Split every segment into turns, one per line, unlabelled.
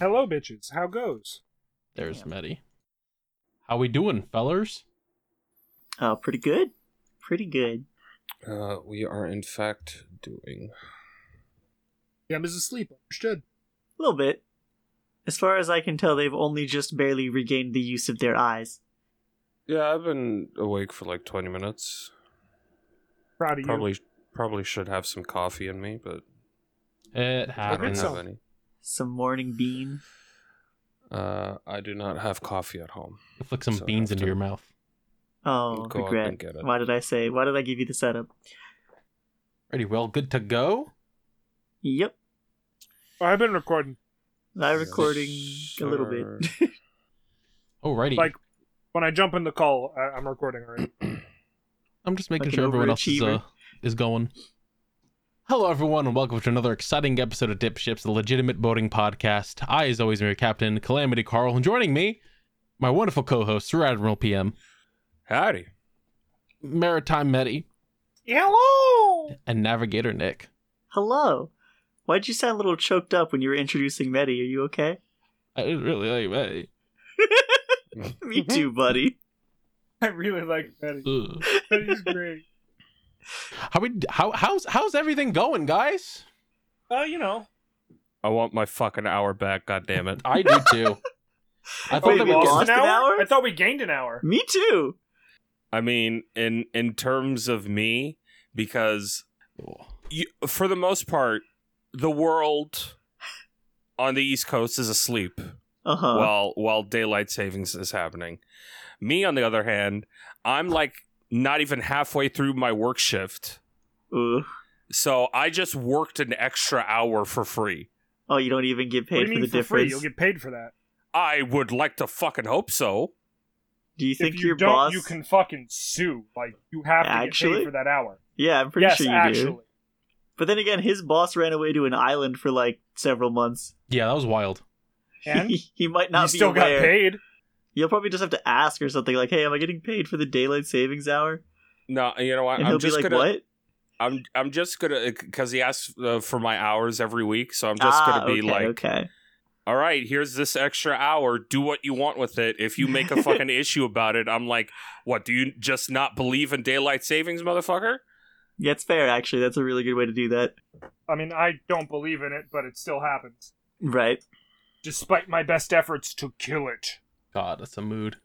Hello, bitches. How goes?
There's
Damn.
Meddy. How we doing, fellers?
Uh, pretty good. Pretty good.
Uh, we are in fact doing.
Yeah, Mrs. Sleep. Understood.
A little bit. As far as I can tell, they've only just barely regained the use of their eyes.
Yeah, I've been awake for like twenty minutes.
Proud of you.
Probably, probably should have some coffee in me, but
It
I
Ah,
think
don't
happens.
so.
have any.
Some morning bean.
Uh, I do not have coffee at home.
Flick some
So I
beans
have
into
to-
your mouth.
Oh,
Go up
regret.
and get it.
Why did I say? Why did I give you the setup?
Pretty well good to go.
Yep.
Oh, I've been recording.
I'm recording a little bit.
Alrighty.
Like, when I jump in the call, I- I'm recording already.
I'm just making
like an
sure everyone else is,
overachiever.
uh, is going. Hello, everyone, and welcome to another exciting episode of Dip Ships, the legitimate boating podcast. I, as always, am your captain, Calamity Carl, and joining me, my wonderful co-host, Sir Admiral PM,
Howdy.
Maritime Meddy,
Hello!
and Navigator Nick.
Hello. Why'd you sound a little choked up when you were introducing Medi? Are you okay?
I didn't really like Meddy.
Me too, buddy.
I really like Betty.
Ugh.
Betty's great.
How we how how's how's everything going, guys?
Uh, you know.
I want my fucking hour back. God damn it.
I do too. I thought that
Wait, we
we
lost
lost.
an hour?
I thought we gained an hour.
Me too.
I mean, in in terms of me, because you, for the most part, the world on the East Coast is asleep
Uh huh.
while while daylight savings is happening. Me, on the other hand, I'm like not even halfway through my work shift,
Ooh.
so I just worked an extra hour for free.
Oh, you don't even get
what
paid
do you
for
mean
the
for
difference.
free? You'll get paid for that.
I would like to fucking hope so.
Do you think
if you
your
don't,
boss?
you can fucking sue. Like, you have to get
Actually?
paid for that hour.
Yeah, I'm pretty
yes,
sure you
actually.
do. But then again, his boss ran away to an island for like several months.
Yeah, that was wild.
And you
he, might not be
still got
aware.
paid.
You'll probably just have to ask or something like, "Hey, am I getting paid for the daylight savings hour?"
No, you know what?
And
I'm
he'll be
just
like,
gonna.
"What?"
I'm I'm just gonna because he asks uh, for my hours every week, so I'm just
Ah,
gonna be
okay,
like,
"Okay,
"All right, here's this extra hour. Do what you want with it. If you make a fucking issue about it, I'm like, what? Do you just not believe in daylight savings, motherfucker?
yeah, it's fair. Actually, that's a really good way to do that."
I mean, I don't believe in it, but it still happens.
Right?
Despite my best efforts to kill it.
God, that's a mood.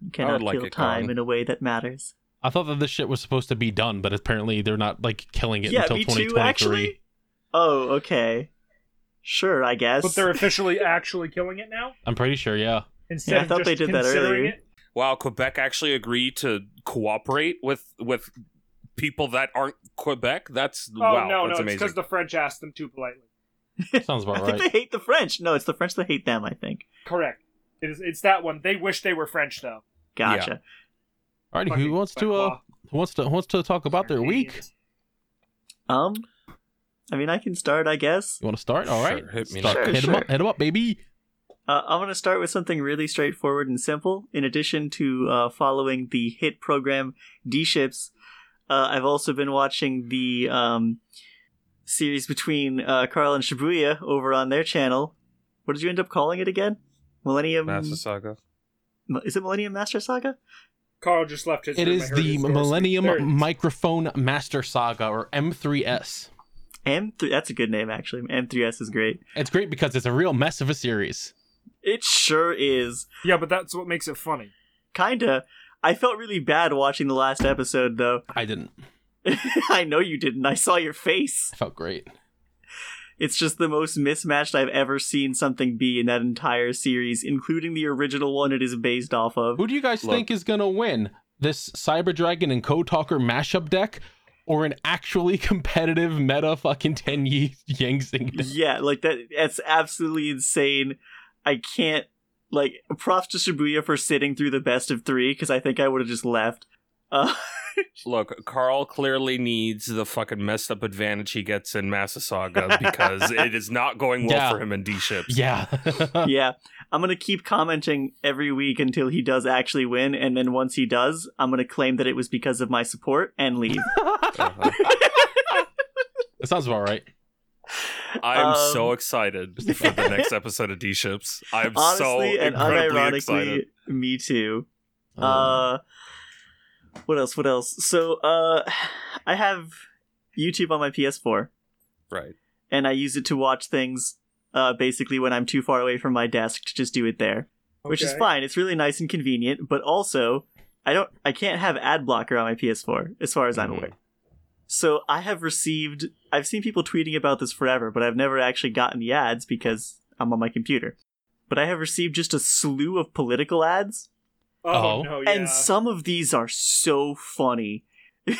You cannot
like
kill
it,
time
Colin.
in a way that matters.
I thought that this shit was supposed to be done, but apparently they're not like killing it
yeah,
until
me too.
2023.
Actually. Oh, okay. Sure, I guess.
But they're officially actually killing it now?
I'm pretty sure, yeah.
Instead
Yeah, I
of
thought
just
they did that
considering
earlier.
It?
Wow, Quebec actually agreed to cooperate with with people that aren't Quebec. That's
Oh,
wow,
no, no,
that's
it's
amazing.
because the French asked them too politely.
Sounds
I
about
think
right.
they hate the French. No, it's the French that hate them. I think.
Correct. It is, it's that one. They wish they were French, though.
Gotcha.
Alrighty,
Fucking
who wants to uh
Quebecois.
who wants to who wants to talk about their week?
Um, I mean, I can start, I guess.
You want to start? All right,
Sure, hit me
start.
now. Sure,
hit 'em
sure.
up, hit 'em up, baby.
Uh, I'm going to start with something really straightforward and simple. In addition to uh, following the hit program D Ships, uh, I've also been watching the um, series between uh, Carl and Shibuya over on their channel. What did you end up calling it again? Millennium.
Master Saga.
M- Is it Millennium Master Saga?
Carl just left his.
It
room. I
is
heard
the
his door squeak. There it is.
Millennium Microphone Master Saga or M3S.
M3. That's a good name, actually. M3S is great.
It's great because it's a real mess of a series.
It sure is.
Yeah, but that's what makes it funny.
Kinda. I felt really bad watching the last episode, though.
I didn't.
I know you didn't. I saw your face.
I felt great.
It's just the most mismatched I've ever seen something be in that entire series, including the original one it is based off of.
Who do you guys
Look.
think is gonna win, this Cyber Dragon and Code Talker mashup deck or an actually competitive meta fucking Ten Yi Yang Xing deck.
yeah, like that. That's absolutely insane. I can't. Like, props to Shibuya for sitting through the best of three because I think I would have just left. Uh,
Look, Carl clearly needs the fucking messed up advantage he gets in Massasaga because it is not going well
Yeah.
for him in D ships.
Yeah.
yeah, I'm gonna keep commenting every week until he does actually win, and then once he does, I'm gonna claim that it was because of my support and leave.
that sounds about right.
I'm
Um,
so excited for the next episode of D ships. I'm so
Honestly and
incredibly
unironically,
excited.
me too. Uh, what else? What else? So, uh, I have YouTube on my PS4,
Right.
and I use it to watch things. Uh, basically, when I'm too far away from my desk, to just do it there, which is
Okay.
fine. It's really nice and convenient, but also, I don't, I can't have ad blocker on my PS4, as far as I'm
Mhm.
aware. So I have received, I've seen people tweeting about this forever, but I've never actually gotten the ads because I'm on my computer. But I have received just a slew of political ads
Oh,
Oh.
no, yeah.
and some of these are so funny.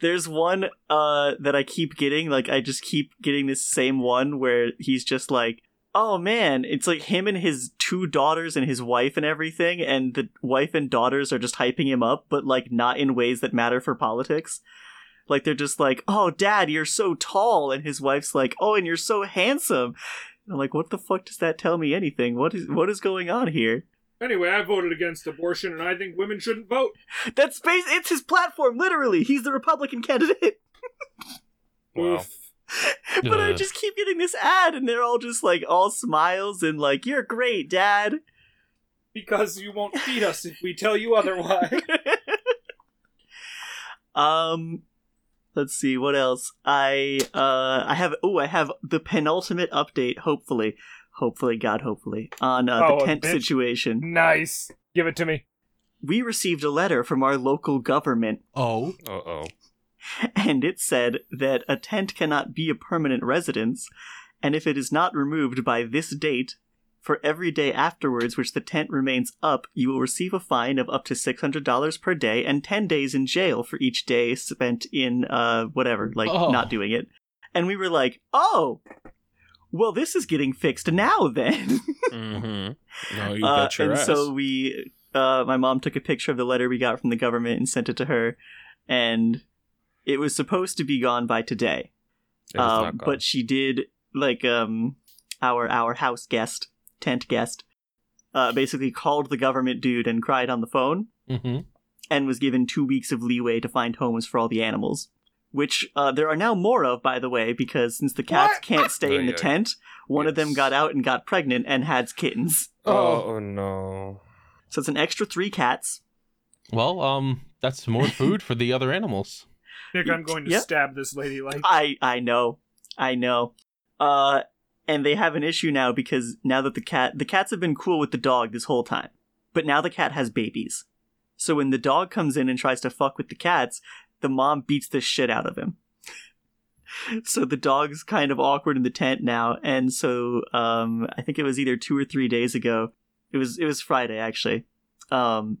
There's one uh, that I keep getting, like I just keep getting this same one where he's just like, "Oh man, it's like him and his two daughters and his wife and everything, and the wife and daughters are just hyping him up, but like not in ways that matter for politics." Like they're just like, "Oh, dad, you're so tall," and his wife's like, "Oh, and you're so handsome." And I'm like, "What the fuck does that tell me anything? What is what is going on here?"
anyway, I voted against abortion, and I think women shouldn't vote.
That's base. It's his platform, literally. He's the Republican candidate.
Wow.
Oof.
but I
Ugh.
just keep getting this ad, and they're all just like all smiles and like, "You're great, Dad."
Because you won't feed us if we tell you otherwise.
um, let's see what else. I uh, I have. Oh, I have the penultimate update. Hopefully, hopefully, God, hopefully, on uh,
Oh,
the
a
tent
bitch.
situation.
nice. Give it to me.
We received a letter from our local government
oh.
Uh oh.
and it said that a tent cannot be a permanent residence, and if it is not removed by this date, for every day afterwards which the tent remains up, you will receive a fine of up to $600 per day and 10 days in jail for each day spent in, uh, whatever, like
Oh.
not doing it. And we were like, oh, well, this is getting fixed now then.
Mm-hmm. No, you
Uh,
bet your
and
ass.
so we, uh, my mom took a picture of the letter we got from the government and sent it to her, and it was supposed to be gone by today.
It is
Um,
not gone.
but she did like um, our our house guest, tent guest, uh, basically called the government dude and cried on the phone
Mm-hmm.
and was given two weeks of leeway to find homes for all the animals, which uh, there are now more of, by the way, because since the cats
What?
can't stay in the
Ay, ay.
tent, one of them
Yes.
got out and got pregnant and had kittens.
oh, oh no.
So it's an extra three cats.
Well, um, that's more food for the other animals.
Nick, I'm going to
Yep.
stab this lady like.
I I know, I know. Uh, and they have an issue now because now that the cat the cats have been cool with the dog this whole time, but now the cat has babies. So when the dog comes in and tries to fuck with the cats, the mom beats the shit out of him. so the dog's kind of awkward in the tent now, and so um, I think it was either two or three days ago. It was it was Friday actually. Um,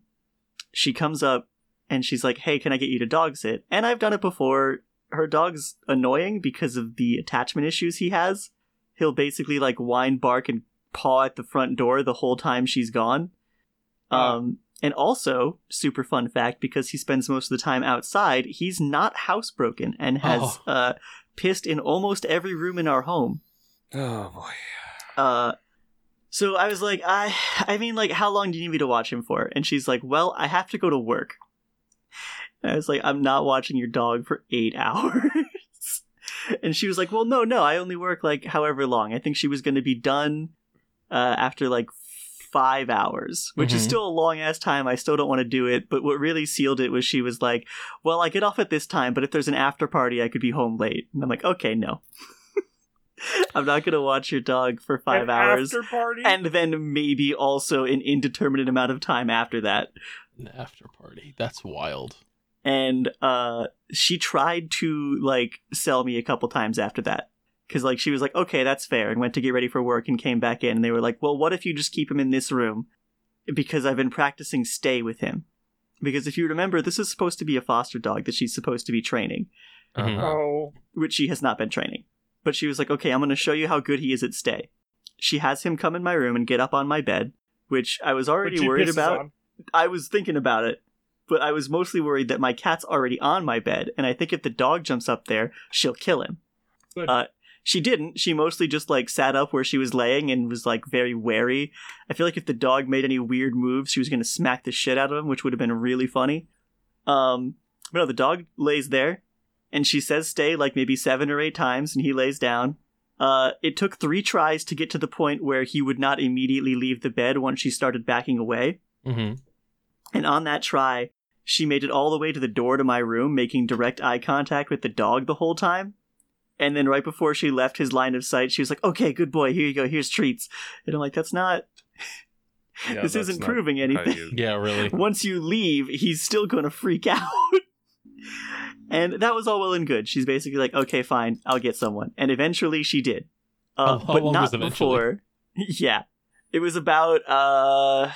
she comes up and she's like, "Hey, can I get you to dog sit?" And I've done it before her dog's annoying because of the attachment issues he has. He'll basically like whine, bark, and paw at the front door the whole time she's gone. Um, and also, super fun fact because he spends most of the time outside, he's not housebroken and has
Oh.
uh, pissed in almost every room in our home.
Oh boy.
Uh, so I was like, I, I mean, like, how long do you need me to watch him for? And she's like, Well, I have to go to work. And I was like, I'm not watching your dog for eight hours. and she was like, Well, no, no, I only work like however long. I think she was going to be done uh, after like five hours, which is
Mhm.
still a long ass time. I still don't want to do it. But what really sealed it was she was like, Well, I get off at this time, but if there's an after party, I could be home late. And I'm like, Okay, no. I'm not going to watch your dog for five
an
hours.
After party.
and then maybe also an indeterminate amount of time after that.
An after party. That's wild.
and uh she tried to like sell me a couple times after that because like she was like okay that's fair and went to get ready for work and came back in and they were like well what if you just keep him in this room because i've been practicing stay with him Because if you remember, this is supposed to be a foster dog that she's supposed to be training,
Uh-huh.
Oh,
which she has not been training. But she was like, okay, I'm going to show you how good he is at stay. She has him come in my room and get up on my bed, which I was
but
already
she
worried
pisses
about.
on.
I was thinking about it, but I was mostly worried that my cat's already on my bed, and I think if the dog jumps up there, she'll kill him.
Good.
Uh, she didn't. She mostly just like sat up where she was laying and was like very wary. I feel like if the dog made any weird moves, she was going to smack the shit out of him, which would have been really funny. Um, but no, the dog lays there, and she says stay like maybe seven or eight times, and he lays down. Uh, it took three tries to get to the point where he would not immediately leave the bed once she started backing away.
hmm
And on that try, she made it all the way to the door to my room, making direct eye contact with the dog the whole time. And then right before she left his line of sight, she was like, "Okay, good boy. Here you go. Here's treats." And I'm like, "That's not.
Yeah,
this
that's
isn't
not
proving
how
anything.
you-
Yeah, really.
Once you leave, he's still going to freak out." and that was all well and good. She's basically like, "Okay, fine. I'll get someone." And eventually, she did. Uh,
How- how
but
long
not
was eventually?
before. yeah, it was about. uh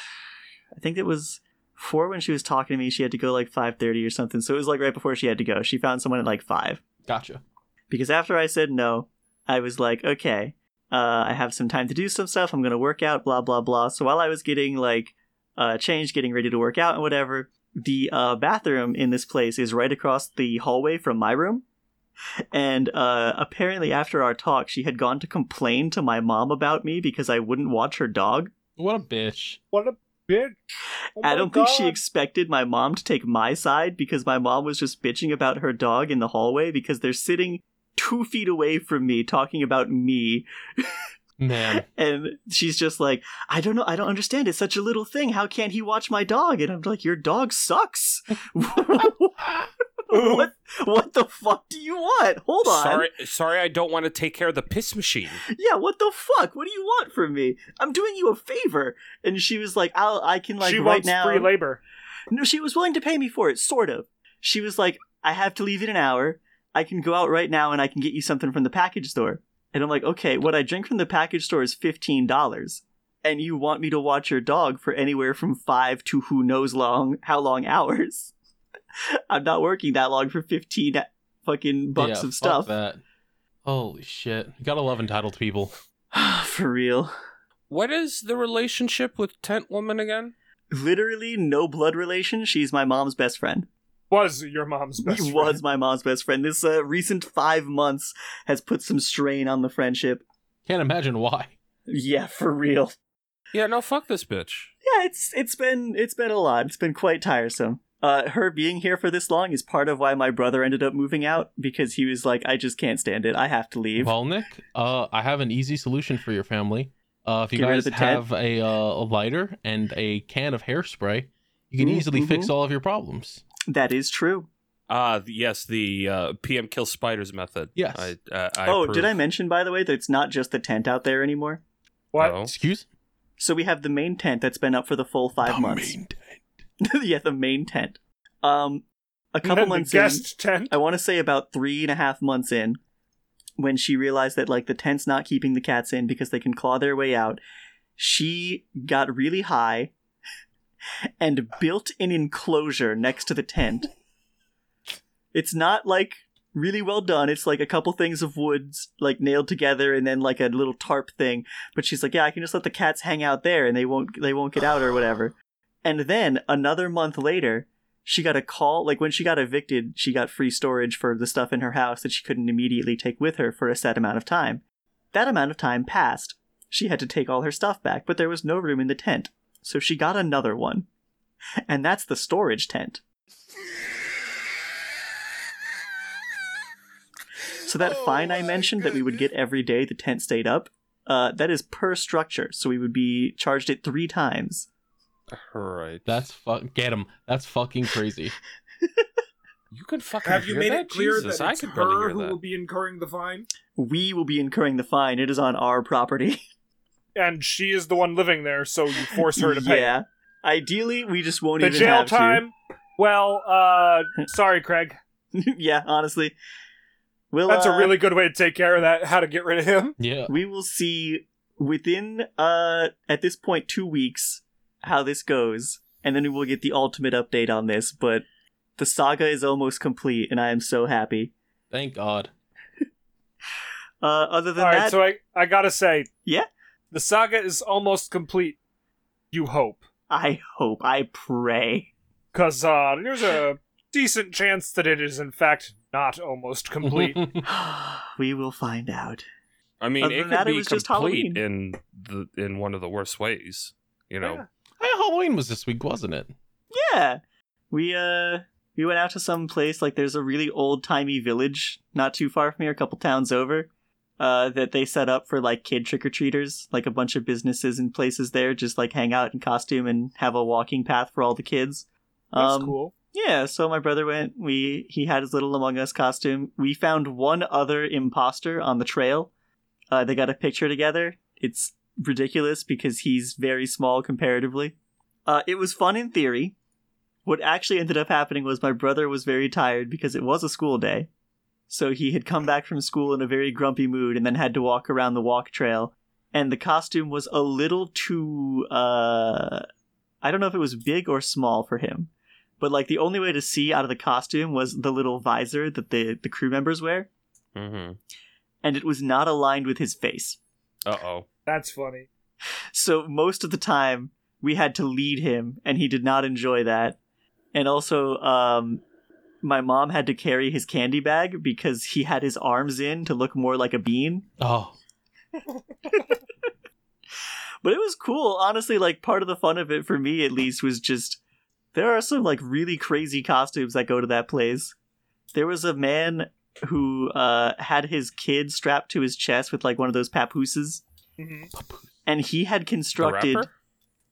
I think it was four when she was talking to me. She had to go like five thirty or something. So it was like right before she had to go. She found someone at like five
Gotcha.
because after I said no, I was like, okay, uh, I have some time to do some stuff. I'm gonna work out, blah blah blah. So while I was getting like uh, changed, getting ready to work out and whatever, the uh, bathroom in this place is right across the hallway from my room. And uh, apparently, after our talk, she had gone to complain to my mom about me because I wouldn't watch her dog.
What a bitch.
What a bitch! Oh
I
my
don't think she
God.
expected my mom to take my side because my mom was just bitching about her dog in the hallway because they're sitting two feet away from me talking about me.
Man.
And she's just like, I don't know. I don't understand. It's such a little thing. How can't he watch my dog? And I'm like, your dog sucks. what, what the fuck do you want? Hold on.
Sorry, sorry, I don't want to take care of the piss machine.
Yeah, what the fuck? What do you want from me? I'm doing you a favor. And she was like, I'll, I can like
she
right
wants
now.
free labor.
No, she was willing to pay me for it, sort of. She was like, I have to leave in an hour. I can go out right now and I can get you something from the package store. And I'm like, okay, what I drink from the package store is $15. And you want me to watch your dog for anywhere from five to who knows long, how long hours. I'm not working that long for 15 fucking bucks
Yeah,
of
fuck
stuff.
That. Holy shit. You gotta love entitled people.
for real.
What is the relationship with Tent Woman again?
Literally no blood relation. She's my mom's best friend.
Was your mom's best
he
friend.
was my mom's best friend. This uh, recent five months has put some strain on the friendship.
Can't imagine why.
Yeah, for real.
Yeah, no, fuck this bitch.
Yeah, it's it's been it's been a lot. It's been quite tiresome. Uh, her being here for this long is part of why my brother ended up moving out because he was like, I just can't stand it. I have to leave.
Volnick, uh, I have an easy solution for your family. Uh, if you
Get rid
guys
of the tent.
have a, uh, a lighter and a can of hairspray, you can
Mm,
easily fix
mhm.
all of your problems.
that is true.
Ah, th- yes, the uh, PM kill spiders method.
Yes.
I, uh, I
oh,
approve.
did I mention by the way that it's not just the tent out there anymore?
What?
No.
Excuse?
So we have the main tent that's been up for the full five
The
months.
main tent.
yeah, the main tent. Um, a
And
couple
then
months
the
in,
guest tent.
I want to say about three and a half months in, when she realized that like the tent's not keeping the cats in because they can claw their way out, she got really high and built an enclosure next to the tent. It's not like really well done. It's like a couple things of woods like nailed together and then like a little tarp thing. But she's like, yeah, I can just let the cats hang out there and they won't they won't get out or whatever. And then another month later, she got a call like when she got evicted she got free storage for the stuff in her house that she couldn't immediately take with her for a set amount of time that amount of time passed she had to take all her stuff back but there was no room in the tent so she got another one and that's the storage tent so that
Oh
fine i mentioned that we would get every day the tent stayed up uh, that is per structure so we would be charged it three times
All right.
That's fuck. Get him. That's fucking crazy.
you can fucking
Have you
hear
made
that?
it clear
Jesus,
that
I
it's
could barely
her
hear
who
that.
will be incurring the fine?
we will be incurring the fine it is on our property
And she is the one living there, so you force her to pay.
Yeah. Ideally, we just won't
the
even
jail
have to.
time. Well, uh, sorry, Craig.
yeah, honestly, we'll.
That's
uh,
a really good way to take care of that. How to get rid of him?
Yeah.
We will see within uh at this point two weeks how this goes. and then we'll get the ultimate update on this. But the saga is almost complete, and I am so happy.
Thank God.
Uh, other than
All right,
that,
so I I gotta say,
Yeah?
the saga is almost complete. You hope,
I hope, I pray.
because uh, there's a decent chance that it is in fact not almost
Mm-hmm.
complete.
we will find out.
I mean,
Other
it
than
could
that, it
be
was just Halloween.
complete in the in one of the worst ways. You know,
Yeah.
Hey, Halloween was this week, wasn't it?
Yeah, we uh we went out to some place like there's a really old timey village not too far from here, a couple towns over, uh that they set up for like kid trick or treaters, like a bunch of businesses and places there just like hang out in costume and have a walking path for all the kids.
That's
um,
cool.
Yeah, so my brother went. We he had his little Among Us costume. We found one other imposter on the trail. Uh, they got a picture together. It's ridiculous because he's very small comparatively. Uh, it was fun in theory. What actually ended up happening was my brother was very tired because it was a school day. So he had come back from school in a very grumpy mood and then had to walk around the walk trail. And the costume was a little too uh I don't know if it was big or small for him but like the only way to see out of the costume was the little visor that the the crew members wear
mm-hmm.
and it was not aligned with his face
uh oh,
That's funny.
so most of the time we had to lead him and he did not enjoy that and also um my mom had to carry his candy bag because he had his arms in to look more like a bean
Oh,
but it was cool honestly like part of the fun of it for me at least was just there are some like really crazy costumes that go to that place there was a man who uh had his kid strapped to his chest with like one of those papooses
Mhm.
and he had
the
constructed
rapper.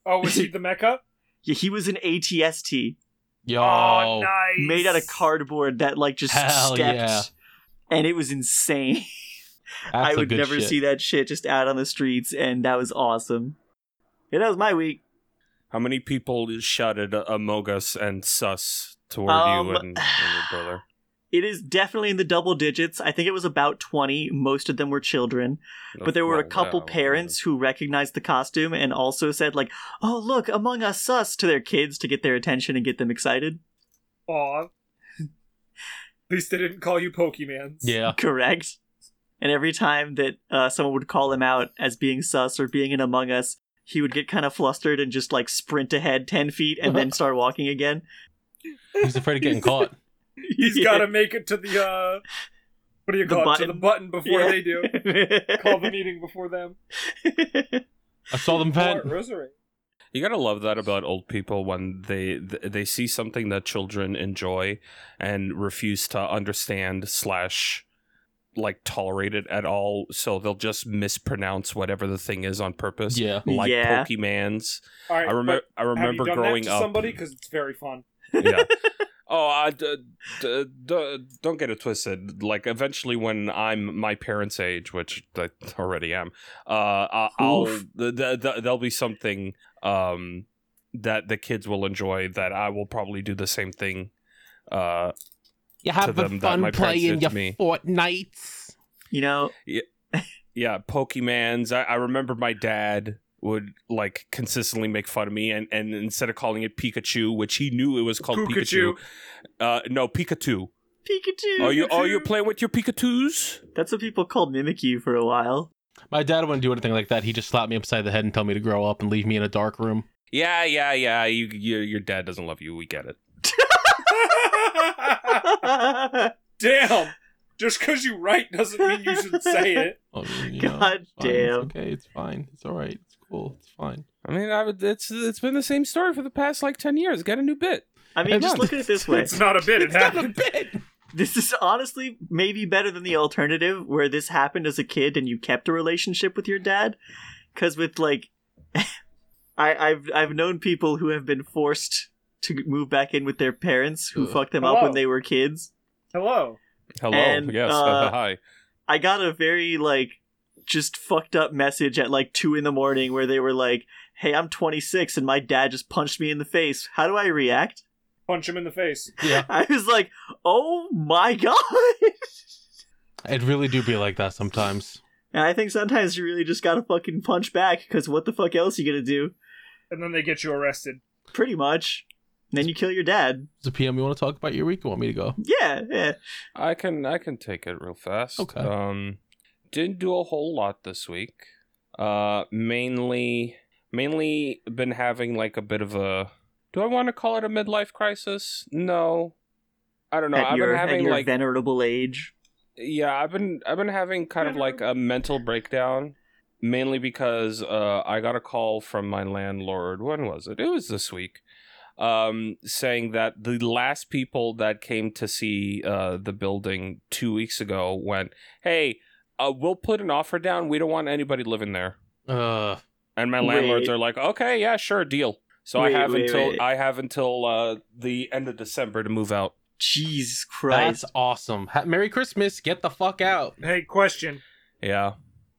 Oh, was he the mecha?
yeah, he was an atst
yo,
oh, nice.
made out of cardboard that like just
Hell
stepped
yeah.
and it was insane
that's
i
a
would
good
never
shit.
see that shit just out on the streets and that was awesome yeah that was my week
How many people shouted Amogus and Sus toward you
Um,
and, and your brother?
It is definitely in the double digits. I think it was about 20. Most of them were children. But there were a
Well,
couple
Oh, wow.
parents who recognized the costume and also said, like, oh, look, Among Us Us to their kids to get their attention and get them excited.
Aw. At least they didn't call you Pokemans.
Yeah.
Correct. And every time that uh, someone would call him out as being sus or being an Among Us, he would get kind of flustered and just like sprint ahead 10 feet and then start walking again.
He's afraid of getting caught.
He's got to make it to the uh, what do you
The
call it?
button.
To the button before
Yeah.
they do. Call the meeting before them.
I saw them,
Pat.
Pat.
Rosary.
You gotta love that about old people when they th- they see something that children enjoy and refuse to understand slash like tolerate it at all. So they'll just mispronounce whatever the thing is on purpose.
Yeah.
like
Yeah.
Pokemans.
All right.
I remember.
but Have
I
you
remember
done
growing
that to
up.
somebody because it's very fun.
yeah. Oh, I d- d- d- don't get it twisted. Like eventually, when I'm my parents' age, which I already am, uh, I- I'll
Oof.
th- th- th- there'll be something um that the kids will enjoy that I will probably do the same thing. Uh,
You
having them that fun my parents playing did to your me.
Fortnites.
you know,
yeah, Pokemans. I, I remember my dad would like consistently make fun of me, and and instead of calling it Pikachu, which he knew it was called Pikachu,
Pikachu.
uh, no Pikachu.
Pikachu.
Are you are you playing with your Pikachu's?
That's what people called Mimikyu for a while.
My dad wouldn't do anything like that. He just slapped me upside the head and told me to grow up and leave me in a dark room.
Yeah, yeah, yeah. You, you, your dad doesn't love you. We get it.
God
Damn. Just because you write doesn't mean you should say it.
Oh, you know,
damn.
it's fine, It's okay, it's fine. It's all right. It's cool. It's fine.
I mean, I would, it's it's been the same story for the past like ten years. Get a new bit.
I mean,
Hey,
just
Mom.
look at it this way.
It's not a bit. It happened.
bit.
This is honestly maybe better than the alternative where this happened as a kid and you kept a relationship with your dad. Because with like, I, I've I've known people who have been forced to move back in with their parents who
Ugh.
fucked them up when
Hello.
they were kids.
Hello.
Hello.
And,
yes.
uh,
hi.
I got a very like just fucked up message at like two in the morning where they were like, "Hey, I'm 26 and my dad just punched me in the face. How do I react?"
Punch him in the face.
Yeah,
I was like, "Oh my god."
it really do be like that sometimes.
And I think sometimes you really just gotta fucking punch back, because what the fuck else you gonna do?
And then they get you arrested.
Pretty much. And then you kill your dad.
So PM, you want to talk about your week? You want me to go?
Yeah, yeah.
I can I can take it real fast.
Okay.
Um, didn't do a whole lot this week. Uh, mainly mainly been having like a bit of a. Do I want to call it a midlife crisis? No, I don't know.
at
I've
your,
been
at
having
your
like
venerable age.
yeah, I've been I've been having kind of like a mental breakdown, mainly because uh, I got a call from my landlord. When was it? It was this week, um, saying that the last people that came to see uh, the building two weeks ago went, "Hey, uh, we'll put an offer down. We don't want anybody living there."
Uh,
And my landlords
Wait.
are like, "Okay, yeah, sure, deal." So
Wait,
I have
wait,
until
wait.
I have until uh, the end of December to move out.
Jesus
that's
Christ.
awesome. Ha- Merry Christmas. Get the fuck out.
Hey, question.
Yeah,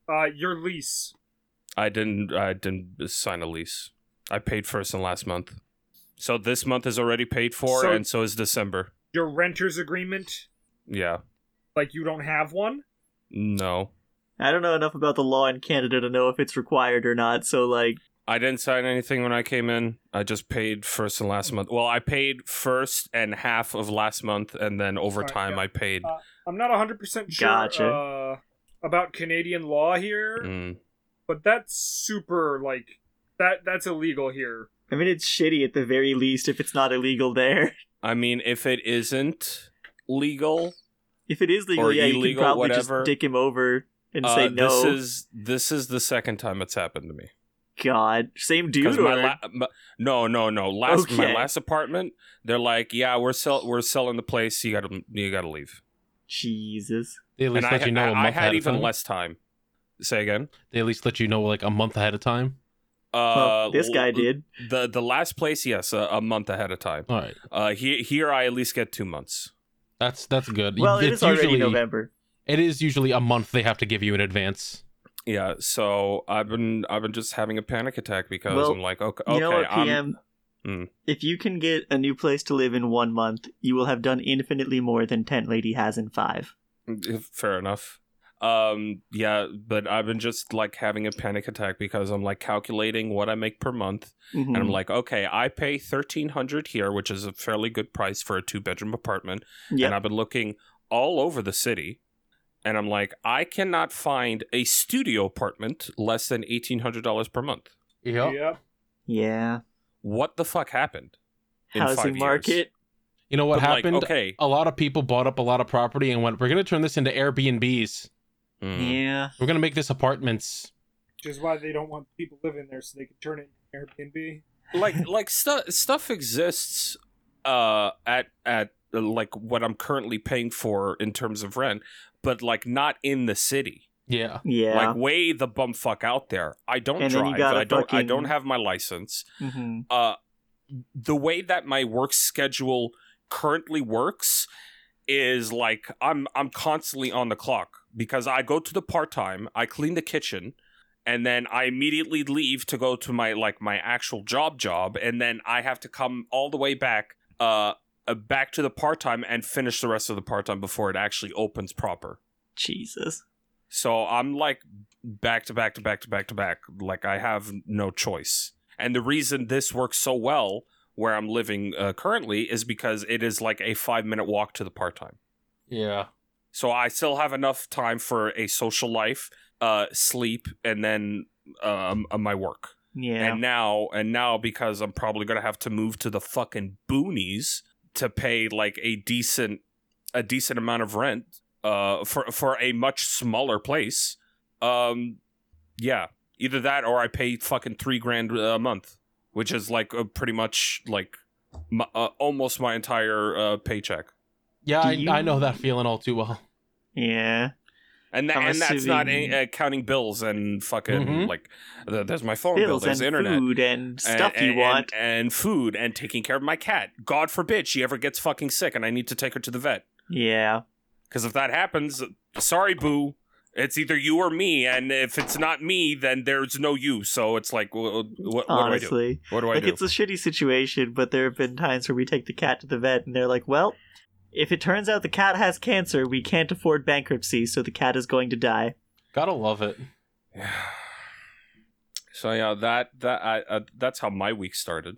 Uh, your lease.
I didn't. I didn't sign a lease. I paid first and last month, so this month is already paid for,
So-
and so is December.
Your renter's agreement.
Yeah,
Like, you don't have one?
no,
I don't know enough about the law in Canada to know if it's required or not, so like
I didn't sign anything when I came in. I just paid first and last month. Well, I paid first and half of last month, and then over
All right,
time
yeah.
I paid.
Uh, I'm not 100% sure
Gotcha.
uh, about Canadian law here,
Mm.
but that's super, like, that that's illegal here.
I mean it's shitty at the very least if it's not illegal there.
I mean, if it isn't legal,
If it is legal,
Or
yeah, you
illegal,
can probably
whatever.
just dick him over and
uh,
say no.
this is this is the second time it's happened to me.
God. Same dude
Because my
or
la- my- no, no, no. Last my
Okay.
last apartment, they're like, yeah, we're sell- we're selling the place. You gotta you gotta leave.
Jesus.
They at least
and
let
I,
you know
I,
a
I
month
had
ahead of
even
time.
less time. Say again.
They at least let you know like a month ahead of time.
Uh,
Well, this
l-
guy did.
the the last place. Yes, a, a month ahead of time.
All right,
Uh, here here I at least get two months.
that's that's good.
Well, it
It's
is already
usually-
November.
It is usually a month they have to give you in advance.
Yeah, so I've been I've been just having a panic attack because
Well,
I'm like, okay, okay,
you know what,
I'm-
PM?
Mm.
If you can get a new place to live in one month, you will have done infinitely more than Tent Lady has in five.
Fair enough. Um, yeah, but I've been just like having a panic attack because I'm like calculating what I make per month
Mhm.
Hmm.
and I'm like, okay, I pay thirteen hundred here, which is a fairly good price for a two bedroom apartment,
Yep.
and I've been looking all over the city, and I'm like, I cannot find a studio apartment less than eighteen hundred dollars per month.
Yep.
Yep.
yeah.
What the fuck happened? in five
Housing
years?
market.
You know what
But, like,
happened?
okay,
A lot of people bought up a lot of property and went, "We're going to turn this into Airbnbs. Hmm.
Mm.
Yeah.
We're going to make this apartments."
Which is why they don't want people living there so they can turn it into Airbnb.
like like stuff stuff exists uh at at uh, like what I'm currently paying for in terms of rent, but like not in the city.
Yeah.
Yeah.
like way the bumfuck out there. I don't
And then you
drive.
gotta
I don't. I
fucking-
don't have my license.
hmm
Uh, the way that my work schedule currently works is like I'm I'm constantly on the clock because I go to the part time, I clean the kitchen, and then I immediately leave to go to my like my actual job job, and then I have to come all the way back. Uh. uh, Back to the part time and finish the rest of the part time before it actually opens proper.
Jesus.
So I'm like back to back to back to back to back. Like I have no choice. And the reason this works so well where I'm living uh, currently is because it is like a five minute walk to the part time.
Yeah.
So I still have enough time for a social life, uh, sleep, and then um, uh, my work.
Yeah.
And now, and now because I'm probably gonna have to move to the fucking boonies to pay like a decent, a decent amount of rent, uh, for for a much smaller place. Um, yeah, either that or I pay fucking three grand a month, which is like uh, pretty much like my, uh, almost my entire uh, paycheck.
Yeah,
Do
I,
you-
I know that feeling all too well.
yeah.
And that,
I'm
and that's not
assuming- Mm-hmm.
a, uh, counting bills and fucking
Mhm.
like th there's my phone bill,
Bills
there's
and
internet,
food and
and-
stuff
and-
you want.
and, and food and taking care of my cat god forbid she ever gets fucking sick and i need to take her to the vet
yeah.
because if that happens sorry boo it's either you or me and if it's not me then there's no you so it's like what, what, what do i do
Honestly.
what do i
like
do
it's a shitty situation, but there have been times where we take the cat to the vet and they're like, "Well, if it turns out the cat has cancer, we can't afford bankruptcy, so the cat is going to die."
Gotta love it.
so yeah that that I, uh, that's how my week started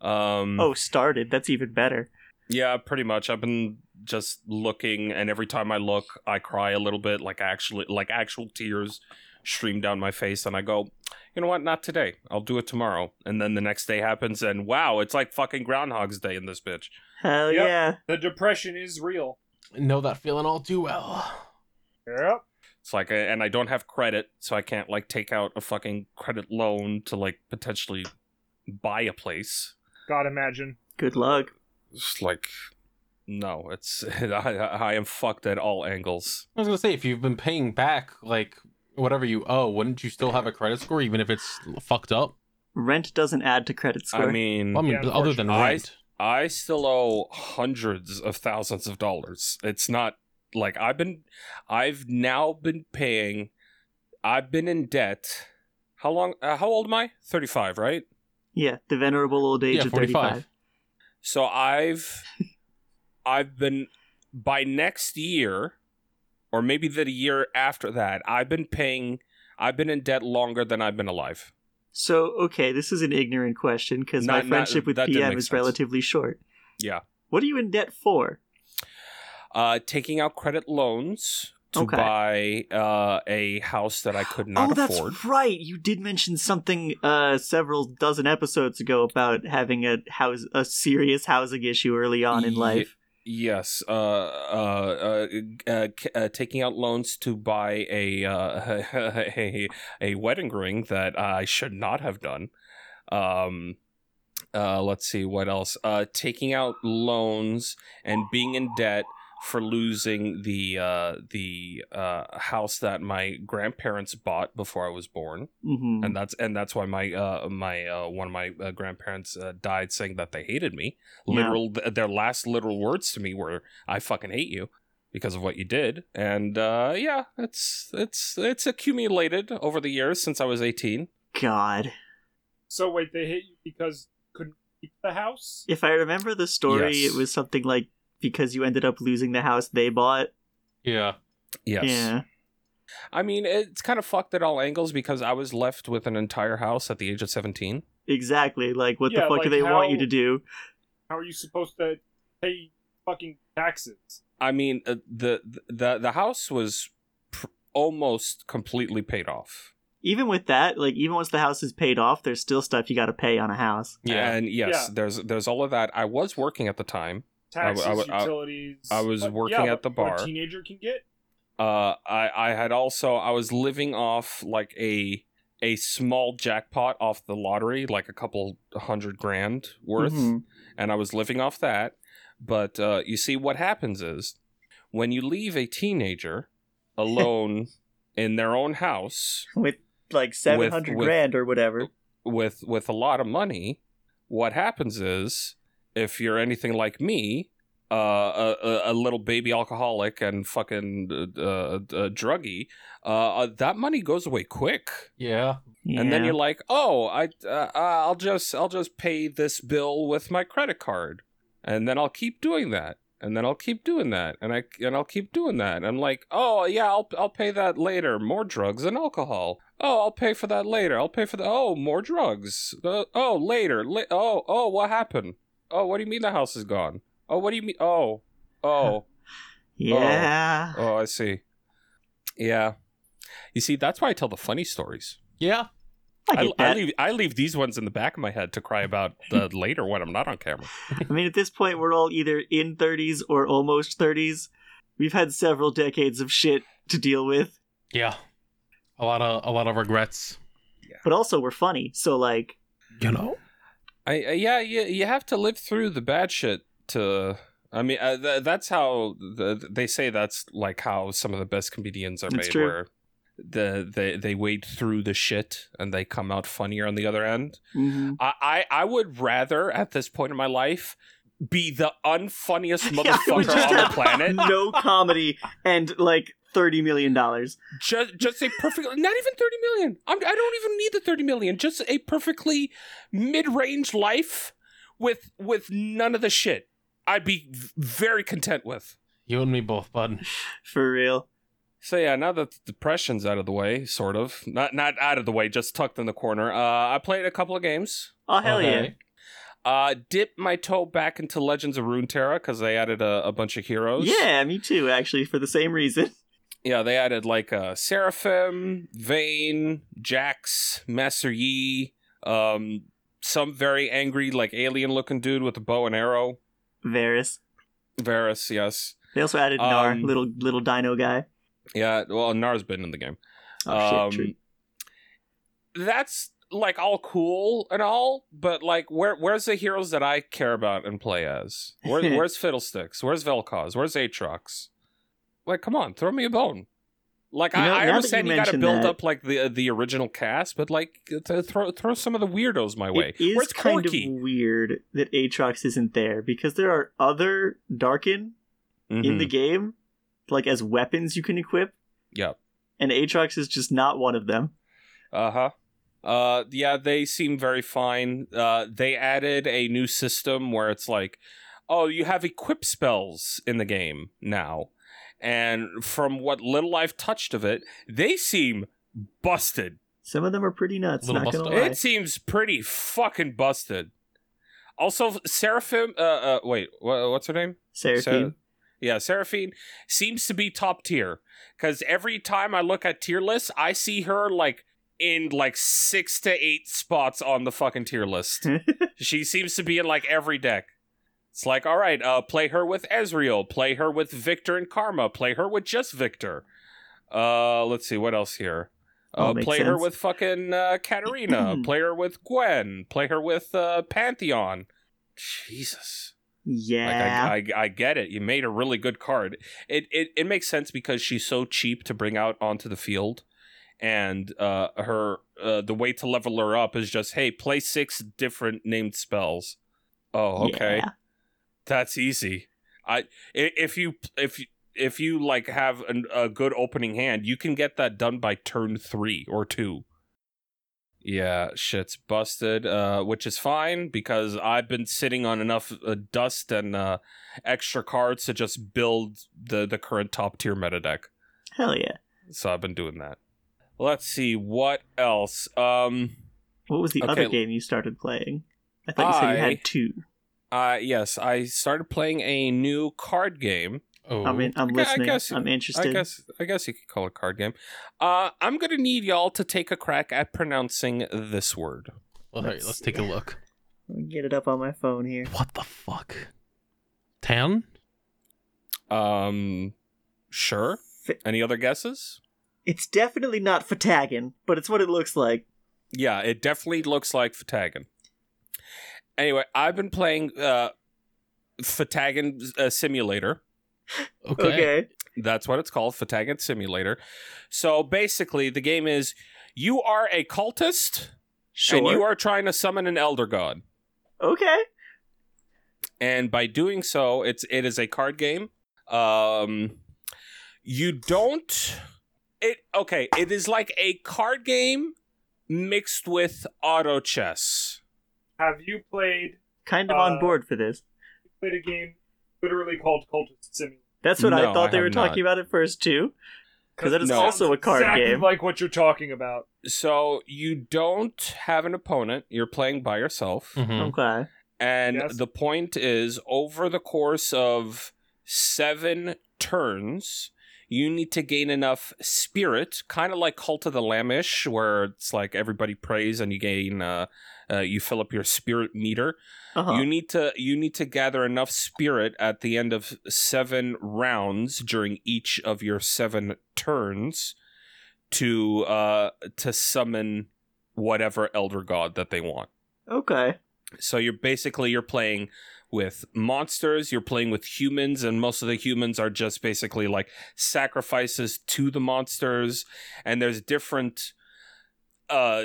Um,
Oh, started. That's even better.
Yeah, pretty much. I've been just looking, and every time I look, I cry a little bit, like actually, like actual tears stream down my face, and I go, you know what? Not today. I'll do it tomorrow. And then the next day happens, and wow, it's like fucking Groundhog's Day in this bitch.
Hell
Yep.
yeah.
The depression is real.
Know that feeling all too well.
Yep.
It's like, and I don't have credit, so I can't like take out a fucking credit loan to like potentially buy a place.
God, imagine.
Good luck.
It's like, no, it's I, I am fucked at all angles.
I was gonna say, if you've been paying back like whatever you owe, wouldn't you still have a credit score even if it's fucked up?
Rent doesn't add to credit score.
I mean,
Well, I mean,
Yeah,
other than
unfortunately.
rent.
I still owe hundreds of thousands of dollars. It's not like I've been I've now been paying I've been in debt. How long uh, how old am I? 35, right?
yeah, the venerable old age
yeah,
of
45.
35.
So I've I've been by next year or maybe the year after that, I've been paying I've been in debt longer than I've been alive.
So, okay, this is an ignorant question because my
Not- not-
friendship with
that didn't
PM
make
is
sense.
relatively short.
Yeah.
What are you in debt for?
Uh taking out credit loans to buy uh, a house that I could not
oh, that's
afford.
right. You did mention something uh, several dozen episodes ago about having a house, a serious housing issue early on in
Ye-
life.
Yes, uh, uh, uh, uh, c- uh, taking out loans to buy a, uh, a a wedding ring that I should not have done. Um, uh, let's see what else. Uh, taking out loans and being in debt for losing the uh, the uh, house that my grandparents bought before I was born
hmm
and that's and that's why my uh my uh one of my uh, grandparents uh, died saying that they hated me
Yeah.
literal th- their last literal words to me were i fucking hate you because of what you did and uh yeah it's it's it's accumulated over the years since i was 18
God.
So wait, they hit you because you couldn't keep the house?
If I remember the story,
Yes.
it was something like because you ended up losing the house they bought.
Yeah.
yes
Yeah.
i mean it's kind of fucked at all angles because i was left with an entire house at the age of 17
Exactly. Like, what
Yeah,
the fuck
like
do they want you
how-
to do?
How are you supposed to pay fucking taxes?
i mean uh, the the the house was pr- almost completely paid off
Even with that, like, even once the house is paid off, there's still stuff you got to pay on a house.
Yeah.
and yes
Yeah.
there's there's all of that i was working at the time I
Taxes,
w- I w- I-
utilities.
I was
but-
working
yeah,
at the
but what
bar.
A teenager can get.
uh i i had also i was living off like a a small jackpot off the lottery like a couple hundred grand worth
Mhm.
Mm-hmm.
and i was living off that but uh you see what happens is when you leave a teenager alone in their own house
With like 700
with-
grand or whatever.
with with a lot of money, what happens is if you're anything like me, uh, a, a, a little baby alcoholic and fucking uh, uh, uh, druggy, uh, uh, that money goes away quick.
Yeah.
And then
Yeah.
you're like, oh, I uh, uh, I'll just I'll just pay this bill with my credit card, and then I'll keep doing that. And then I'll keep doing that, and I and I'll keep doing that. And I'm like, oh yeah, I'll I'll pay that later. More drugs and alcohol. Oh, I'll pay for that later. I'll pay for the oh more drugs. Uh, oh later. La- oh oh what happened? Oh what do you mean the house is gone? Oh what do you mean? Oh oh
yeah.
oh I see. Yeah, you see that's why I tell the funny stories.
Yeah.
I
I,
get
Oh. I
that.
leave I leave these ones in the back of my head to cry about uh, later when I'm not on camera.
I mean, at this point, we're all either in 30s or almost 30s. We've had several decades of shit to deal with,
Yeah. A lot of a lot of regrets.
but also we're funny. So, like,
You know.
I, I yeah, you you have to live through the bad shit to. I mean, uh, th- that's how the, they say that's like how some of the best comedians are
That's
made,
true.
where the they they wade through the shit and they come out funnier on the other end.
Mm-hmm.
mhm.
I I, I would rather at this point in my life be the unfunniest
Yeah, I would
motherfucker
just
on the
have
planet.
no comedy and like $30 million.
just just a perfect not even 30 million I'm, i don't even need the 30 million just a perfectly mid-range life with with none of the shit i'd be v- very content with
You and me both, bud.
For real.
so yeah now that the depression's out of the way sort of not not out of the way just tucked in the corner uh i played a couple of games
Oh, hell yeah.
Okay.
Uh, dip my toe back into Legends of Runeterra because they added a, a bunch of heroes.
Yeah, me too, actually, for the same reason.
yeah, they added like uh, Seraphim, Vayne, Jax, Master Yi, um, some very angry like alien looking dude with a bow and arrow.
Varys.
Varus, yes,
They also added Nar,
Um,
little little dino guy.
yeah. Well, Nar's been in the game.
Oh, shit,
Um,
true.
That's like all cool and all, but like where where's the heroes that I care about and play as? Where, where's Fiddlesticks? Where's Vel'Koz? Where's Aatrox? Like, come on, throw me a bone. Like
You know,
I, I
now that
understand
you
you, gotta
mention
build
that-
up like the the original cast, but like th- throw throw some of the weirdos my way.
Um, It is
Where's
kind
Corky?
of weird that Aatrox isn't there because there are other Darkin in
Mm-hmm,
the game, like as weapons you can equip,
Yep.
and Aatrox is just not one of them.
Uh-huh. Uh yeah, they seem very fine. Uh they added a new system where it's like, oh, you have equip spells in the game now. And from what little I've touched of it, they seem busted.
Some of them are pretty nuts.
Little
not gonna
busto.
lie.
It seems pretty fucking busted. Also, Seraphim uh, uh wait, wha what's her name? uh,
Seraphine.
Yeah, Seraphine seems to be top tier because every time I look at tier lists, I see her like in like six to eight spots on the fucking tier list. she seems to be in like every deck. It's like, all right, uh, play her with Ezreal, play her with Victor and Karma, play her with just Victor. Uh, let's see what else here.
All
Uh,
makes
play her
sense.
with fucking uh, Katarina, play her with Gwen, play her with uh, Pantheon. Jesus.
yeah.
Like I, I, I get it. You made a really good card. It, it it makes sense because she's so cheap to bring out onto the field, and uh, her uh, the way to level her up is just hey, play six different named spells. Oh, okay,
Yeah.
that's easy. I i- if you if you if you like have an, a good opening hand, you can get that done by turn three or two. Yeah, shit's busted, uh, which is fine because I've been sitting on enough uh, dust and uh, extra cards to just build the the current top tier meta deck.
Hell yeah.
So I've been doing that. Let's see what else. Um,
What was the
Okay.
other game you started playing? I thought you said you
I-
had two.
uh, yes, I started playing a new card game.
Oh,
I mean, I'm
I gu- I
listening.
guess-
I'm interested.
I guess I guess you could call it a card game. Uh, I'm gonna need y'all to take a crack at pronouncing this word.
all right,
let's
Oh, let's
see.
take a look.
Let me get it up on my phone here.
What the fuck? Tan?
Um, sure.
Fi-
Any other guesses?
It's definitely not Fatagan, but it's what it looks like.
Yeah, it definitely looks like Fatagan. Anyway, I've been playing uh, Fatagan uh, Simulator.
Okay.
Okay.
That's what it's called, Fatagan Simulator. So basically, the game is you are a cultist
Sure.
and you are trying to summon an elder god.
okay.
and by doing so it's it is a card game um you don't it okay it is like a card game mixed with auto chess
Have you played
Kind of
Uh,
on board for this.
played a game literally called Cultist Simulator?
That's what
no,
I thought
I
they
have
were talking about at first too. Because that is
No.
also a card
exactly
game.
like what you're talking about.
so you don't have an opponent you're playing by yourself
Mhm.
Okay.
and
Yes.
the point is over the course of 7 turns you need to gain enough spirit, kind of like Cult of the Lambish, where it's like everybody prays and you gain, uh, uh, you fill up your spirit meter.
Uh-huh.
You need to you need to gather enough spirit at the end of seven rounds during each of your seven turns to uh, to summon whatever elder god that they want.
okay.
So you're basically you're playing with monsters, you're playing with humans, and most of the humans are just basically like sacrifices to the monsters, and there's different uh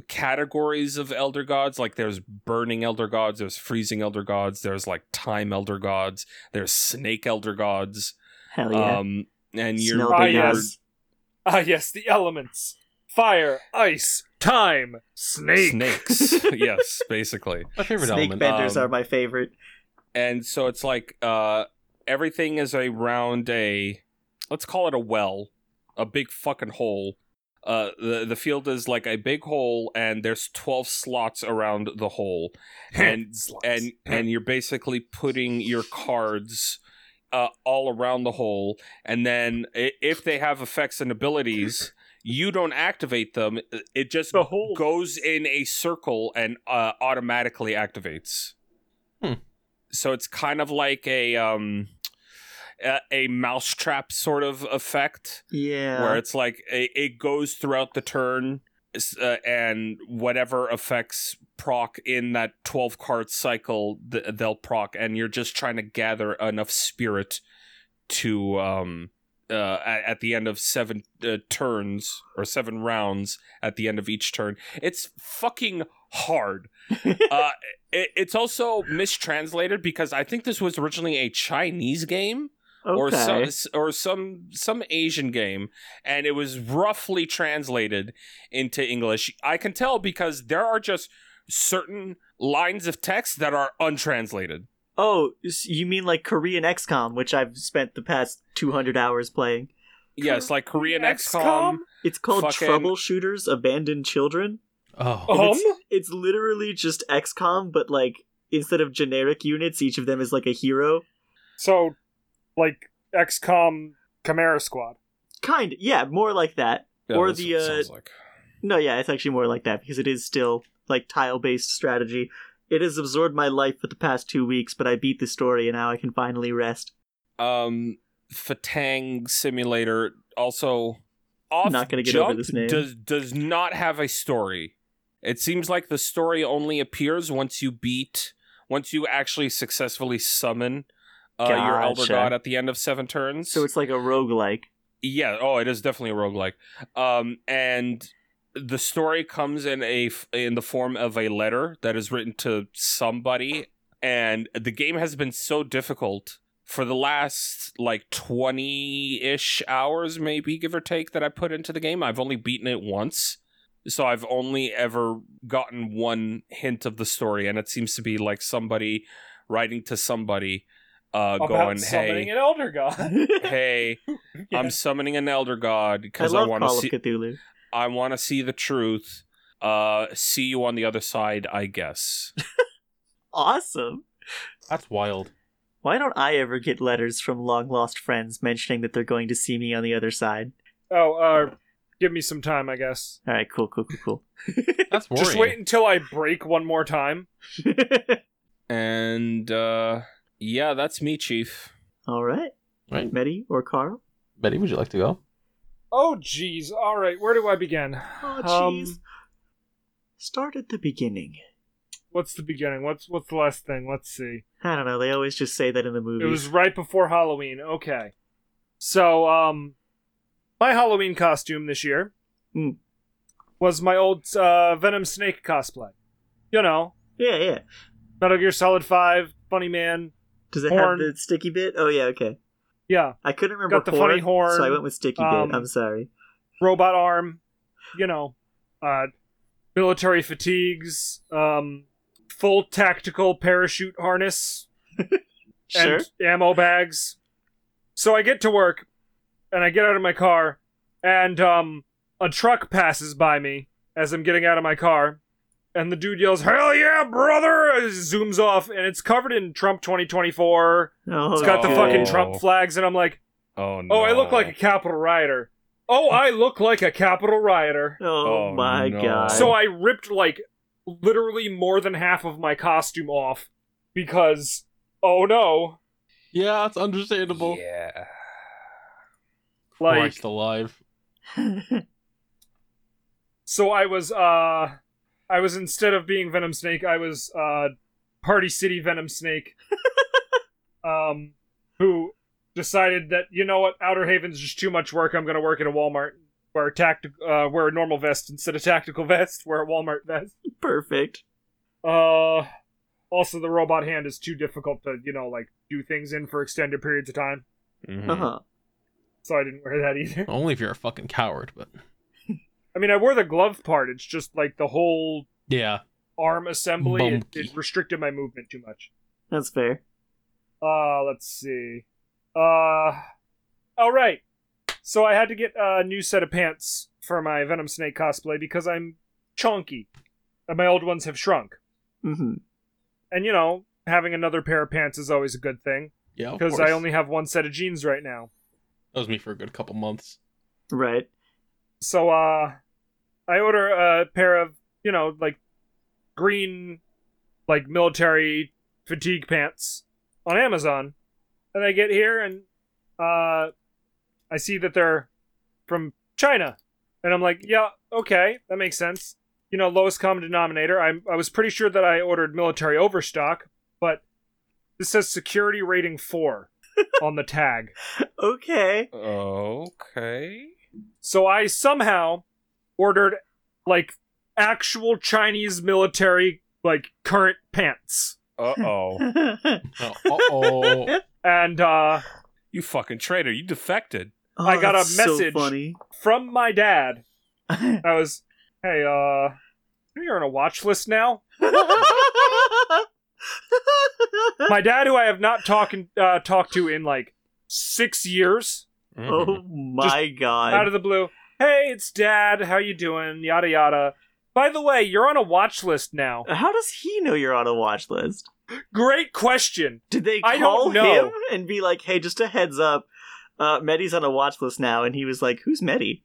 subcategories of elder gods like there's burning elder gods there's freezing elder gods there's like time elder gods there's snake elder gods
Hell Oh, yeah.
um and you're,
Smell
Ah,
the
you're-
yes.
nuts.
Ah, yes, the elements: fire, ice, time, snake.
snakes yes basically
My favorite
Snake
element.
benders
Um,
are my favorite.
and so it's like uh everything is around a let's call it a well a big fucking hole Uh, the the field is like a big hole, and there's twelve slots around the hole, and and and you're basically putting your cards uh, all around the hole, and then i- if they have effects and abilities, you don't activate them. i- It just
the whole
goes in a circle and uh, automatically activates.
Hmm.
So it's kind of like a um a, a mousetrap sort of effect
Yeah.
where it's like it, it goes throughout the turn s- uh, and whatever effects proc in that 12 card cycle th- they'll proc and you're just trying to gather enough spirit to um uh, at, at the end of seven uh, turns or seven rounds at the end of each turn it's fucking hard uh, it, it's also mistranslated because i think this was originally a chinese game
okay.
or some or some some Asian game, and it was roughly translated into English. I can tell because there are just certain lines of text that are untranslated.
Oh, s- you mean like Korean XCOM, which I've spent the past 200 hours playing.
Yes, like Korean
XCOM?
XCOM.
It's called
Fucking-
Troubleshooters Abandoned Children.
Oh,
And
Um?
It's, it's literally just XCOM, but like instead of generic units, each of them is like a hero.
So, like XCOM Chimera Squad.
Kind, yeah, more like that. Or
that's
the,
what it
uh,
sounds like.
No, yeah, it's actually more like that because it is still like tile based strategy. It has absorbed my life for the past two weeks, but I beat the story and now I can finally rest.
um Fatang Simulator also off
Not gonna get
jump
over this name.
does does not have a story. It seems like the story only appears once you beat once you actually successfully summon uh, your elder
Gotcha.
god at the end of seven turns.
So it's like a roguelike.
yeah, oh, it is definitely a roguelike. Um and the story comes in a f- in the form of a letter that is written to somebody and the game has been so difficult for the last like 20-ish hours maybe give or take that i put into the game i've only beaten it once so i've only ever gotten one hint of the story and it seems to be like somebody writing to somebody uh going
about summoning
hey
an elder god.
I
hey i'm summoning an elder god because i,
love
want to
Call
see
of Cthulhu.
i want to see the truth uh see you on the other side i guess
Awesome.
that's wild.
Why don't I ever get letters from long lost friends mentioning that they're going to see me on the other side?
oh, uh, give me some time, I guess.
All right, cool, cool, cool,
That's worrying.
Just wait until I break one more time.
cool.
And uh yeah, that's me, Chief.
All right,
Right.
Medi or Carl?
Betty, would you like to go?
Oh, jeez. All right, where do I begin?
Oh,
Um,
jeez. Start at the beginning.
What's the beginning? What's what's the last thing? Let's see.
I don't know. They always just say that in the
It
movies.
was right before Halloween. Okay. So, um, my Halloween costume this year
Mm.
was my old uh, Venom Snake cosplay. You know,
Yeah, yeah.
Metal Gear Solid Five, Funny Man.
Does it
Horn.
have the sticky bit? Oh yeah, okay.
Yeah,
I couldn't remember.
Got the funny horn,
so I went with sticky
um,
bit. I'm sorry.
robot arm. You know, uh, military fatigues. Um, full tactical parachute harness.
Sure.
and ammo bags. So I get to work and I get out of my car and um a truck passes by me as I'm getting out of my car and the dude yells, Hell yeah, brother as he zooms off and it's covered in Trump twenty twenty four.
Oh,
It's got the
no.
fucking Trump flags and I'm like,
Oh no.
Oh, I look like a capital rioter. Oh, I look like a capital rioter.
Oh,
Oh,
my
no.
god.
So I ripped like literally more than half of my costume off because oh no.
Yeah, that's understandable.
Yeah.
Like
Christ alive.
So I was uh I was instead of being Venom Snake, I was uh Party City Venom Snake. um who decided that, you know what, Outer Haven's just too much work, I'm gonna work at a Walmart wear a tactic uh wear a normal vest instead of tactical vest, wear a Walmart vest.
Perfect.
Uh also the robot hand is too difficult to, you know, like do things in for extended periods of time.
Mhm.
Uh
Uh-huh.
huh.
So I didn't wear that either.
Only if you're a fucking coward, but
I mean I wore the glove part, it's just like the whole
yeah.
arm assembly it,
Bumpy.
it restricted my movement too much.
That's fair.
Uh, let's see. Uh, all right. So I had to get a new set of pants for my Venom Snake cosplay because I'm chunky, and my old ones have shrunk.
Mm-hmm.
And you know, having another pair of pants is always a good thing
Yeah, of
because I
course.
only have one set of jeans right now.
that was me for a good couple months.
Right.
So uh I order a pair of, you know, like green like military fatigue pants on Amazon. And I get here and uh I see that they're from China. And I'm like, yeah, okay, that makes sense. You know, lowest common denominator. I I was pretty sure that I ordered military overstock, but this says security rating 4 on the tag.
Okay.
Okay.
So I somehow ordered like actual Chinese military like current pants.
Uh oh.
Uh oh.
And uh
you fucking traitor. You defected.
Oh,
I got a
that's so
message.
funny. Oh
from my dad, I was, "Hey, uh you're on a watch list now?" My dad who I have not talked uh talked to in like 6 years
Mm-hmm.
oh my god.
out of the blue. "Hey, it's dad. How you doing?" yada yada. By the way, you're on a watch list now.
How does he know you're on a watch list?
Great question.
Did they
I don't
call
know.
him and be like, "Hey, just a heads up, uh, Medi's on a watch list now," and he was like, "Who's Medi?"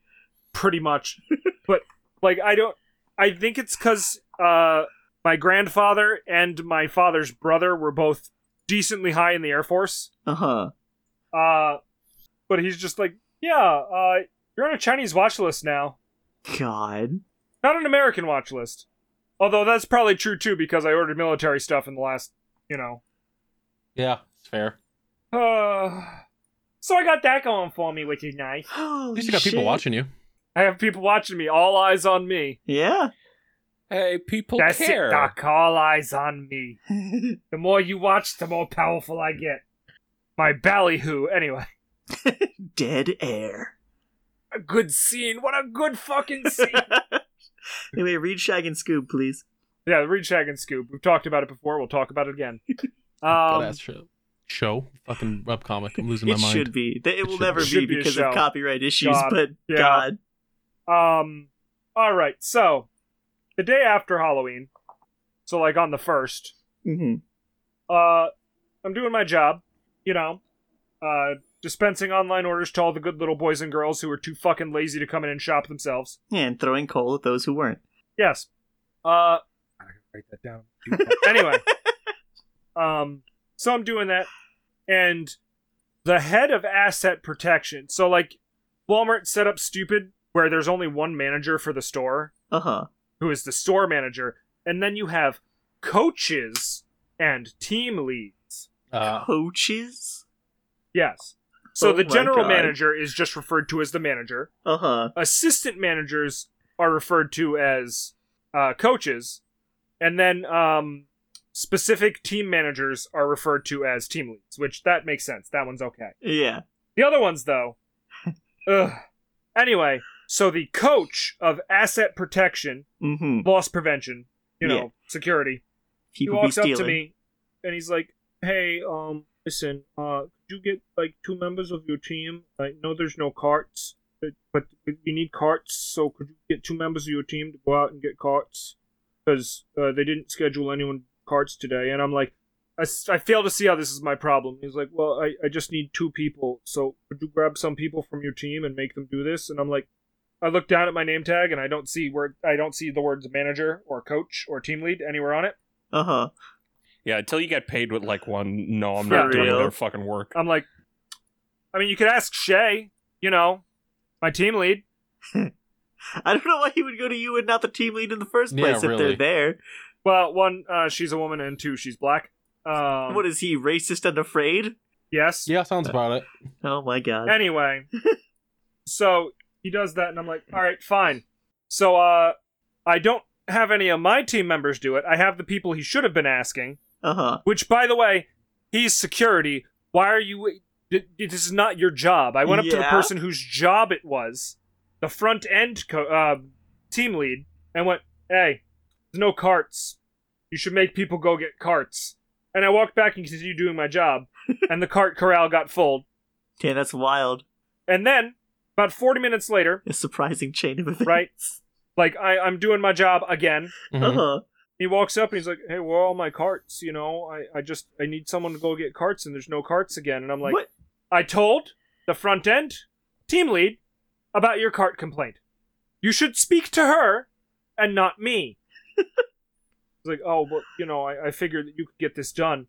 pretty much. but like I don't I think it's cuz uh my grandfather and my father's brother were both decently high in the Air Force.
Uh huh.
Uh but he's just like, "Yeah, uh you're on a Chinese watch list now,
God.
not an American watch list." Although that's probably true too because I ordered military stuff in the last, you know.
yeah, it's fair.
Uh so I got that going for me, which is nice.
At
Holy
least you got people
shit.
watching you.
I have people watching me, all eyes on me.
Yeah.
Hey, people
That's
care.
it, Doc. All eyes on me. The more you watch, the more powerful I get. My ballyhoo. Anyway,
Dead air.
a good scene. What a good fucking scene.
Anyway, read Shag and Scoob, please.
yeah, read Shag and Scoop. We've talked about it before. We'll talk about it again. Um,
Good ass show. Show fucking webcomic. I'm losing my
It
mind.
should be. Th- It,
It
will
should-
never
it should
be
be a
because
show.
of copyright issues,
God,
but
yeah.
God.
um. All right. So, the day after Halloween, so like on the first,
hmm
uh, I'm doing my job. You know, uh, dispensing online orders to all the good little boys and girls who are too fucking lazy to come in and shop themselves.
And throwing coal at those who weren't.
Yes. Uh, I gotta write that down. anyway, um, so I'm doing that, and the head of asset protection. So like, Walmart set up stupid where there's only one manager for the store,
Uh huh.
who is the store manager, and then you have coaches and team leads.
Uh,
Coaches?
Yes. So
Oh
the
my
general
God.
manager is just referred to as the manager.
Uh huh.
assistant managers are referred to as uh, coaches, and then um, specific team managers are referred to as team leads, which that makes sense. That one's okay.
Yeah.
The other ones, though. ugh. Anyway, so the coach of asset protection,
Mm hmm.
loss prevention, you know,
Yeah.
security,
People
he
be
walks up
stealing.
to me and he's like, "Hey, um, listen, uh, could you get like two members of your team? I know there's no carts, but, but we need carts, so could you get two members of your team to go out and get carts? Because uh, they didn't schedule anyone carts today." And I'm like. I, s- I fail to see how this is my problem. He's like, well, I, I just need two people, so could you grab some people from your team and make them do this? And I'm like, I look down at my name tag and I don't see where I don't see the words manager or coach or team lead anywhere on it.
Uh huh.
Yeah, until you get paid with like one. No, I'm
For
not doing
real?
their fucking work.
I'm like, I mean, you could ask Shay, you know, my team lead.
I don't know why he would go to you and not the team lead in the first
Yeah,
place if
really.
they're there.
Well, one, uh, she's a woman, and two, she's black. Um,
what is he, racist and afraid?
yes.
yeah, sounds about it.
Oh my god.
Anyway, so he does that, and I'm like, all right, fine. So uh, I don't have any of my team members do it. I have the people he should have been asking.
Uh huh.
Which, by the way, he's security. Why are you? th- This is not your job. I went up to the
Yeah.
person whose job it was, the front end co- uh, team lead, and went, "Hey, there's no carts. You should make people go get carts." And I walked back and continued doing my job, and the cart corral got full.
Damn, that's wild.
And then About 40 minutes later,
A surprising chain of events.
Right. like I, I'm doing my job again.
Mhm.
Uh-huh.
He walks up and he's like, "Hey, where are all my carts? You know, I, I just I need someone to go get carts, and there's no carts again." And I'm like,
what?
"I told the front end team lead about your cart complaint. You should speak to her and not me." He's like, "Oh, well, you know, I, I figured that you could get this done."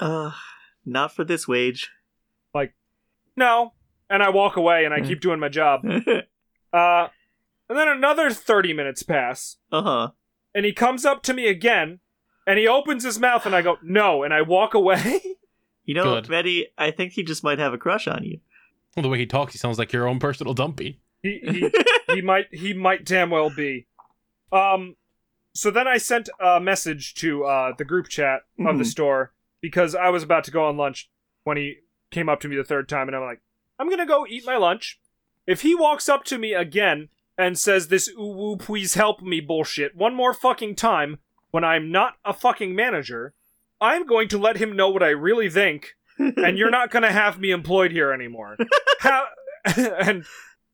Uh, not for this wage.
No, and I walk away and I
Mm.
keep doing my job.
uh-huh.
Uh, and then another thirty minutes pass.
Uh-huh.
and he comes up to me again and he opens his mouth and I go, "No," and I walk away.
You know,
Good.
Betty, I think he just might have a crush on you.
Well, The way he talks, he sounds like your own personal dumpy.
he, he he might he might damn well be. Um so then I sent a message to uh the group chat of the
Mhm.
store because I was about to go on lunch when he came up to me the third time and I'm like, "I'm going to go eat my lunch." If he walks up to me again and says this "ooh woo please help me" bullshit one more fucking time when I'm not a fucking manager, I'm going to let him know what I really think and you're not going to have me employed here anymore. How- and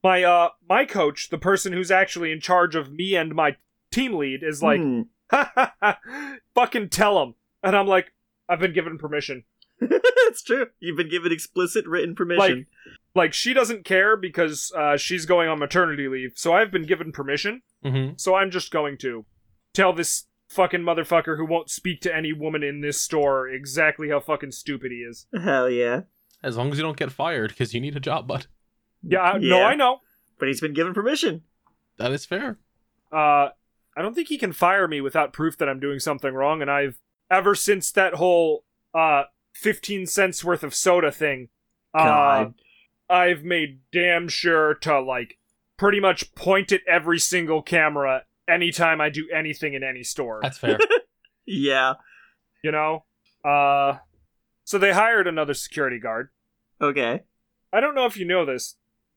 my uh my coach, the person who's actually in charge of me and my team lead, is like,
Hmm.
ha, ha, ha, fucking tell him. And I'm like, I've been given permission.
it's true. You've been given explicit written permission.
Like she doesn't care because uh, she's going on maternity leave, so I've been given permission.
Mm-hmm.
So I'm just going to tell this fucking motherfucker who won't speak to any woman in this store exactly how fucking stupid he is.
Hell yeah.
As long as you don't get fired, because you need a job, bud.
Yeah, I, no,
Yeah.
I know.
But he's been given permission.
That is fair.
uh, I don't think he can fire me without proof that I'm doing something wrong. And I've ever since that whole uh, 15 cents worth of soda thing, uh,
God.
I've made damn sure to like pretty much point at every single camera anytime I do anything in any store.
That's fair.
Yeah.
You know, uh, so they hired another security guard.
Okay.
I don't know if you know this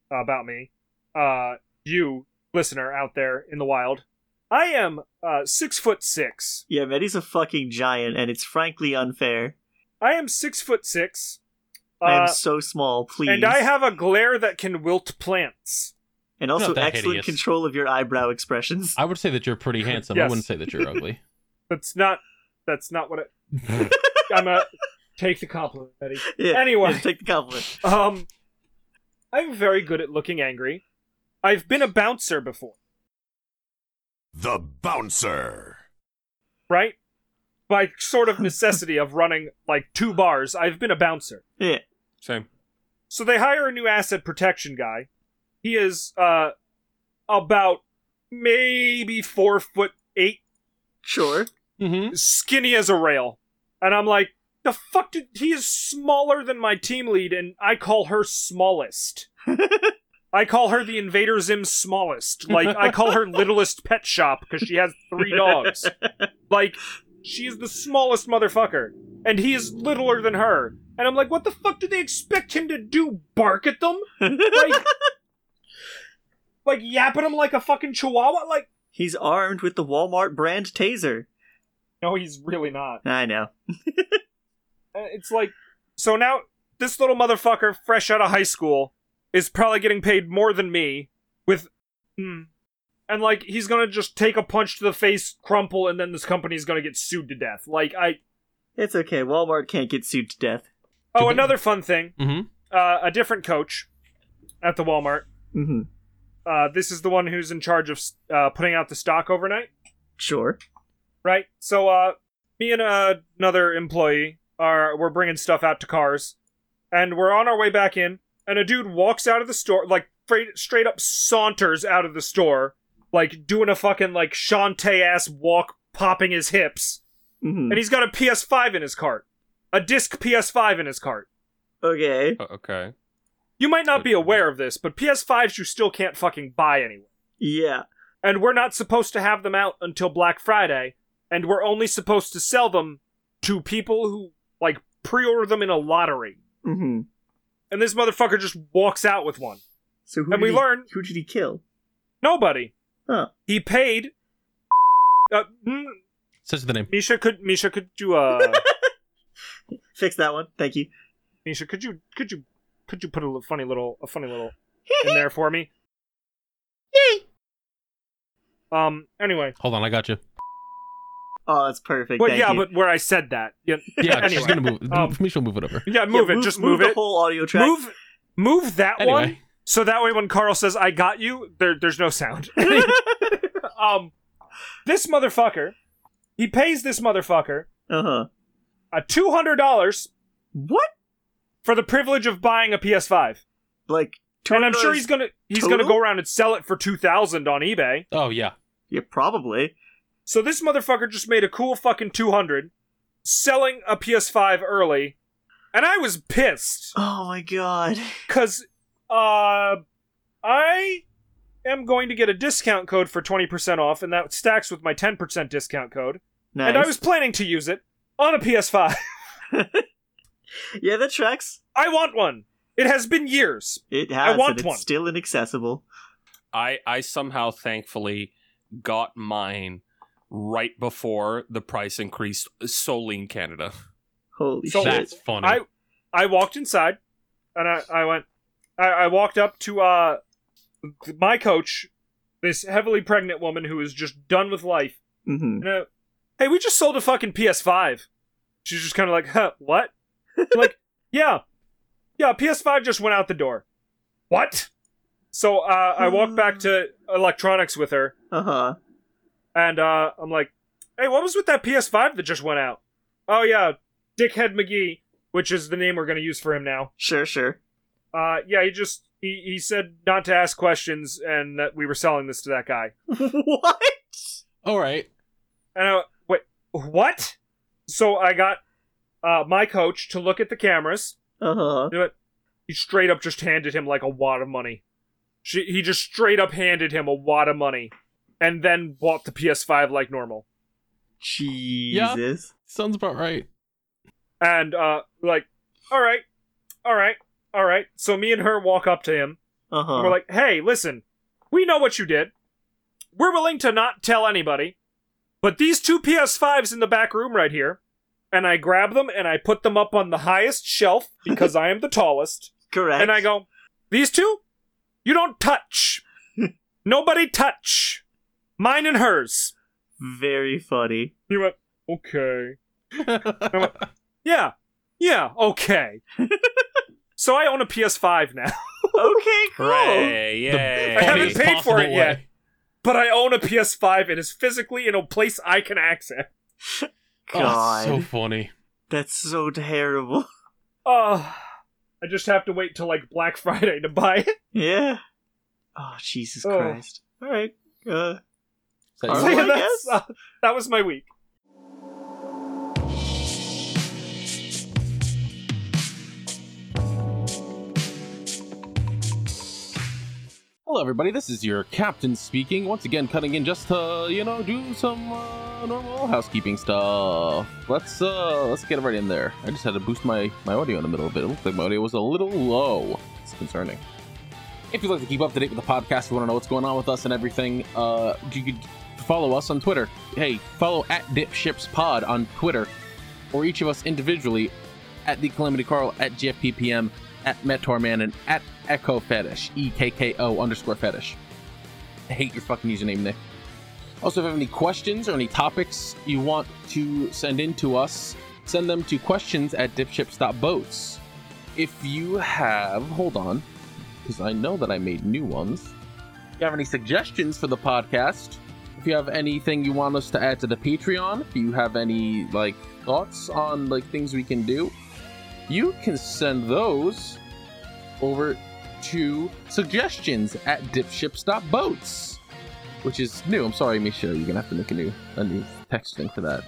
about me, uh, you listener out there in the wild. I am uh, six foot six.
Yeah, Betty's a fucking giant, and it's frankly unfair.
I am six foot six,
I am
uh,
so small, please.
and I have a glare that can wilt plants.
And also
Not that
excellent
hideous.
control of your eyebrow expressions.
I would say that you're pretty handsome. I
Yes.
wouldn't say that you're ugly.
That's not. That's not what I, I'm a. Take the compliment, Betty.
Yeah,
Anyway.
yeah, take the compliment.
Um, I'm very good at looking angry. I've been a bouncer before,
The Bouncer.
right? By sort of necessity of running like two bars, I've been a bouncer.
Yeah.
Same.
So they hire a new asset protection guy. He is uh about maybe four foot eight
Sure.
mm-hmm.
skinny as a rail. And I'm like, the fuck did he is smaller than my team lead, and I call her smallest. I call her the Invader Zim smallest. Like I call her littlest pet shop because she has three dogs. Like she is the smallest motherfucker, and he is littler than her. And I'm like, what the fuck do they expect him to do? Bark at them? Like, like yap at him like a fucking chihuahua? Like,
He's armed with the Walmart brand taser.
no, he's really not.
I know.
Uh, it's like so now this little motherfucker fresh out of high school is probably getting paid more than me with mm, and like he's gonna just take a punch to the face crumple and then this company's gonna get sued to death like i
It's okay. Walmart can't get sued to death.
oh another fun thing
Mm-hmm.
uh, a different coach at the walmart
Mm-hmm.
uh, this is the one who's in charge of uh, putting out the stock overnight
Sure.
right? So, uh, me and uh, another employee are we're bringing stuff out to cars, and we're on our way back in, and a dude walks out of the store, like straight, straight up saunters out of the store, like doing a fucking like Shantae ass walk, popping his hips,
hmm
and he's got a PS5 in his cart, a disc PS5 in his cart.
Okay.
O- Uh, Okay.
You might not be aware of this, but PS5s you still can't fucking buy anywhere.
Yeah.
and we're not supposed to have them out until Black Friday, and we're only supposed to sell them to people who like pre-order them in a lottery.
hmm
And this motherfucker just walks out with one.
So who
And
did
we
he,
learn-
who did he kill?
Nobody.
Huh.
He paid. Uh, mm,
Such is the name.
Misha could Misha could you uh
Fix that one. Thank you.
Misha could you could you could you put a li- funny little a funny little in there for me. Um. Anyway,
Hold on, I got you.
Oh, that's perfect.
but
Thank
yeah,
you.
but where I said that, yeah,
Yeah, she's
Anyway,
gonna move.
um,
Misha will move it over.
yeah,
Yeah,
move it, just move,
the
it,
whole audio track.
move, move that one,
Anyway,
so that way when Carl says "I got you," there, there's no sound. um, this motherfucker, he pays this motherfucker
Uh huh.
a two hundred dollars
What?
for the privilege of buying a PS5,
Like two?
and I'm sure he's gonna he's gonna
total?
go around and sell it for two thousand on eBay.
oh yeah,
Yeah, probably.
So this motherfucker just made a cool fucking 200 selling a PS5 early. And I was pissed
Oh my god.
cuz uh I am going to get a discount code for 20% off and that stacks with my 10% discount code.
Nice.
And I was planning to use it on a PS5.
Yeah, that tracks.
I want one. It has been years.
It has.
want
and it's
one.
Still inaccessible.
I I somehow thankfully got mine right before the price increased solely in Canada.
Oh.
Holy
So-
shit.
that's funny.
I I walked inside and I, I went I, I walked up to uh my coach, this heavily pregnant woman who is just done with life
Mm-hmm.
And, uh, hey, we just sold a fucking PS5. She's just kind of like, huh, what? I'm like, yeah. Yeah, PS5 just went out the door. What? So uh, I walked back to electronics with her,
Uh huh.
and uh, I'm like, hey, what was with that PS5 that just went out? Oh, yeah, Dickhead McGee, which is the name we're going to use for him now.
Sure, sure.
Uh, yeah, he just, he, he said not to ask questions and that we were selling this to that guy.
what?
All right.
And I wait, what? So I got uh, my coach to look at the cameras.
Uh huh.
You know what? He straight up just handed him like a wad of money. She, he just straight up handed him a wad of money, and then bought the PS5 like normal.
Jesus.
Sounds about right.
And uh, like, all right, all right, all right. So me and her walk up to him,
Uh huh.
and we're like, hey, listen, we know what you did. We're willing to not tell anybody, but these two PS5s in the back room right here, and I grab them and I put them up on the highest shelf because I am the tallest,
correct.
and I go, these two, you don't touch. Nobody touch. Mine and hers.
Very funny.
He went, okay. Yeah, yeah, okay. so I own a PS5 now,
Okay, cool.
Hooray!
The
Yay!
I haven't
funniest
paid for it
possible
yet.
way.
but I own a PS5. It is physically in a place I can access.
Oh,
God.
so funny.
That's so terrible.
Oh, I just have to wait till like Black Friday to buy it.
Yeah. Oh, Jesus
Oh.
Christ. All right. Uh,
Is that
All
you?
right. I
That's-
guess.
uh, that was my week.
Hello, everybody. This is your captain speaking. Once again, cutting in just to you know do some uh, normal housekeeping stuff. Let's uh let's get right in there. I just had to boost my my audio in the middle of it. It looked like my audio was a little low. It's concerning. If you'd like to keep up to date with the podcast, you want to know what's going on with us and everything, uh, you could follow us on Twitter. Hey, follow at Dipships Pod on Twitter, or each of us individually at the Calamity Carl, at GFPPM, at Metorman, and at Echo Fetish, E K K O underscore fetish. I hate your fucking username, Nick. Also, if you have any questions or any topics you want to send in to us, send them to questions at dipships.boats. If you have, hold on, because I know that I made new ones. If you have any suggestions for the podcast, if you have anything you want us to add to the Patreon, if you have any like thoughts on like things we can do, you can send those over to suggestions at dipships.boats, which is new. I'm sorry, Misha, you're gonna have to make a new a new text thing for that.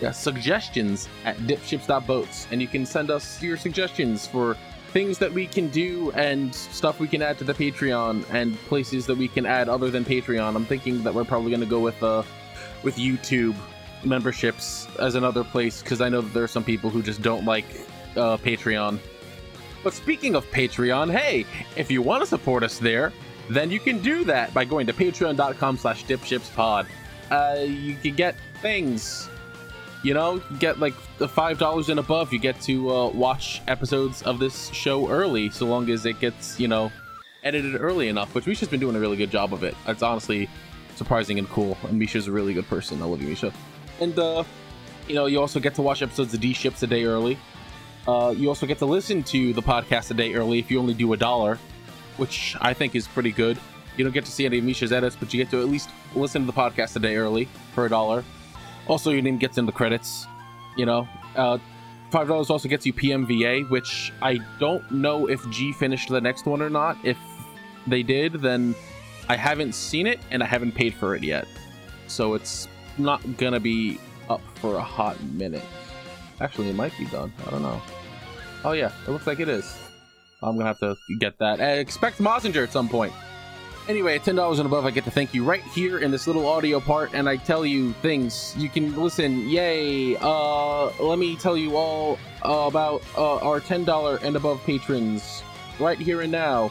Yeah, suggestions at dipships.boats, and you can send us your suggestions for things that we can do and stuff we can add to the Patreon and places that we can add other than Patreon. I'm thinking that we're probably gonna go with uh with YouTube memberships as another place because I know that there are some people who just don't like uh, Patreon. But speaking of Patreon, hey, if you want to support us there, then you can do that by going to patreon.com slash dipshipspod. Uh, you can get things. You know, you can get like the five dollars and above, you get to uh, watch episodes of this show early, so long as it gets, you know, edited early enough, which Misha's been doing a really good job of it. It's honestly surprising and cool, and Misha's a really good person. I love you, Misha. And uh, you know, you also get to watch episodes of D Ships a day early. Uh, you also get to listen to the podcast a day early if you only do a dollar, which I think is pretty good. You don't get to see any of Misha's edits, but you get to at least listen to the podcast a day early for a dollar. Also, your name gets in the credits. You know, uh, five dollars also gets you PMVA, which I don't know if G finished the next one or not. If they did, then I haven't seen it and I haven't paid for it yet, so it's not gonna be up for a hot minute. Actually, it might be done. I don't know. Oh yeah, it looks like it is. I'm gonna have to get that. I expect Mozinger at some point. Anyway, at ten dollars and above, I get to thank you right here in this little audio part, and I tell you things you can listen. Yay! Uh, let me tell you all about uh, our ten dollar and above patrons right here and now,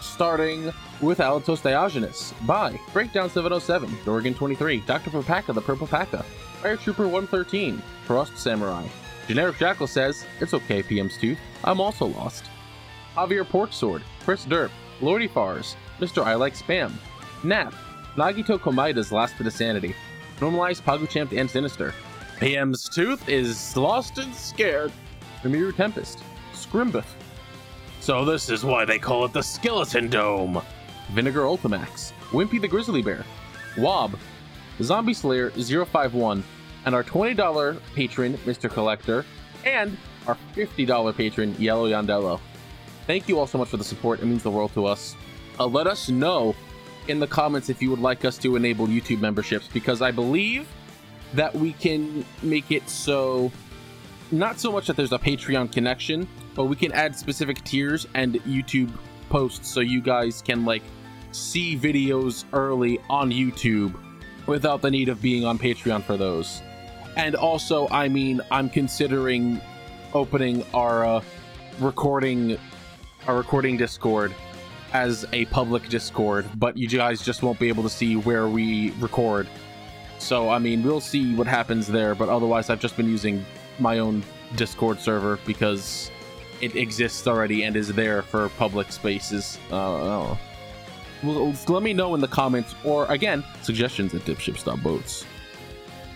starting with Alatos Diogenes. Bye. Breakdown 707, Dorgan 23, Dr. Papaka the Purple Paka, Fire Trooper 113, Frost Samurai. Generic Jackal says, It's okay, PM's Tooth. I'm also lost. Javier Porksword, Chris Derp, Lordy Fars, Mr. I Like Spam, Nap, Nagito Komaida's Last Bit of Sanity, Normalized Paguchamp and Sinister, PM's Tooth is Lost and Scared, Remiru Tempest, Scrimbuth. So this is why they call it the Skeleton Dome. Vinegar Ultimax, Wimpy the Grizzly Bear, Wob, Zombie Slayer 051, and our $20 patron, Mr. Collector, and our $50 patron, Yellow Yandello. Thank you all so much for the support. It means the world to us. Uh, let us know in the comments if you would like us to enable YouTube memberships because I believe that we can make it so not so much that there's a Patreon connection, but we can add specific tiers and YouTube posts so you guys can like see videos early on YouTube without the need of being on Patreon for those. And also, I mean, I'm considering opening our uh, recording our recording Discord as a public Discord, but you guys just won't be able to see where we record. So, I mean, we'll see what happens there, but otherwise, I've just been using my own Discord server because it exists already and is there for public spaces. Uh, I don't know. Well, let me know in the comments or again suggestions at dipship.boats.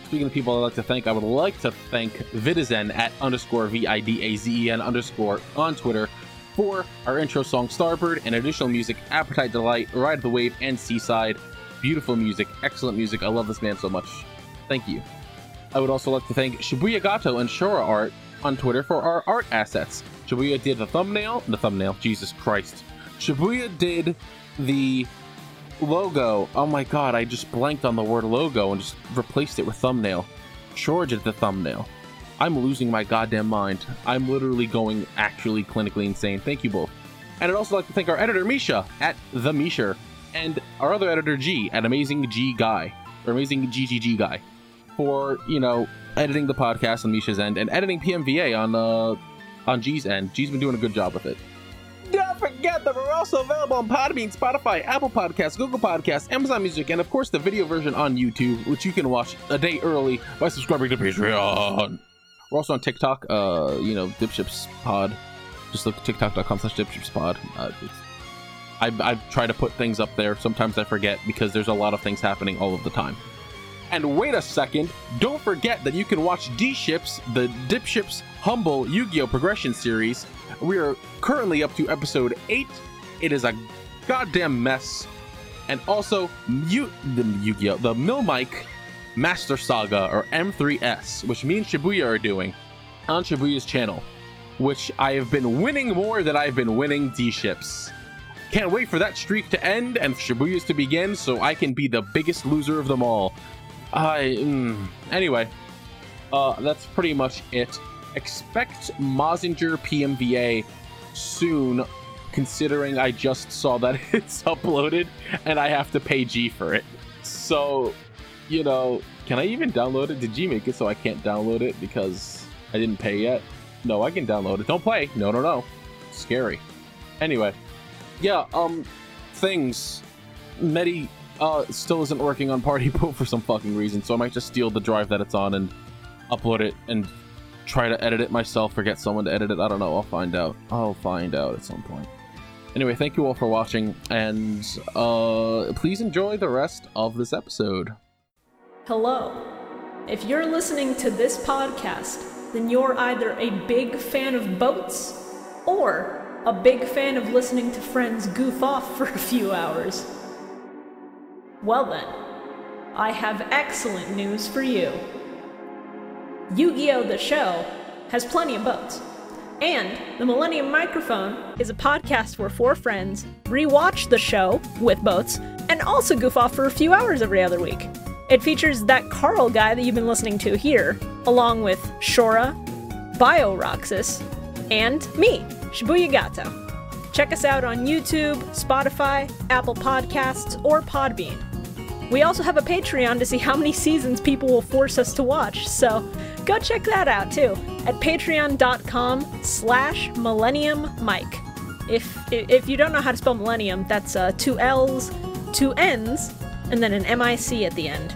Speaking of people I'd like to thank, I would like to thank Vidazen at underscore V I D A Z E N underscore on Twitter for our intro song Starbird and additional music Appetite Delight, Ride the Wave, and Seaside. Beautiful music, excellent music. I love this man so much. Thank you. I would also like to thank Shibuya Gato and Shora Art on Twitter for our art assets. Shibuya did the thumbnail, the thumbnail, Jesus Christ. Shibuya did the logo. Oh my god, I just blanked on the word logo and just replaced it with thumbnail. Shore did the thumbnail. I'm losing my goddamn mind. I'm literally going actually clinically insane. Thank you both. And I'd also like to thank our editor Misha at the Misha and our other editor G at Amazing G Guy or Amazing GGG Guy for you know editing the podcast on Misha's end and editing PMVA on uh on G's end. G's been doing a good job with it. Don't forget that we're also available on Podbean, Spotify, Apple Podcasts, Google Podcasts, Amazon Music, and of course the video version on YouTube, which you can watch a day early by subscribing to Patreon. We're also on TikTok, uh, you know, Dipships Pod. Just look at tiktok.com slash dipships pod. Uh, it's- I, I try to put things up there. Sometimes I forget because there's a lot of things happening all of the time. And wait a second, don't forget that you can watch D Ships, the Dip Ships Humble Yu Gi Oh! Progression Series. We are currently up to episode 8. It is a goddamn mess. And also, Yu the Yu Gi Oh! the Mill Mike Master Saga, or M3S, which me and Shibuya are doing on Shibuya's channel, which I have been winning more than I've been winning D Ships. Can't wait for that streak to end and Shibuya's to begin so I can be the biggest loser of them all. I. Mm, anyway, uh, that's pretty much it. Expect Mozinger PMVA soon, considering I just saw that it's uploaded and I have to pay G for it. So, you know, can I even download it? Did G make it so I can't download it because I didn't pay yet? No, I can download it. Don't play. No, no, no. Scary. Anyway, yeah, um, things. Medi uh, still isn't working on Party Poop for some fucking reason, so I might just steal the drive that it's on and upload it and try to edit it myself or get someone to edit it. I don't know. I'll find out. I'll find out at some point. Anyway, thank you all for watching, and uh, please enjoy the rest of this episode.
Hello. If you're listening to this podcast, then you're either a big fan of boats or a big fan of listening to friends goof off for a few hours. Well, then, I have excellent news for you Yu Gi Oh! The Show has plenty of boats. And the Millennium Microphone is a podcast where four friends rewatch the show with boats and also goof off for a few hours every other week. It features that Carl guy that you've been listening to here, along with Shora, BioRoxus, and me, Shibuya Gato. Check us out on YouTube, Spotify, Apple Podcasts, or Podbean. We also have a Patreon to see how many seasons people will force us to watch, so go check that out too at patreon.com slash millennium mike. If, if you don't know how to spell millennium, that's uh, two L's, two N's, and then an MIC at the end.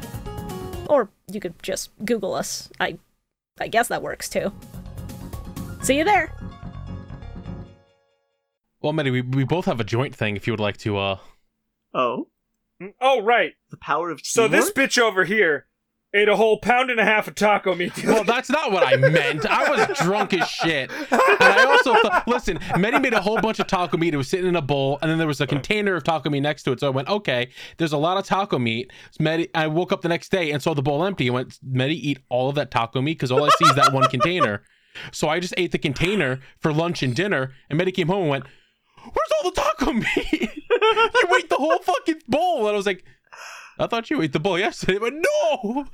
Or you could just Google us. I, I guess that works too. See you there!
Well, Manny, we, we both have a joint thing if you would like to. uh
Oh,
Oh, right.
the power of
So
teamwork.
this bitch over here ate a whole pound and a half of taco meat. the
Well,
other-
that's not what I meant. I was drunk as shit. And I also thought, listen, Manny made a whole bunch of taco meat. It was sitting in a bowl, and then there was a container of taco meat next to it. So I went, okay, there's a lot of taco meat. So Manny, I woke up the next day and saw the bowl empty and went, Manny, eat all of that taco meat because all I see is that one container. So I just ate the container for lunch and dinner, and Manny came home and went, Where's all the taco meat? you ate the whole fucking bowl. And I was like, I thought you ate the bowl yesterday. He went, no!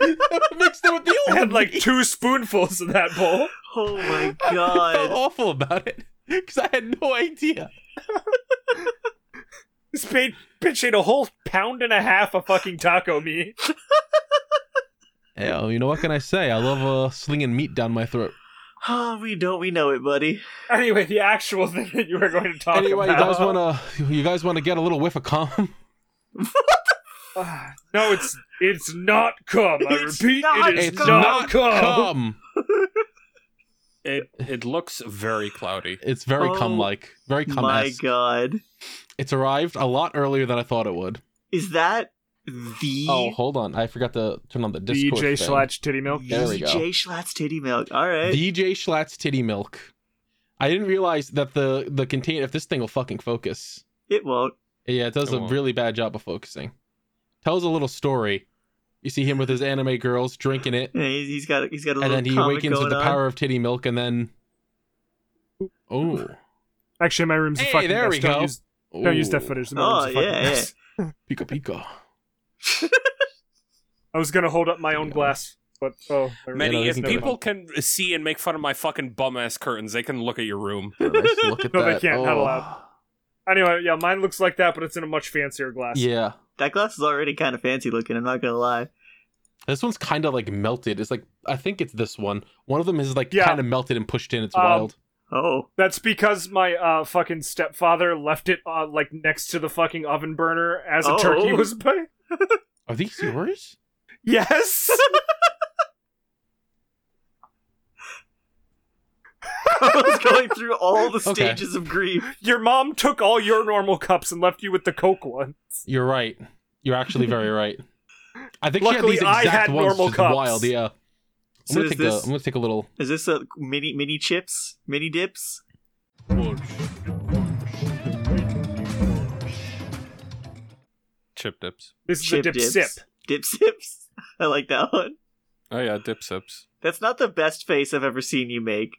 Mixed it with the
I
old
had
one.
like two spoonfuls of that bowl.
Oh my
I felt
god.
awful about it because I had no idea.
This bitch bitch ate a whole pound and a half of fucking taco meat.
Hell, you know what can I say? I love uh, slinging meat down my throat.
Oh, we don't. We know it, buddy.
Anyway, the actual thing that you were going to talk
anyway, you
about.
guys wanna you guys wanna get a little whiff of cum?
Ah, no, it's it's not cum. I
It's
repeat,
not
it is
It's
not,
not
Oh.
cum.
cum.
It it looks very cloudy.
It's very
Oh
cum like, very cum.
my god.
It's arrived a lot earlier than I thought it would.
Is that the
Oh, hold on, I forgot to turn on the Discord.
DJ
thing.
Schlatch E titty milk.
There we go.
J. Schlatt's titty milk? All right.
DJ Schlatt's titty milk. I didn't realize that the the contain if this thing will fucking focus.
It won't.
Yeah, it does
It
a
won't.
really bad job of focusing. Tells a little story. You see him with his anime girls drinking it,
Yeah, he's he's got he's got
and
a little
then he
comic
awakens
going
with the
on.
power of titty milk, and then oh,
Actually, my room's the
Hey,
fucking
there
best.
we
don't
go.
Use, don't use that
Ooh.
footage. My room's
Oh
the fucking
yeah, yeah.
best.
Pika pika.
I was gonna hold up my own glass, but oh, my room-
Many-
Many
Yeah,
if
no,
people can see and make fun of my fucking bum ass curtains, they can look at your room.
Oh, nice. Look at
No, they
that.
can't, not
Oh.
allowed. Anyway, yeah, mine looks like that, but it's in a much fancier glass.
Yeah,
That glass is already kind of fancy looking. I'm not gonna lie.
this one's kind of like melted. It's like I think it's this one. One of them is like
Yeah.
kind of melted and pushed in. It's
Um,
wild.
Oh,
That's because my uh, fucking stepfather left it uh, like next to the fucking oven burner as a
Oh.
turkey was by.
Are these yours?
Yes.
I was going through all the
Okay.
stages of grief.
Your mom took all your normal cups and left you with the Coke one.
You're right. You're actually very right. I think
Luckily,
she
I
had these exact
had
ones.
normal
just
cups.
wild. Yeah. I'm
So
gonna
is
take
this-
a, I'm gonna take a little.
Is this a mini mini chips, mini dips?
Chip dips.
This is a
Chip
dip
dips.
sip.
Dip sips. I like that one.
Oh yeah, dip sips.
That's not the best face I've ever seen you make.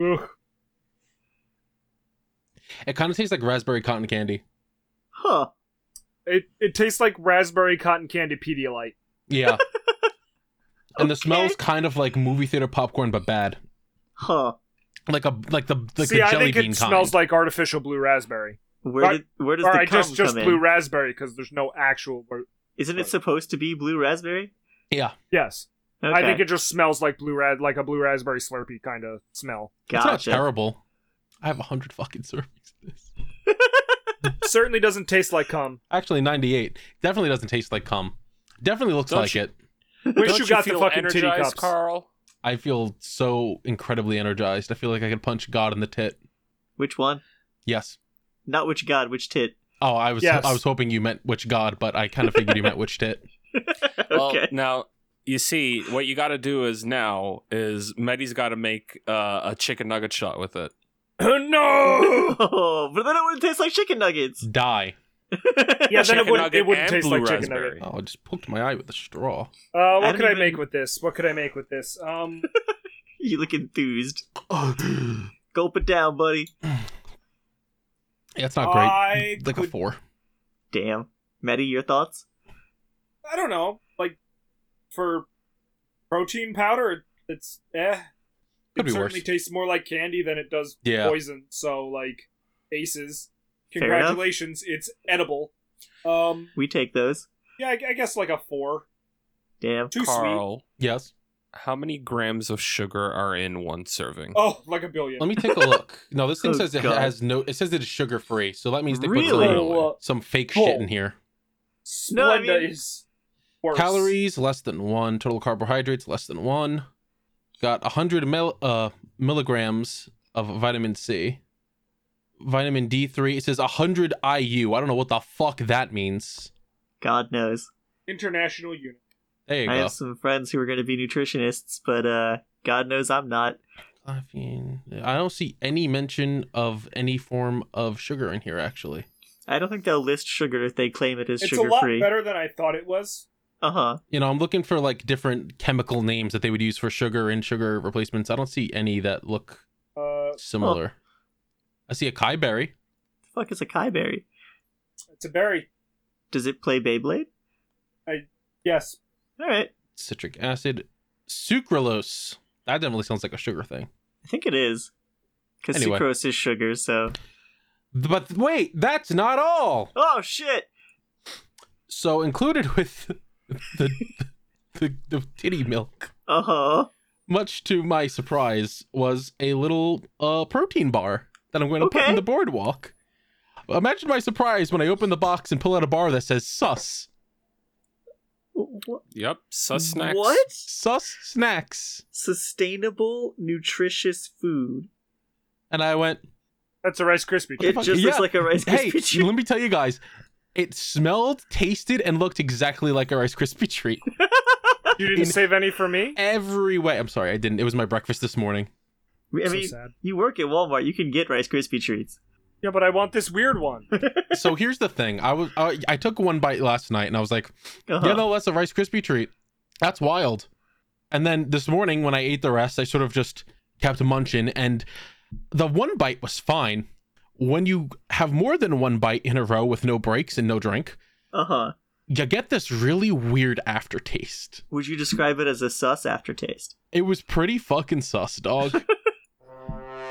Ugh.
It kind of tastes like raspberry cotton candy.
Huh.
It it tastes like raspberry cotton candy Pedialyte.
Yeah. And the smell's
Okay.
kind of like movie theater popcorn, but bad.
Huh.
Like a like the like
See,
the
I
jelly
think it
bean kind.
smells like artificial blue raspberry.
Where
Right.
did where does
All
the
right,
cum
just just
come
blue
in?
raspberry because there's no actual. blue-
Isn't it supposed to be blue raspberry?
yeah,
Yes,
Okay.
I think it just smells like blue red, like a blue raspberry Slurpee kind of smell.
it's
gotcha.
not terrible. I have a hundred fucking servings. of this.
Certainly doesn't taste like cum.
Actually, ninety-eight definitely doesn't taste like cum. Definitely looks
Don't
like
you-
it.
Wish
Don't
you got the
feel
fucking titty
energized,
cups.
Carl.
I feel so incredibly energized. I feel like I could punch God in the tit.
Which one?
Yes,
not which god, which tit.
Oh, I was
Yes.
I was hoping you meant which god, but I kind of figured you meant which tit.
Well,
okay.
now you see what you got to do is now is Meddy's got to make uh, a chicken nugget shot with it.
no.
Oh, but then it would taste like chicken nuggets.
Die.
Yeah, then
chicken
it would
nugget
it wouldn't
and
taste
blue
like chicken
raspberry.
nugget.
Oh, I just poked my eye with a straw.
Uh,
I
what
don't
could I
even-
make with this? What could I make with this? Um,
you look enthused. Gulp it down, buddy.
Yeah, it's not great.
I
like a
could-
four.
Damn. Maddie, your thoughts?
I don't know. Like for protein powder, it's eh.
Could
it
be
certainly
worse.
tastes more like candy than it does
Yeah.
poison. So like aces.
Fair enough.
Congratulations, it's edible. Um,
We take those.
yeah, I, I guess like a four.
Damn.
Too sweet.
Carl,
Yes.
how many grams of sugar are in one serving?
Oh, like a billion.
Let me take a look. No, this thing
Oh,
says it
God.
has no. It says it is sugar free, so that means they put
Really?
some,
Oh, uh,
some fake
cool.
shit in here.
Splenda
No, I mean-
is worse.
Calories less than one. Total carbohydrates less than one. Got hundred mil, uh, milligrams of vitamin C. Vitamin D three. It says hundred IU. I don't know what the fuck that means.
God knows.
International unit.
There you
I
go.
have some friends who are going to be nutritionists, but uh, God knows I'm not.
Caffeine. I don't see any mention of any form of sugar in here. Actually,
I don't think they'll list sugar if they claim it is
It's a
sugar
lot
free.
better than I thought it was.
Uh huh.
you know, I'm looking for like different chemical names that they would use for sugar and sugar replacements. I don't see any that look
Uh,
similar. I see a kai berry.
The fuck is a Kai berry?
it's a berry.
Does it play Beyblade?
Yes,
All right.
citric acid, sucralose. That definitely sounds like a sugar thing.
I think it is. Because
Anyway.
sucrose is sugar, so.
But wait, that's not all.
Oh, shit!
So included with the the, the titty milk,
Uh huh.
much to my surprise, was a little uh, protein bar that I'm going to put
Okay.
in the boardwalk. Imagine my surprise when I open the box and pull out a bar that says "Sus
Yep, sus snacks.
What?
Sus Snacks,"
Sustainable, nutritious food.
and I went,
that's a Rice Krispie.
the
treat.
It
fuck-
just
yeah.
looks like a Rice
"Hey,
Krispie treat.
let me tell you guys." It smelled, tasted, and looked exactly like a Rice Krispie treat.
You didn't
in-
save any for me.
every way. I'm sorry, I didn't. It was my breakfast this morning.
I
So
mean,
sad.
you work at Walmart, you can get Rice Krispie treats.
Yeah, but I want this weird one.
So here's the thing. I was I, I took one bite last night and I was like,
Uh-huh.
yeah, no, that's a Rice Krispie treat. That's wild. And then this morning when I ate the rest, I sort of just kept munching, and the one bite was fine. When you have more than one bite in a row with no breaks and no drink,
Uh huh.
you get this really weird aftertaste.
Would you describe it as a sus aftertaste?
It was pretty fucking sus, dog.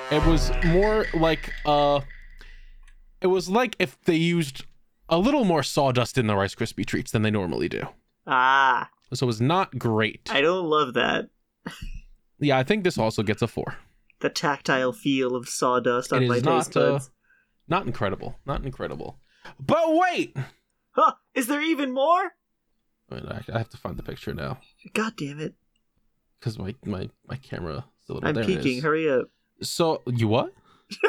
it was more like uh it was like if they used a little more sawdust in the Rice Krispie treats than they normally do.
Ah,
So it was not great.
I don't love that.
yeah, I think this also gets a four.
The tactile feel of sawdust on
It
my
is not
taste buds.
not incredible. Not incredible. But wait!
Huh? Is there even more?
Wait, I I have to find the picture now.
God damn it!
Because my, my, my camera is a little
I'm
there it is.
peeking. Hurry up!
So you what?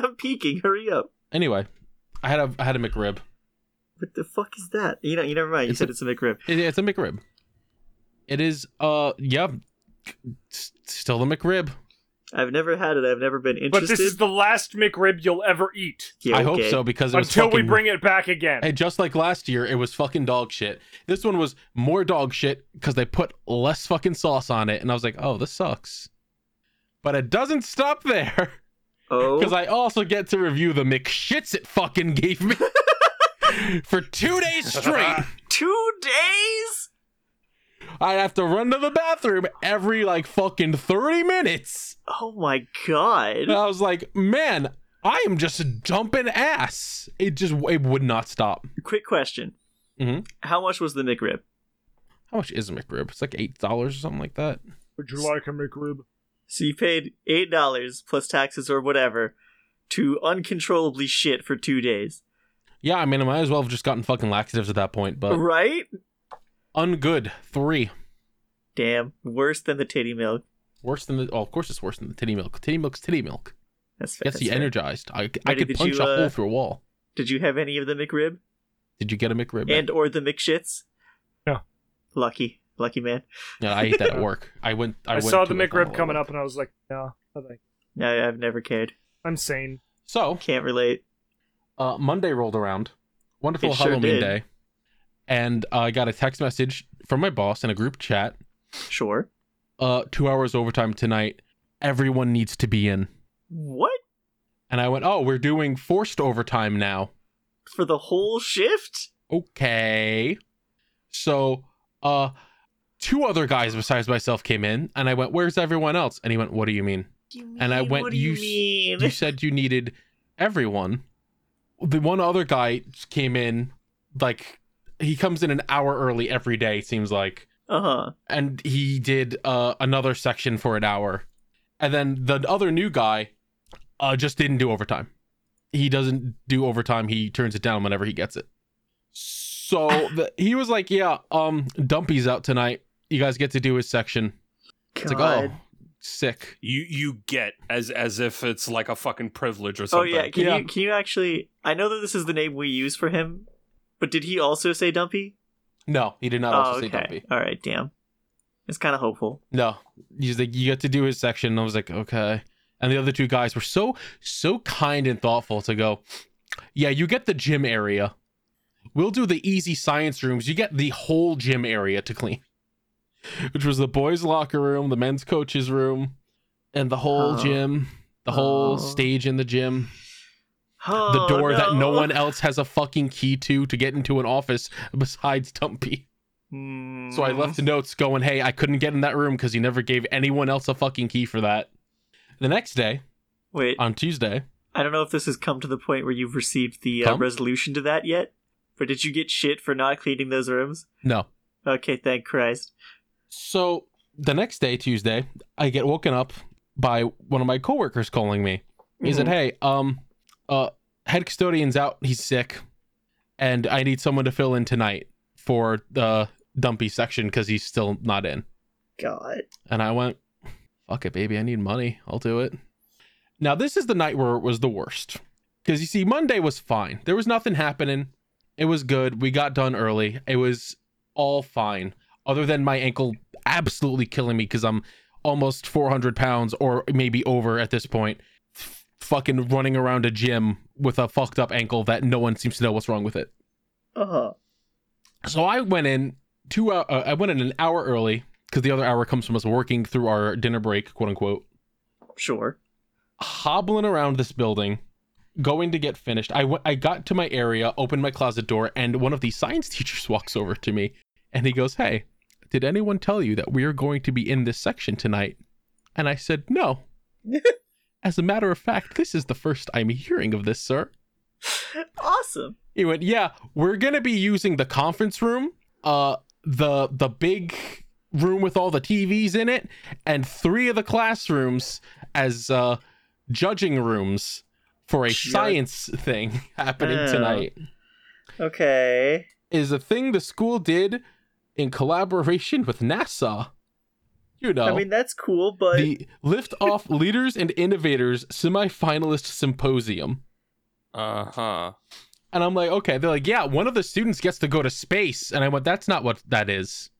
I'm peeking. Hurry up!
Anyway, I had a I had a McRib.
What the fuck is that? You know, you never mind. You
It's
said
a-
it's a McRib.
It- it's a McRib. It is, uh, yeah, s- still the McRib.
I've never had it. I've never been interested.
But this is the last McRib you'll ever eat
Yeah,
I hope
okay.
so because it was
until we
fucking-
bring it back again.
Hey, just like last year, it was fucking dog shit. This one was more dog shit because they put less fucking sauce on it, and I was like, oh, this sucks. But it doesn't stop there
Oh,
because I also get to review the McShits it fucking gave me for two days straight.
two days.
I have to run to the bathroom every like fucking thirty minutes.
Oh my god!
And I was like, man, I am just dumping ass. It just it would not stop.
Quick question.
Mhm.
How much was the McRib?
How much is a McRib? It's like eight dollars or something like that.
Would you like a McRib?
So you paid eight dollars plus taxes or whatever to uncontrollably shit for two days,
Yeah, I mean, I might as well have just gotten fucking laxatives at that point. But
right?
ungood three,
Damn, worse than the titty milk.
worse than the. Oh, of course, it's worse than the titty milk. Titty milk's titty milk.
That's fair.
Gets
that's
you
fair.
energized. I, I
Ready,
could
did
punch
you,
a
uh,
hole through a wall.
Did you have any of the McRib
Did you get a McRib?
and or the McShits?
No.
Lucky, lucky man.
no, I ate that at work. I went. I,
I,
went
saw
to
the
it while I
McRib coming
worked.
up, and I was like, no, I think
I, I've never cared.
I'm sane.
So
Can't relate.
uh, Monday rolled around. Wonderful
It sure
Halloween
did.
day. And I got a text message from my boss in a group chat.
Sure.
Uh, two hours overtime tonight. Everyone needs to be in.
What
And I went, oh, we're doing forced overtime now.
for the whole shift?
Okay. So, uh, two other guys besides myself came in, and I went, where's everyone else? And he went, what do you mean? And I mean? went,
What
What do
do
you you
you
s-
mean?
you said you needed everyone. The one other guy came in, like he comes in an hour early every day, it seems like,
uh huh.
and he did uh, another section for an hour, and then the other new guy uh, just didn't do overtime. He doesn't do overtime. He turns it down whenever he gets it. So the, he was like, "Yeah, um, Dumpy's out tonight. You guys get to do his section." It's like, "Oh, sick."
You you get as as if it's like a fucking privilege or
Oh
something.
yeah, can
Yeah.
you can you actually? I know that this is the name we use for him, but did he also say Dumpy?
No, he did not also
oh,
say
okay.
Dumpy.
All right, damn. It's kind of hopeful.
No. He's like, you get to do his section. And I was like, okay. And the other two guys were so, so kind and thoughtful to go, yeah, you get the gym area. We'll do the easy science rooms. You get the whole gym area to clean, which was the boys' locker room, the men's coaches' room, and the whole
Oh.
gym, the whole
Oh.
stage in the gym,
Oh,
the door that no
no.
one else has a fucking key to to get into an office besides Dumpy.
Hmm.
So I left notes going, hey, I couldn't get in that room because you never gave anyone else a fucking key for that. The next day,
Wait,
on Tuesday,
I don't know if this has come to the point where you've received the uh,
Come?
resolution to that yet, but did you get shit for not cleaning those rooms?
no.
Okay, thank Christ.
So the next day, Tuesday, I get woken up by one of my coworkers calling me. He said,
Mhm.
hey, um, uh, head custodian's out. He's sick. And I need someone to fill in tonight for the dumpy section because he's still not in.
God.
And I went, fuck it, baby. I need money. I'll do it. Now, this is the night where it was the worst. Because you see, Monday was fine. There was nothing happening. It was good. We got done early. It was all fine, other than my ankle absolutely killing me because I'm almost 400 pounds or maybe over at this point. F- fucking running around a gym with a fucked up ankle that no one seems to know what's wrong with it.
Uh huh.
So I went in two. hou- Uh, I went in an hour early because the other hour comes from us working through our dinner break, quote unquote.
Sure.
Hobbling around this building, going to get finished. I went. I got to my area, opened my closet door, and one of the science teachers walks over to me, and he goes, "Hey, did anyone tell you that we are going to be in this section tonight?" And I said, "No." As a matter of fact, this is the first I'm hearing of this, sir.
Awesome.
He went, "Yeah, we're gonna be using the conference room, uh, the the big room with all the TVs in it, and three of the classrooms as uh, judging rooms for a
Judge-
science thing happening
Oh.
tonight."
Okay.
Is a thing the school did in collaboration with NASA. You know,
I mean, that's cool, but
the Lift Off Leaders and Innovators Semifinalist Symposium.
Uh huh.
And I'm like, okay. They're like, yeah, one of the students gets to go to space. And I went, that's not what that is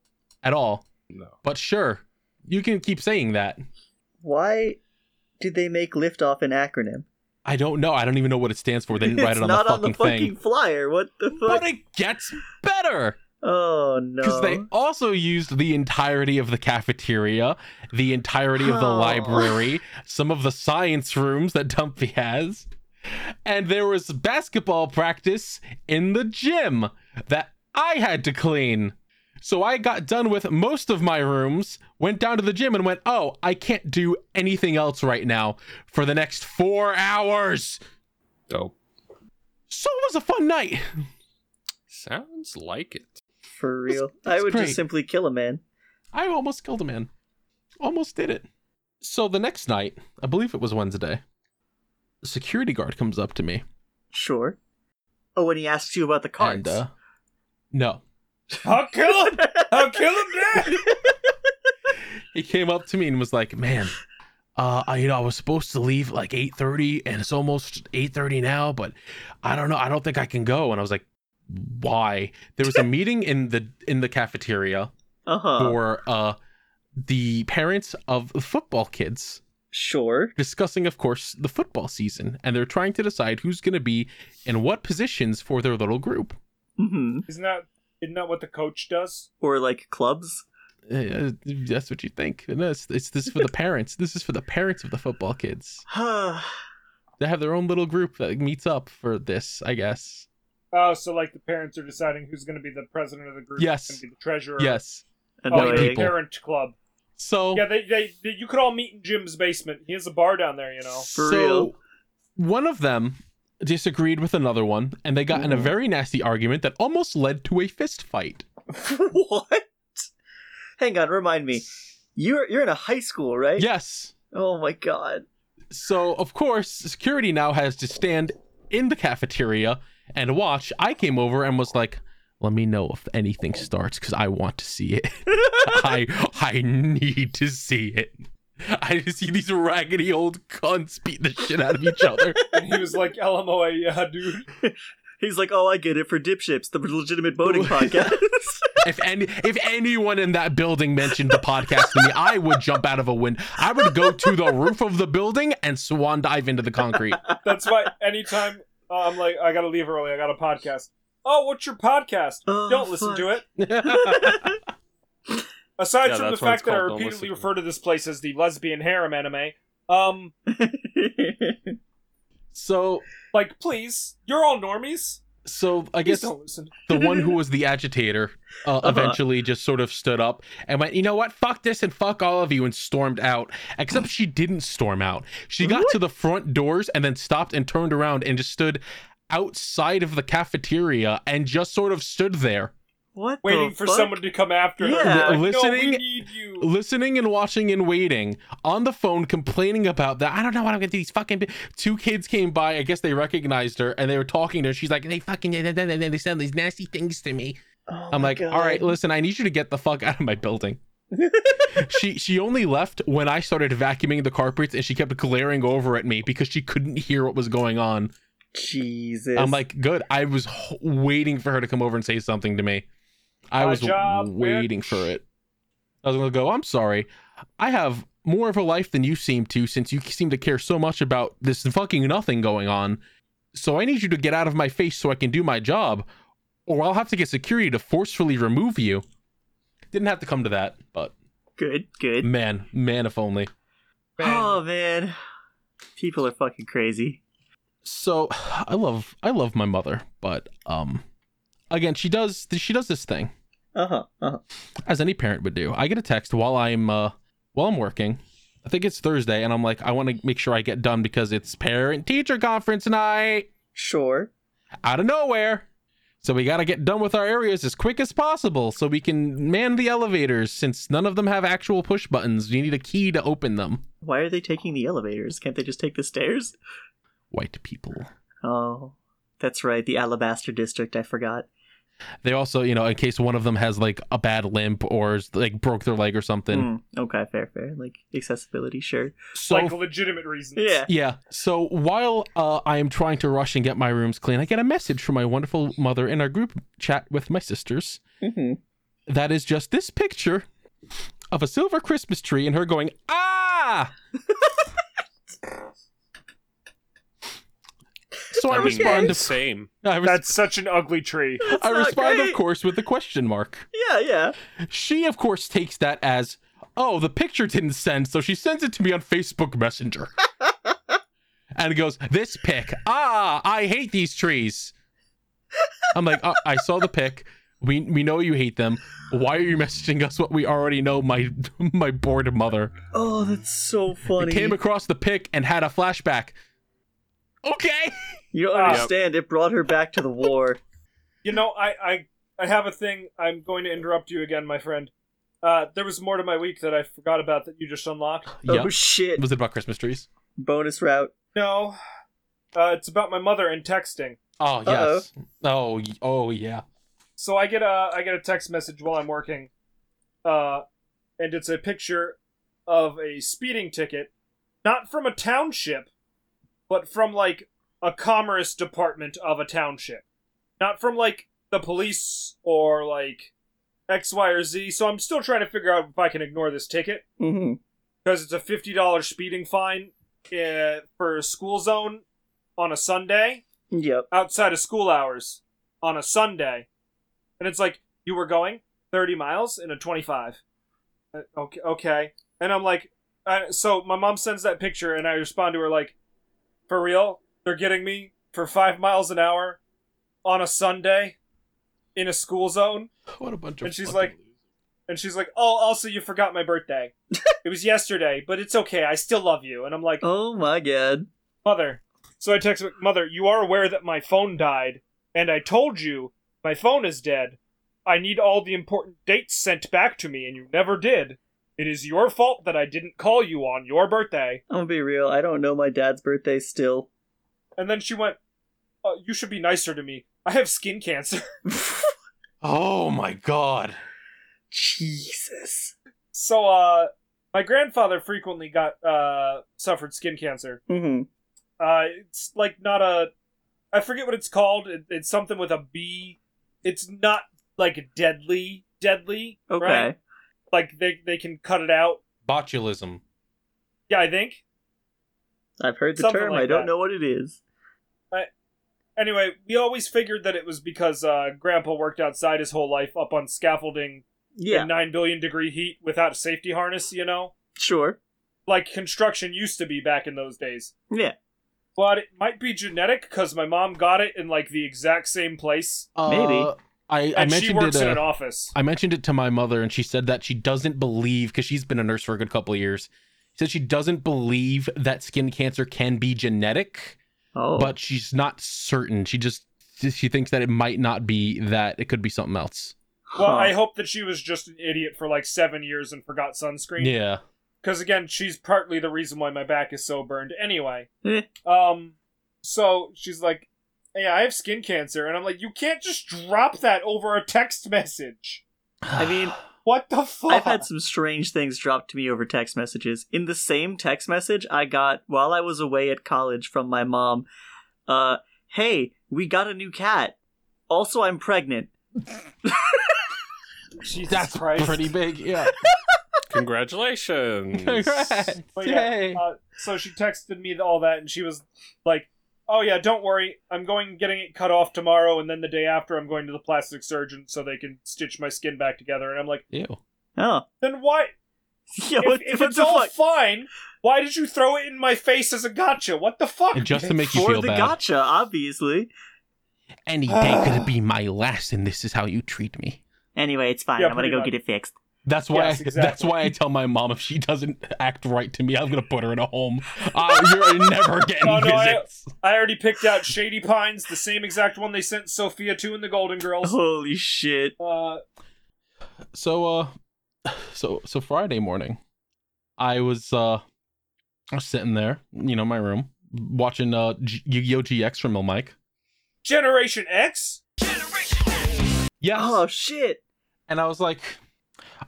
at all.
No.
But sure, you can keep saying that.
why did they make liftoff an acronym?
I don't know. I don't even know what it stands for. They didn't write
it's
it on the
not
fucking,
on the fucking
thing.
flyer. What the fuck?
But it gets better
oh no.
because they also used the entirety of the cafeteria, the entirety of the
Oh.
library, some of the science rooms that Dumpy has, and there was basketball practice in the gym that I had to clean. So I got done with most of my rooms, went down to the gym and went, "Oh, I can't do anything else right now for the next 4 hours."
Dope.
So it was a fun night.
Sounds like it.
For real.
that's
I would
great.
just simply kill a man.
I almost killed a man. Almost did it. So the next night, I believe it was Wednesday, a security guard comes up to me.
Sure. Oh, when he asks you about the
And,
cards.
uh, no.
I'll kill him. I'll kill him dead.
He came up to me and was like, man, uh, I, you know, I was supposed to leave like 8:30 and it's almost 8:30 now, but I don't know. I don't think I can go." And I was like, "Why?" There was a meeting in the in the cafeteria
Uh huh.
for uh the parents of football kids
Sure.
discussing of course the football season and they're trying to decide who's going to be in what positions for their little group.
hmm
Isn't that isn't that what the coach does?
Or like clubs.
Uh, that's what you think. No, it's, it's this is for the parents. This is for the parents of the football kids. They have their own little group that meets up for this, I guess.
Oh, so like the parents are deciding who's going to be the president of the group,
Yes.
who's going to be the treasurer.
Yes.
oh,
White
the
Annoying.
people.
parent club.
So
Yeah, they, they, they you could all meet in Jim's basement. He has a bar down there, you know.
For
so
real.
one of them disagreed with another one, and they got in a
Ooh.
very nasty argument that almost led to a fist fight.
what? Hang on, remind me. You're you're in a high school, right?
Yes.
Oh my god.
So of course, security now has to stand in the cafeteria and watch. I came over and was like, "Let me know if anything starts because I want to see it. I I need to see it. I need to see these raggedy old cunts beat the shit out of each other."
And he was like, LMOA, yeah, dude.
He's like, oh, I get it for dipships, the legitimate boating podcast.
if any if anyone in that building mentioned the podcast to me, I would jump out of a window. I would go to the roof of the building and swan dive into the concrete.
That's why anytime uh, I'm like, I got to leave early, I got a podcast. Oh, what's your podcast?
Oh,
Don't listen to
fuck.
it. Aside
Yeah,
from the
that's what it's
fact that I
called, don't
repeatedly
listen to
refer to this place as the lesbian harem anime, um,
so
like, please, you're all normies.
so I
Please
guess
don't listen.
the one who was the agitator uh, eventually just sort of stood up and went, you know what, fuck this and fuck all of you, and stormed out. Except she didn't storm out. She got to the front doors and then stopped and turned around and just stood outside of the cafeteria and just sort of stood there.
what?
Waiting
the
for
fuck?
someone to come after her.
Yeah.
Like, No,
Listening-
we need you.
listening and watching and waiting on the phone complaining about that i don't know what i'm gonna do these fucking bi-" two kids came by i guess they recognized her and they were talking to her she's like they fucking they- they they- they said these nasty things to me
Oh
i'm
my
like
God.
all right listen i need you to get the fuck out of my building she she only left when i started vacuuming the carpets and she kept glaring over at me because she couldn't hear what was going on
Jesus.
i'm like good i was h- waiting for her to come over and say something to me i
My
was
job,
waiting
bitch.
for it i was gonna go i'm sorry i have more of a life than you seem to since you seem to care so much about this fucking nothing going on so i need you to get out of my face so i can do my job or i'll have to get security to forcefully remove you didn't have to come to that but
good, good.
man man if only
Oh man, people are fucking crazy.
so i love i love my mother but um again she does she does this thing
Uh huh. Uh huh.
as any parent would do. I get a text while I'm uh, while I'm working. I think it's Thursday, and I'm like, I want to make sure I get done because it's parent teacher conference night
Sure.
out of nowhere. So we gotta get done with our areas as quick as possible so we can man the elevators since none of them have actual push buttons. You need a key to open them.
Why are they taking the elevators? Can't they just take the stairs?
White people.
Oh, that's right. The Alabaster District. I forgot.
They also, you know, in case one of them has like a bad limp or is, like broke their leg or something.
Hmm, okay, fair, fair. Like accessibility, sure.
So
like legitimate reasons.
Yeah.
Yeah. So while uh, I am trying to rush and get my rooms clean, I get a message from my wonderful mother in our group chat with my sisters.
Mm-hmm.
That is just this picture of a silver Christmas tree and her going, ah! so I,
I mean,
respond. Of,
same.
I, res-
That's such an ugly tree.
I
not
respond,
great.
of course, with a question mark.
Yeah, yeah.
She, of course, takes that as, oh, the picture didn't send, so she sends it to me on Facebook Messenger. and goes, this pic. Ah, I hate these trees. I'm like, "Uh, I saw the pic. We we know you hate them. Why are you messaging us what we already know? My my bored mother.
Oh, that's so
I
funny.
came across the pic and had a flashback. Okay.
you don't
Ah.
understand. It brought her back to the war.
You know, I, I I have a thing. I'm going to interrupt you again, my friend. Uh, there was more to my week that I forgot about that you just unlocked.
yeah.
Oh shit!
Was it about Christmas trees?
Bonus route.
No, uh, it's about my mother and texting.
Oh yes. Oh y- oh yeah.
So I get a I get a text message while I'm working, uh, and it's a picture of a speeding ticket not from a township, but from like a commerce department of a township. Not from like the police or like X, Y, or Z. So I'm still trying to figure out if I can ignore this ticket
Mm-hmm.
because it's a fifty dollar speeding fine uh, for a school zone on a Sunday
Yep.
outside of school hours on a Sunday, and it's like you were going thirty miles in a twenty-five. Uh, Okay, okay, and I'm like, I, so my mom sends that picture, and I respond to her like, for real, they're getting me for five miles an hour on a Sunday in a school zone,
What a bunch of.
And she's
fucking
like- and she's like, oh, also you forgot my birthday. it was yesterday, but it's okay. I still love you, and I'm like,
Oh my god.
Mother. So I text her, Mother, you are aware that my phone died, and I told you my phone is dead. I need all the important dates sent back to me, and you never did. It is your fault that I didn't call you on your birthday.
I'm gonna be real. I don't know my dad's birthday still.
And then she went, uh, You should be nicer to me. I have skin cancer.
Oh my god.
Jesus.
so, uh, my grandfather frequently got, uh, suffered skin cancer.
Mm-hmm.
Uh, it's like not a, I forget what it's called. It, it's something with a B. It's not like deadly, deadly.
Okay.
right? Like they they can cut it out.
Botulism.
Yeah, I think.
I've heard the
Something
term.
like
I don't
that.
know what it is.
Anyway, we always figured that it was because uh, Grandpa worked outside his whole life up on scaffolding
Yeah.
in nine billion degree heat without a safety harness. You know,
Sure.
like construction used to be back in those days.
Yeah.
But it might be genetic because my mom got it in like the exact same place,
Maybe.
Uh, I, I
and she
mentioned
works
it.
in
Uh,
an office.
I mentioned it to my mother, and she said that she doesn't believe because she's been a nurse for a good couple of years. She said she doesn't believe that skin cancer can be genetic,
Oh.
but she's not certain. She just she thinks that it might not be that. It could be something else.
Well,
Huh.
I hope that she was just an idiot for like seven years and forgot sunscreen.
Yeah.
because again she's partly the reason why my back is so burned anyway
Eh.
um so she's like hey i have skin cancer and i'm like you can't just drop that over a text message
I mean,
what the fuck
I've had some strange things dropped to me over text messages. In the same text message I got while I was away at college from my mom, uh, hey, we got a new cat. Also, I'm pregnant.
jesus
that's
christ
pretty big. Yeah.
Congratulations.
Congrats.
But yeah,
Yay.
uh, so she texted me all that and she was like oh yeah don't worry i'm going getting it cut off tomorrow and then the day after i'm going to the plastic surgeon so they can stitch my skin back together and i'm like
Ew.
Oh.
then why
Yeah,
if,
what,
if
what
it's
the
all
fuck?
fine, why did you throw it in my face as a gotcha? What the fuck?
And just to make you
For
feel
the
bad.
gotcha, obviously.
Any day could be my last, and this is how you treat me.
Anyway, it's fine.
Yeah,
I'm gonna
pretty
go
much.
get it fixed.
That's why.
Yes,
I,
exactly.
That's why I tell my mom if she doesn't act right to me, I'm gonna put her in a home. Uh, you're never getting
Oh, no, I-
visits.
I already picked out Shady Pines, the same exact one they sent Sophia to in the Golden Girls.
Holy shit.
Uh,
So, uh, so so Friday morning, I was uh, I was sitting there, you know, my room, watching uh G- Yu-Gi-Oh GX from Lil Mike.
Generation X?
Yes.
Uh-huh.
Oh shit.
and I was like,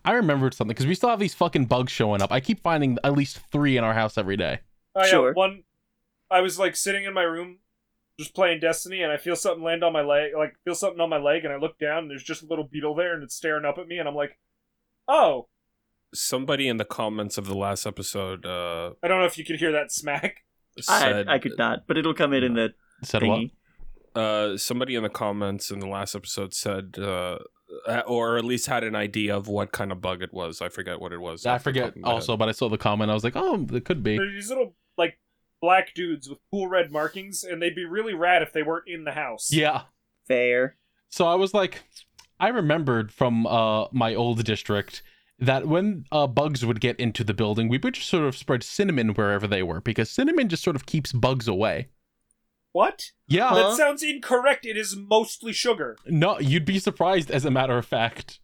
I remembered something because we still have these fucking bugs showing up. I keep finding at least three in our house every day.
I, uh,
Sure.
one, I was like sitting in my room, just playing Destiny, and I feel something land on my leg, like feel something on my leg, and I look down, and there's just a little beetle there, and it's staring up at me, and I'm like, oh,
Somebody in the comments of the last episode uh,
I don't know if you could hear that smack.
said
I, I could not, but it'll come in in the
Said what?
thingy.
uh, somebody in the comments in the last episode said, uh, uh, or at least had an idea of what kind of bug it was. I forget what it was.
I
off the
forget
top of my head.
also, but I saw the comment. I was like, oh, it could be.
They're these little like black dudes with cool red markings, and they'd be really rad if they weren't in the house.
Yeah.
Fair.
So I was like, I remembered from uh, my old district that when uh, bugs would get into the building, we would just sort of spread cinnamon wherever they were because cinnamon just sort of keeps bugs away.
What?
Yeah.
Uh-huh.
That sounds incorrect. It is mostly sugar.
No, you'd be surprised, as a matter of fact.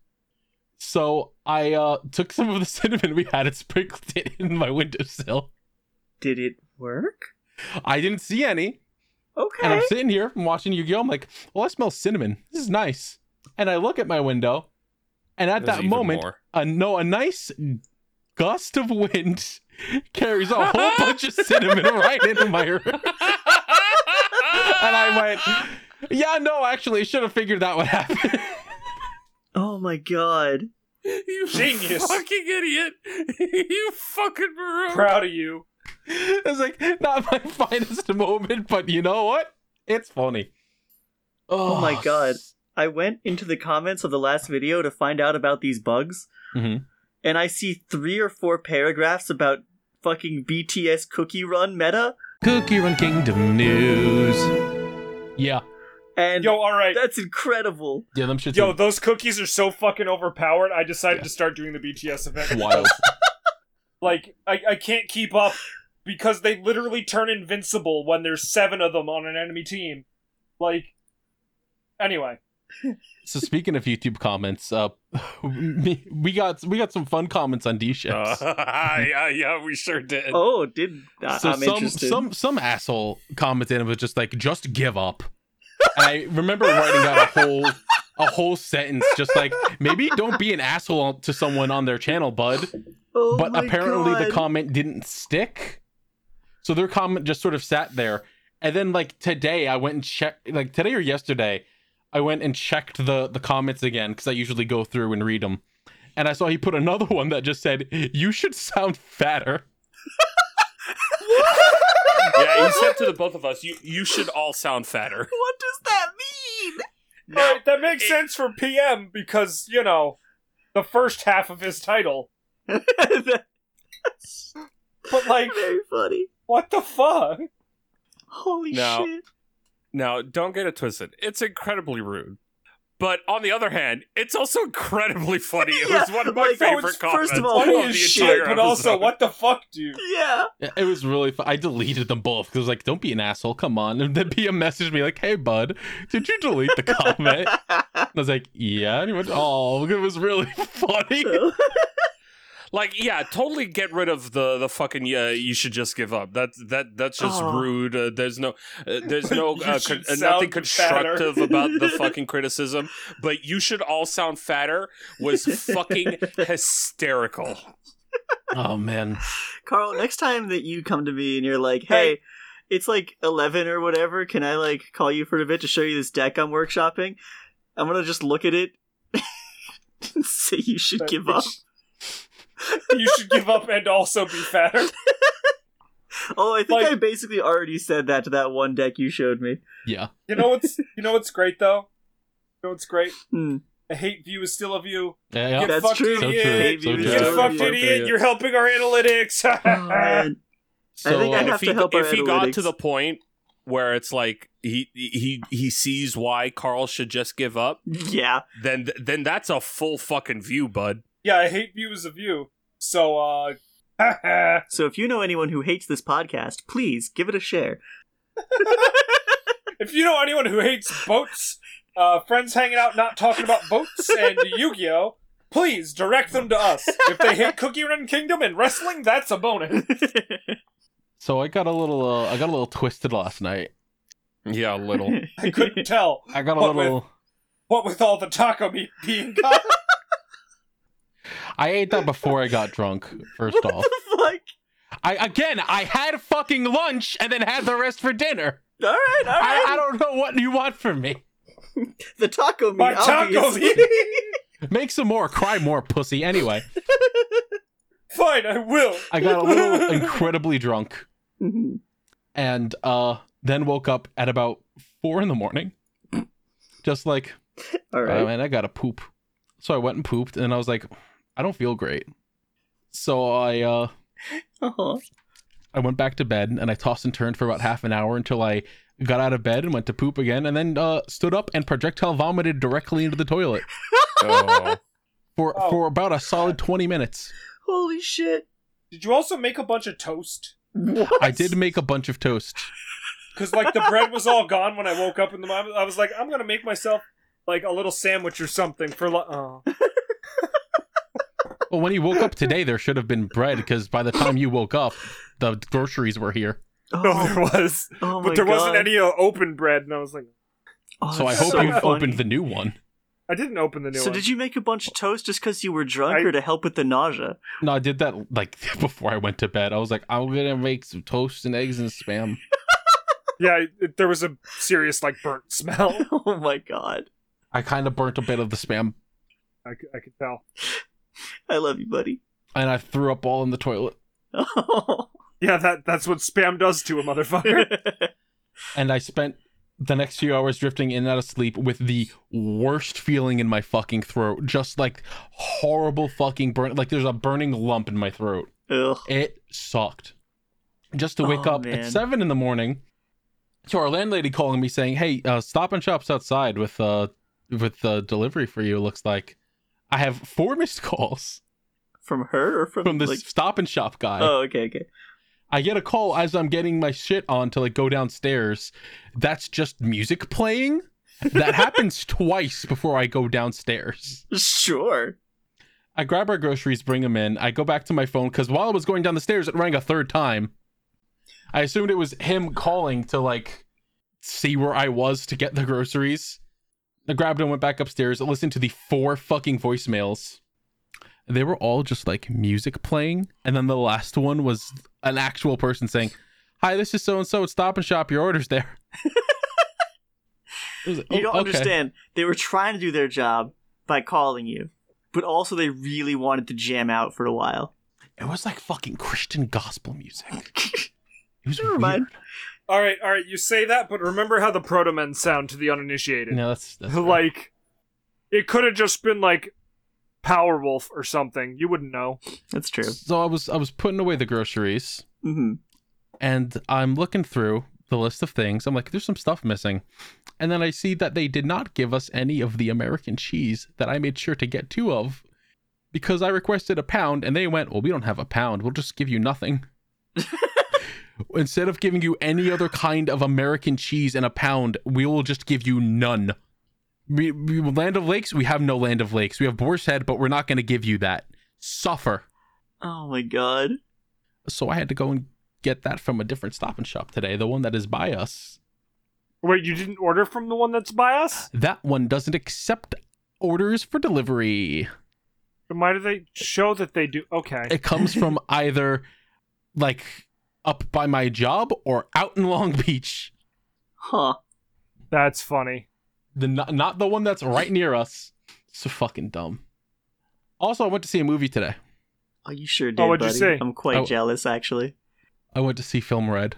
So I uh, took some of the cinnamon we had and sprinkled it in my windowsill.
Did it work?
I didn't see any, and
Okay.
I'm sitting here I'm watching Yu-Gi-Oh. I'm like, "Well, I smell cinnamon. This is nice." And I look at my window, and at
There's
that
even
moment,
more.
a no, a nice gust of wind carries a whole bunch of cinnamon right into my room. and I went, yeah, no, actually, I should have figured that would happen.
Oh my god.
You
Genius.
fucking idiot. you fucking maroon.
Proud of you.
it's like, not my finest moment, but you know what? It's funny.
Oh my God. I went into the comments of the last video to find out about these bugs,
Mhm.
and I see three or four paragraphs about fucking BTS cookie run meta,
Cookie Run Kingdom news. Yeah.
and
Yo, all right.
that's incredible.
Yeah, them shits
Yo,
are
those cookies are so fucking overpowered. I decided to start doing the BTS event.
wild.
Like, I, I can't keep up because they literally turn invincible when there's seven of them on an enemy team. Like, anyway,
so speaking of YouTube comments, uh, me- we got we got some fun comments on D ships.
Uh, yeah, yeah, we sure did.
Oh, did I-
so
I'm
some
interested.
some some asshole commented and was just like, "Just give up." And I remember writing down a whole a whole sentence, just like, "Maybe don't be an asshole to someone on their channel, bud."
Oh
but
my
apparently the
God.
comment didn't stick. So their comment just sort of sat there. And then like today I went and checked like today or yesterday, I went and checked the the comments again cuz I usually go through and read them. And I saw he put another one that just said, "You should sound fatter."
yeah, he said to the both of us, you you should all sound fatter.
What does that mean?
all right, that makes sense for PM because you know the first half of his title,
That's
but like,
very funny.
what the fuck?
Holy
No.
shit.
Now, don't get it twisted. It's incredibly rude. But on the other hand, it's also incredibly funny. It was
Yeah,
one of my
like,
favorite
first
comments.
of all,
the
holy shit,
entire
But also,
episode.
what the fuck, dude?
Yeah.
Yeah, It was really fun. I deleted them both because like, "Don't be an asshole, come on." And then PM messaged me like, "Hey, bud, did you delete the comment?" And I was like, "Yeah." And he went, "Oh, it was really funny."
Like, yeah, totally get rid of the the fucking. Uh, you should just give up. That that that's just
Aw.
rude. Uh, there's no, uh, there's no
You
uh,
should
con- uh,
sound
nothing constructive
fatter.
about the fucking criticism. But you should all sound fatter was fucking hysterical.
oh man.
Carl, next time that you come to me and you're like, hey, it's like 11 or whatever, can I like call you for a bit to show you this deck I'm workshopping? I'm gonna just look at it and say you should
But
give
it
up.
sh- you should give up and also be fatter.
Oh, I think
like-
I basically already said that to that one deck you showed me.
Yeah.
You know what's you know what's great though? You know what's great?
Hmm.
A hate view is still a view.
Yeah, yeah.
Get
That's
fucked,
true.
So
idiot.
true.
Maybe
so
we
true.
You
Yeah.
fucked
Yeah.
idiot. You're helping our analytics.
Oh,
Ah.
man. I
So,
think I
uh,
And
have
if
to
he,
help our
if he got to
analytics.
the point where it's like he he he sees why Carl should just give up,
Yeah.
then then that's a full fucking view, bud.
yeah, a hate view is a view. So uh
So if you know anyone who hates this podcast, please give it a share.
if you know anyone who hates boats, uh friends hanging out not talking about boats and Yu-Gi-Oh, please direct them to us. If they hate Cookie Run Kingdom and wrestling, that's a bonus.
so I got a little, uh, I got a little twisted last night.
Yeah, a little.
I couldn't tell
I got a
What
little.
what with all the taco meat being gone.
I ate that before I got drunk. First
what
off,
the fuck?
I again, I had fucking lunch and then had the rest for dinner.
All right, all
I,
right.
I don't know what you want from me.
the taco meat.
My taco
obviously.
meat.
Make some more, cry more, pussy. Anyway,
Fine, I will.
I got a little incredibly drunk
Mhm.
and uh, then woke up at about four in the morning, just like
all
Oh
right.
man, I gotta poop. So I went and pooped, and I was like, I don't feel great. So I uh
Aw.
I went back to bed and I tossed and turned for about half an hour until I got out of bed and went to poop again, and then uh stood up and projectile vomited directly into the toilet
Oh.
for
Oh.
for about a solid twenty minutes.
Holy shit.
Did you also make a bunch of toast?
What?
I did make a bunch of toast.
Because like the bread was all gone when I woke up in the morning. I was like, I'm gonna make myself like a little sandwich or something for. Lo- oh.
Well, when you woke up today, there should have been bread because by the time you woke up, the groceries were here.
Oh,
was,
oh my
but there wasn't
God.
any uh, open bread, and I was like,
Oh,
So I
that's
hope you
funny.
opened the new one.
I didn't open the new
So
one.
did you make a bunch of toast just because you were drunk,
I-
or to help with the nausea?
No, I did that like before I went to bed. I was like, I'm gonna make some toast and eggs and spam.
Yeah, it, there was a serious like burnt smell.
oh my god,
I kind of burnt a bit of the spam,
I, c- I could tell.
I love you, buddy.
and I threw up all in the toilet.
Yeah, that that's what spam does to a motherfucker.
I
And I spent the next few hours drifting in and out of sleep with the worst feeling in my fucking throat, just like horrible fucking burn. Like there's a burning lump in my throat. It sucked. Just to wake
Oh,
up
man.
at seven in the morning to our landlady calling me saying, "Hey, uh, Stop and Shop's outside with uh with uh, delivery for you." it Looks like I have four missed calls
from her or from,
from this
Like,
Stop and Shop guy.
oh, okay, okay.
I get a call as I'm getting my shit on to like go downstairs. That's just music playing. That happens twice before I go downstairs.
Sure.
I grab our groceries, bring them in. I go back to my phone because while I was going down the stairs, it rang a third time. I assumed it was him calling to like see where I was to get the groceries. I grabbed and went back upstairs. I listened to the four fucking voicemails. They were all just like music playing, and then the last one was an actual person saying, "Hi, this is so and so at Stop and Shop. Your order's there." It was like,
You
"Oh,
don't
okay."
understand. They were trying to do their job by calling you, but also they really wanted to jam out for a while.
It was like fucking Christian gospel music. It was
Never mind.
weird.
all right, all right. You say that, but remember how the proto men sound to the uninitiated.
No, that's, that's fair.
like, it could have just been like Power Wolf or something. You wouldn't know.
That's true.
So I was I was putting away the groceries
hmm
and I'm looking through the list of things. I'm like, there's some stuff missing. And then I see that they did not give us any of the American cheese that I made sure to get two of because I requested a pound and they went, Well, we don't have a pound. We'll just give you nothing. Instead of giving you any other kind of American cheese in a pound, we will just give you none. We, we, Land of Lakes, we have no Land of Lakes. We have Boar's Head, but we're not going to give you that. Suffer.
Oh my god.
So I had to go and get that from a different stop and shop today, the one that is by us.
Wait, you didn't order from the one that's by us?
That one doesn't accept orders for delivery.
Then Why do they show that they do? Okay.
It comes from either like up by my job or out in Long Beach.
Huh.
That's funny.
The not, not the one that's right near us. So fucking dumb. Also, I went to see a movie today.
Oh, you sure did,
what'd
buddy.
you say?
I'm quite
Oh.
jealous, actually.
I went to see Film Red.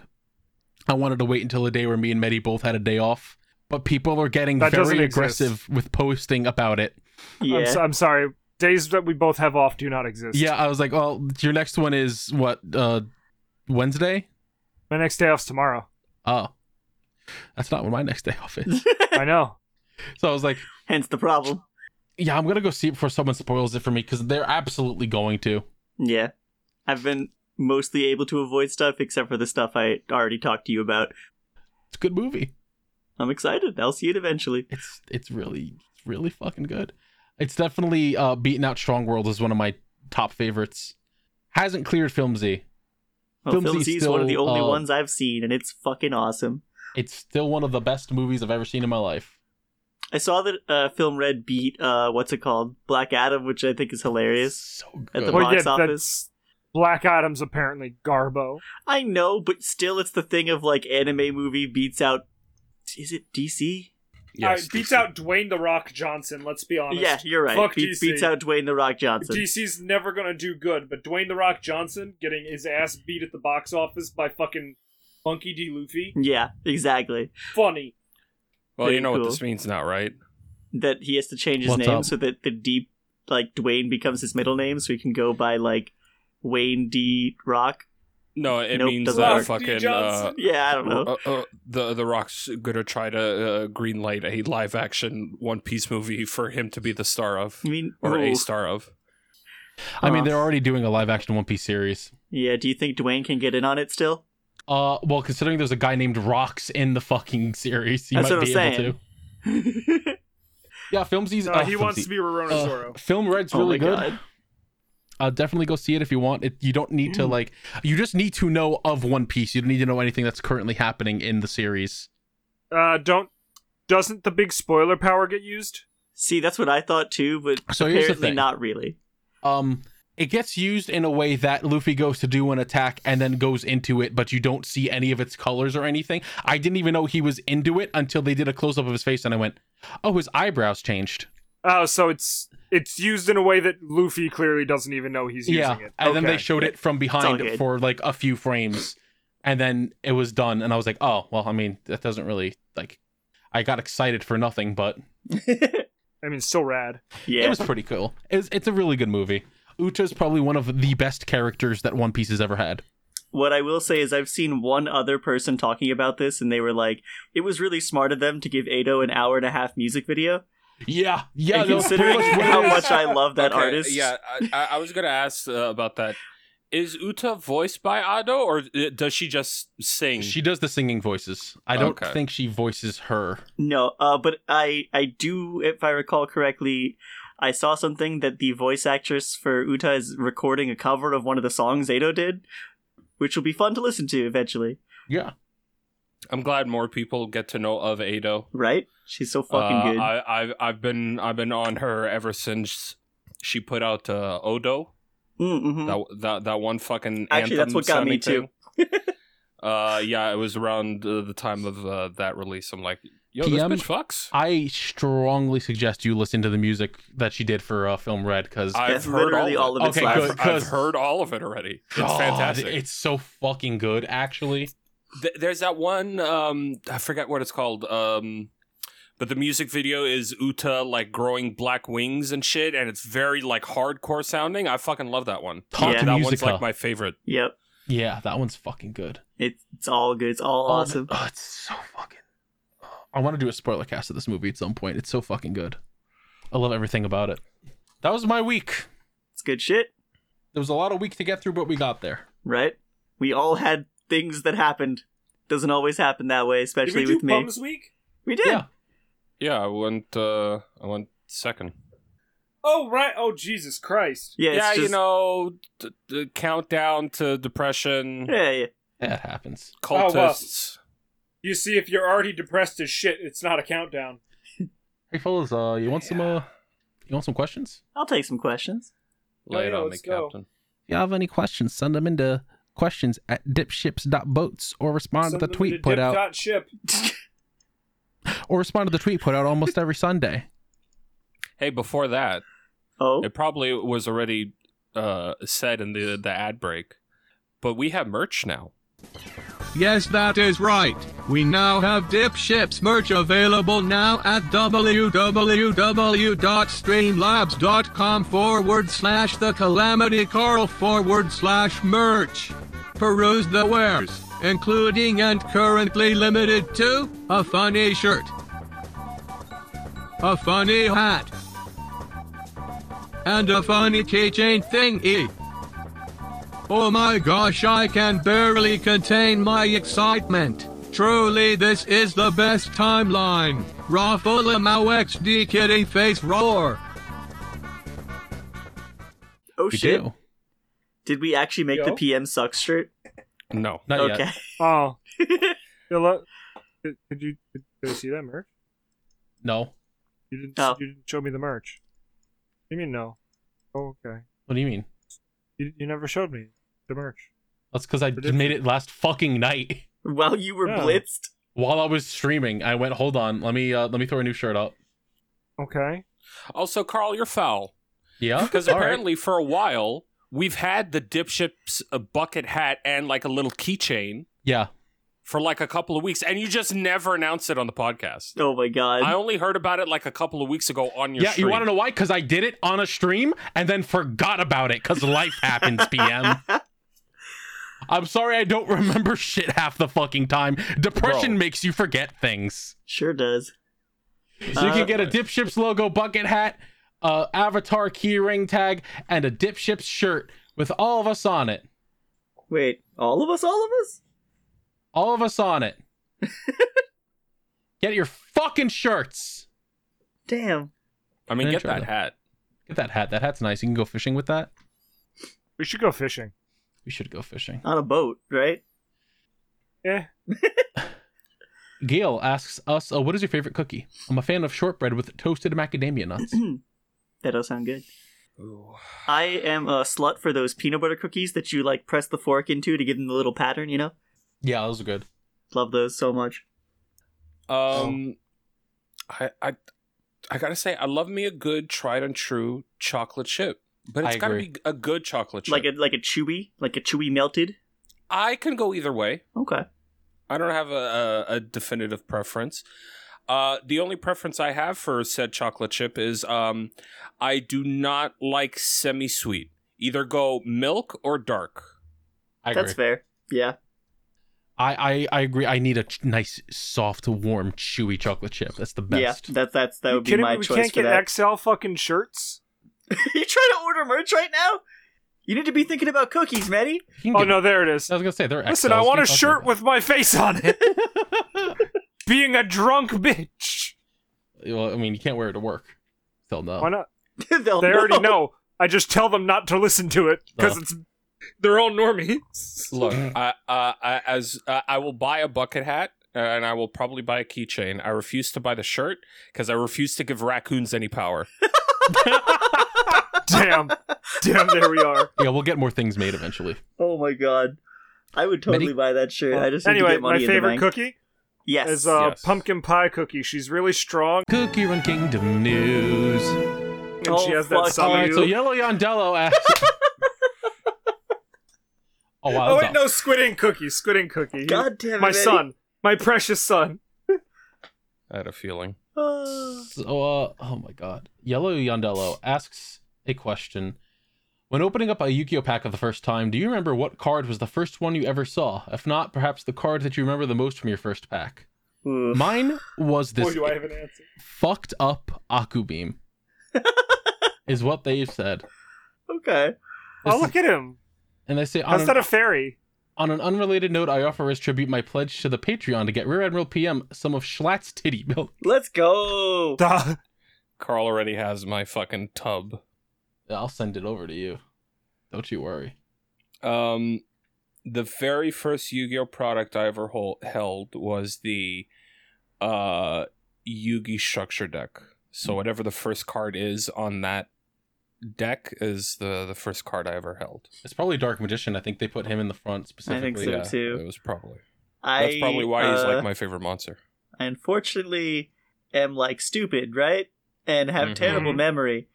I wanted to wait until the day where me and Medi both had a day off, but people are getting
That doesn't
very
exist.
aggressive with posting about it.
I'm,
Yeah.
so, I'm sorry. Days that we both have off do not exist.
Yeah, I was like, well, your next one is what, uh Wednesday?
My next day off's tomorrow.
Oh. That's not when my next day off is.
I know.
so I was like,
Hence the problem.
yeah, I'm gonna go see it before someone spoils it for me because they're absolutely going to.
Yeah. I've been mostly able to avoid stuff except for the stuff I already talked to you about.
It's a good movie.
I'm excited. I'll see it eventually.
It's it's really it's really fucking good. It's definitely uh beating out Strong World is one of my top favorites. Hasn't cleared Film Z.
Well,
Film
Film
Z's
Z is one of the
still,
only
uh,
ones I've seen, and it's fucking awesome.
It's still one of the best movies I've ever seen in my life.
I saw that uh, Film Red beat, uh, what's it called? Black Adam, which I think is hilarious.
So
At
good.
the
well,
box
yeah,
office.
that's Black Adam's apparently Garbo.
I know, but still, it's the thing of like anime movie beats out. Is it DC?
All right, beats out Dwayne the Rock Johnson. Let's be honest.
Yeah, you're right.
Fuck
Beat-
DC.
Beats out Dwayne the Rock Johnson.
DC's never gonna do good, but Dwayne the Rock Johnson getting his ass beat at the box office by fucking Monkey D. Luffy.
Yeah, exactly.
Funny.
Well, you know
Cool.
what this means now, right?
That he has to change his
What's
name
up?
so that the deep like Dwayne becomes his middle name, so he can go by like Wayne D Rock.
No, it
Nope,
means
doesn't
that
work.
fucking uh,
Johnson.
Yeah, I don't know.
uh, uh, the the Rock's gonna try to uh, greenlight a live action One Piece movie for him to be the star of
I mean,
uh, or
ooh.
a star of.
I mean,
Huh.
they're already doing a live action One Piece series.
yeah. Do you think Dwayne can get in on it still?
Uh, well, considering there's a guy named Rocks in the fucking series, you
That's
might
what
be
I'm
able
saying.
to. Yeah, Filmsy's.
No,
uh,
he wants
Filmsy.
to be Rorona
Uh,
Zoro.
Film Red's
Oh
really
my
good.
God.
Uh, definitely go see it if you want. It, you don't need to
Mm.
like. You just need to know of One Piece. You don't need to know anything that's currently happening in the series.
Uh, don't. Doesn't the big spoiler power get used?
See, that's what I thought too, but
So here's the
apparently
thing.
not really.
Um, it gets used in a way that Luffy goes to do an attack and then goes into it, but you don't see any of its colors or anything. I didn't even know he was into it until they did a close up of his face, and I went, "Oh, his eyebrows changed."
Oh, so it's it's used in a way that Luffy clearly doesn't even know he's
yeah,
using it.
and then
Okay.
they showed it from
all
behind
good.
for like a few frames, and then it was done, and I was like, "Oh, well, I mean, that doesn't really like." I got excited for nothing, but
I mean, so rad.
Yeah.
it was pretty cool. It's it's a really good movie. Uta's probably one of the best characters that One Piece has ever had.
what I will say is I've seen one other person talking about this and they were like, it was really smart of them to give Ado an hour and a half music video.
Yeah, yeah.
and
no, pretty
considering
much what it
how
is.
much I love that
Okay,
artist.
Yeah, I, I- I was gonna ask uh, about that. Is Uta voiced by Ado, or uh, does she just sing?
She does the singing voices. I don't
Okay.
think she voices her.
No, uh, but I I do, if I recall correctly, I saw something that the voice actress for Uta is recording a cover of one of the songs Ado did, which will be fun to listen to eventually,
Yeah.
I'm glad more people get to know of Ado.
right? She's so fucking
Uh,
good.
I, I've I've been I've been on her ever since she put out uh, Odo.
Mm, mhm.
That, that that one fucking
Actually, that's
anthem
what got me
sounding thing. uh, yeah, it was around uh, the time of uh, that release. I'm like, yo,
PM?
this bitch fucks.
I strongly suggest you listen to the music that she did for uh, Film Red because
I've
That's
heard
literally
all
all
of
of
it.
its
Okay,
last
good.
I've, I've
'cause-
heard all of it already. It's fantastic.
It's so fucking good, actually.
Th- there's that one um i forget what it's called um but the music video is uta like growing black wings and shit and it's very like hardcore sounding i fucking love that one
Talk
Yeah.
that
to
one's
Musica.
like my favorite
Yep.
Yeah, that one's fucking good.
It's, it's all good. It's all
Oh,
awesome.
th- oh, it's so fucking. I want to do a spoiler cast of this movie at some point. It's so fucking good. I love everything about it. That was my week.
It's good shit,
There was a lot of week to get through, but we got there.
right? We all had things that happened. Doesn't always happen that way,
Did
especially
we do
with me.
Bums Week?
We did.
Yeah.
yeah i went uh i went second
Oh right. Oh Jesus Christ.
Yeah, it's
yeah you
just-
know d- the countdown to depression
Yeah, yeah.
Yeah, it happens.
well.
cultists
You see, if you're already depressed as shit, it's not a countdown.
Hey fellas, uh, you want some uh, you want some questions?
I'll take some questions.
Oh,
lay it
yeah,
on me
let's go.
captain
If you have any questions, send them into questions at dipships.boats or respond
Send
to
them
the tweet
to
put
Dip
out
Dot Ship.
or respond to the tweet put out almost every Sunday.
hey before that
Oh,
it probably was already uh said in the the ad break but we have merch now
Yes, that is right. We now have Dipships merch available now at www.streamlabs.com forward slash the calamity carl forward slash merch. Peruse the wares, including and currently limited to a funny shirt, a funny hat, and a funny keychain thingy. Oh my gosh, I can barely contain my excitement. Truly, this is the best timeline. Rafalamau XD Kitty Face Roar.
oh
We
shit.
do.
Did we actually make the
Yo.
PM sucks shirt?
no
Not
okay.
yet.
Oh. Yeah, look. Did, did you did, did I see that merch?
No.
You didn't.
No.
You didn't show me the merch. What do You mean no? Oh, okay.
What do you mean?
You, you never showed me the merch.
That's because I
Ridiculous.
made it last fucking night
While you were
Yeah.
blitzed.
while I was streaming. I went, hold on, let me uh, let me throw a new shirt up.
Okay.
Also, Carl, you're foul
Yeah,
because
All right.
apparently for a while we've had the dipships a bucket hat and like a little keychain
yeah,
for like a couple of weeks, and you just never announced it on the podcast.
Oh my god.
I only heard about it like a couple of weeks ago on your
yeah. You want to
stream.
know why? Because I did it on a stream and then forgot about it because life happens. PM. I'm sorry, I don't remember shit half the fucking time. Depression
Bro.
makes you forget things.
Sure does.
So you
Uh,
can get a Dipships logo bucket hat, uh, avatar keyring tag, and a Dipships shirt with all of us on it.
Wait, all of us, all of us?
All of us on it. get your fucking shirts.
Damn.
I mean, get
Intro,
that
though.
hat.
Get that hat. That hat's nice. You can go fishing with that.
We should go fishing.
We should go fishing.
Eh, On a boat, right?
Yeah.
Gail asks us, uh, "What is your favorite cookie?" I'm a fan of shortbread with toasted macadamia nuts.
That does sound good.
Ooh.
I am a slut for those peanut butter cookies that you like press the fork into to give them the little pattern, you know?
yeah, those are good.
Love those so much.
Oh.
Um, I I I gotta say, I love me a good tried and true chocolate chip, but it's
I
gotta
agree.
be a good chocolate chip.
Like a like a chewy, like a chewy melted.
I can go either way.
Okay.
I don't have a, a, a definitive preference. Uh, the only preference I have for said chocolate chip is um, I do not like semi sweet. Either go milk or dark.
I agree.
That's fair. Yeah.
I, I I agree. I need a ch- nice, soft, warm, chewy chocolate chip. That's the best.
Yeah. That that's that
You
would be
kidding
my
me? We
choice
can't get
for that.
XL fucking shirts.
you trying to order merch right now? You need to be thinking about cookies, Matty.
You can
Oh
get-
no, there it is.
I was gonna say they're.
Listen,
XLs.
I want a
What are you
shirt
talking
with my face on it. Being a drunk bitch.
about? Well, I mean, you can't wear it to work. Still no.
Why not?
They'll
They already
know.
know. I just tell them not to listen to it because
Oh.
it's they're all normies.
Look, I, uh, I as uh, I will buy a bucket hat uh, and I will probably buy a keychain. I refuse to buy the shirt because I refuse to give raccoons any power.
Damn, damn, there we are.
Yeah, we'll get more things made eventually.
Oh my god. I would totally
Many-
buy that shirt. I just need to
anyway,
get money
my
in the
favorite
bank.
cookie
yes.
is a uh,
Yes.
pumpkin pie cookie. She's really strong,
Cookie Run Kingdom news.
and
Oh,
she has
fuck.
that
All right,
sabu.
so Yellow Yondello asks. oh wow!
oh
that's
wait, no, squid ink cookie, squid ink cookie.
God damn it.
my
Eddie.
son, my precious son.
I had a feeling.
Ah.
So, uh, oh my god. Yellow Yondello asks a question. When opening up a Yu-Gi-Oh pack for the first time, do you remember what card was the first one you ever saw? If not, perhaps the card that you remember the most from your first pack.
Ooh.
Mine was
Boy,
this
do I have an answer.
fucked up Aku Beam. is what they've said.
okay.
This
Oh,
is-
look at him.
and they say on
How's
an,
that a fairy?
on an unrelated note, I offer as tribute my pledge to the Patreon to get Rear Admiral PM some of Schlatt's titty milk.
Let's go.
Duh.
Carl already has my fucking tub.
I'll send it over to you. Don't you worry.
Um, the very first Yu-Gi-Oh product I ever hol- held was the uh Yu-Gi structure deck. So whatever the first card is on that deck is the the first card I ever held.
It's probably Dark Magician. I think they put him in the front specifically.
so, too.
It was probably
I,
that's probably why he's
uh,
like my favorite monster.
I unfortunately am like stupid, right? And have
Mhm.
Mm-hmm.
terrible memory.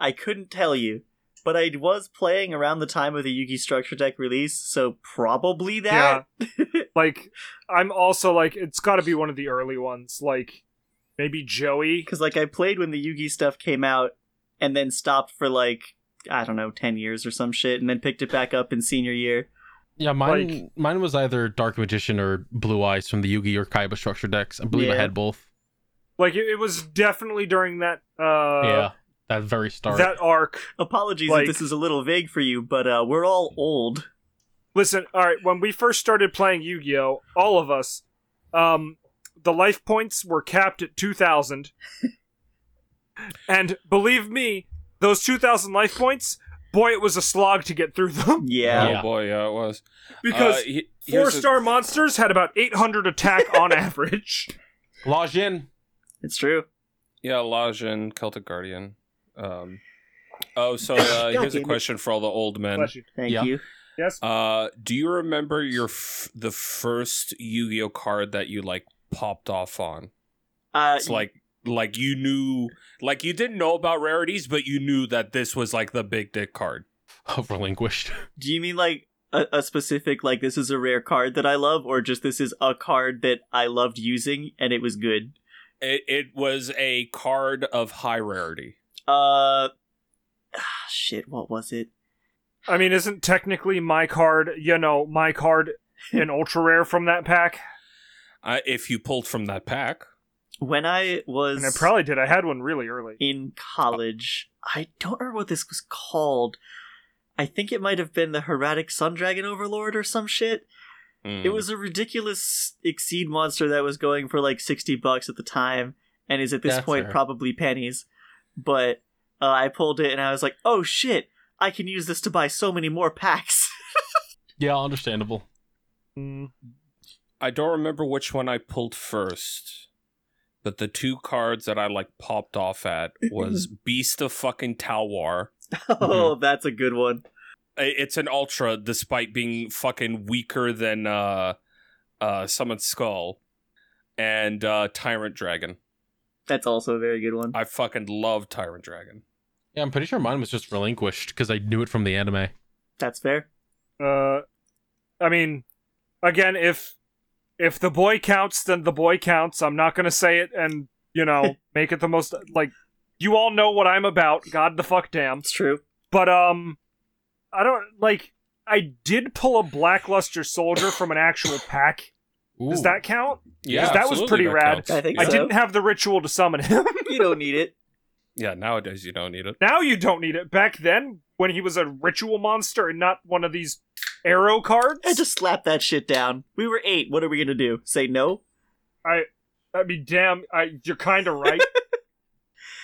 I couldn't tell you, but I was playing around the time of the Yugi Structure Deck release, so probably that.
Like, I'm also like, it's got to be one of the early ones. Like, maybe Joey.
Because like I played when the Yugi stuff came out, and then stopped for like I don't know ten years or some shit, and then picked it back up in senior year.
Yeah, mine mine was either Dark Magician or Blue Eyes from the Yugi or Kaiba structure decks. I believe I
Yeah.
had both.
Like, it, it was definitely during that.
yeah,
uh
that very start.
That arc.
Apologies
Like-
if this is a little vague for you, but uh, we're all old.
Listen, all right, when we first started playing Yu-Gi-Oh, all of us, um, the life points were capped at 2000. and believe me, those 2000 life points, boy it was a slog to get through them
Yeah.
Yeah.
Oh boy, yeah, it was
because
Uh, he- here's the-
four-star monsters had about 800 attack on average.
Lodge in.
it's true.
Yeah, Lajin, Celtic Guardian. Um, oh, so uh,
God
here's a
damn it.
question for all the old men.
Bless you.
Thank
Yeah.
you.
Yes.
Uh, do you remember your f- the first Yu-Gi-Oh card that you like popped off on?
Uh,
It's like like you knew like you didn't know about rarities, but you knew that this was like the big dick card.
Oh, relinquished.
Do you mean like a, a specific like this is a rare card that I love, or just this is a card that I loved using and it was good?
It it was a card of high rarity.
Uh, ah, shit. What was it?
I mean, isn't technically my card, you know, my card an ultra rare from that pack?
Uh, if you pulled from that pack,
When I was
And I probably did. I had one really early.
in college, I don't remember what this was called. I think it might have been the Heratic Sun Dragon Overlord or some shit.
Mm.
It was a ridiculous exceed monster that was going for like 60 bucks at the time and is at this
That's
point
fair.
probably pennies. But uh, I pulled it and I was like, oh shit, I can use this to buy so many more packs.
Yeah, understandable.
Mm.
I don't remember which one I pulled first, but the two cards that I like popped off at
Mm-hmm.
was Beast of fucking Talwar.
Mm-hmm.
Oh, that's a good one.
I- It's an ultra, despite being fucking weaker than uh, uh, Summon Skull and uh, Tyrant Dragon.
That's also a very good one.
I fucking love Tyrant Dragon.
Yeah, I'm pretty sure mine was just relinquished because I knew it from the anime.
That's fair.
Uh, I mean, again, if if the boy counts, then the boy counts. I'm not gonna say it and you know make it the most like you all know what I'm about. God the fuck damn.
It's true.
But um, I don't like. I did pull a blackluster soldier from an actual pack. Does
Ooh.
that count?
Yeah,
'Cause that was
absolutely,
pretty rad.
counts.
I think
I
so.
didn't have the ritual to summon him.
You don't need it.
Yeah, nowadays you don't need it.
now you don't need it. Back then, when he was a ritual monster and not one of these arrow cards,
I just slap that shit down. We were eight. What are we gonna do? Say no?
I mean, damn, I, you're kind of right.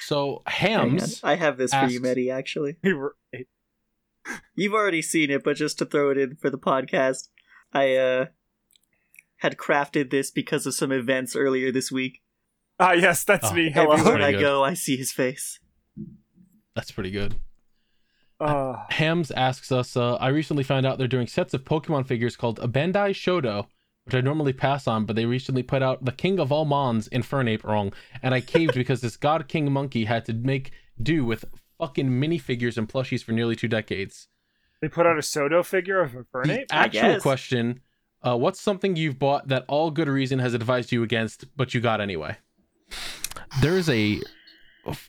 So
Hang on.
hams.
I have this for you,
asked-
Medi. Actually,
we were eight.
you've already seen it, but just to throw it in for the podcast, I uh had crafted this because of some events earlier this week.
Ah, yes, that's
Oh.
me.
Hello.
Hello.
Everywhere
Pretty
I
good.
go, I see his face.
That's pretty good.
Uh,
Hams asks us, uh, I recently found out they're doing sets of Pokemon figures called a Bandai Shodo, which I normally pass on, but they recently put out the King of All Mons Infernape wrong, and I caved because this God King monkey had to make do with fucking minifigures and plushies for nearly two decades.
they put out a Soto figure of Infernape.
The
I
actual
guess.
question, uh, what's something you've bought that all good reason has advised you against, but you got anyway? There is a,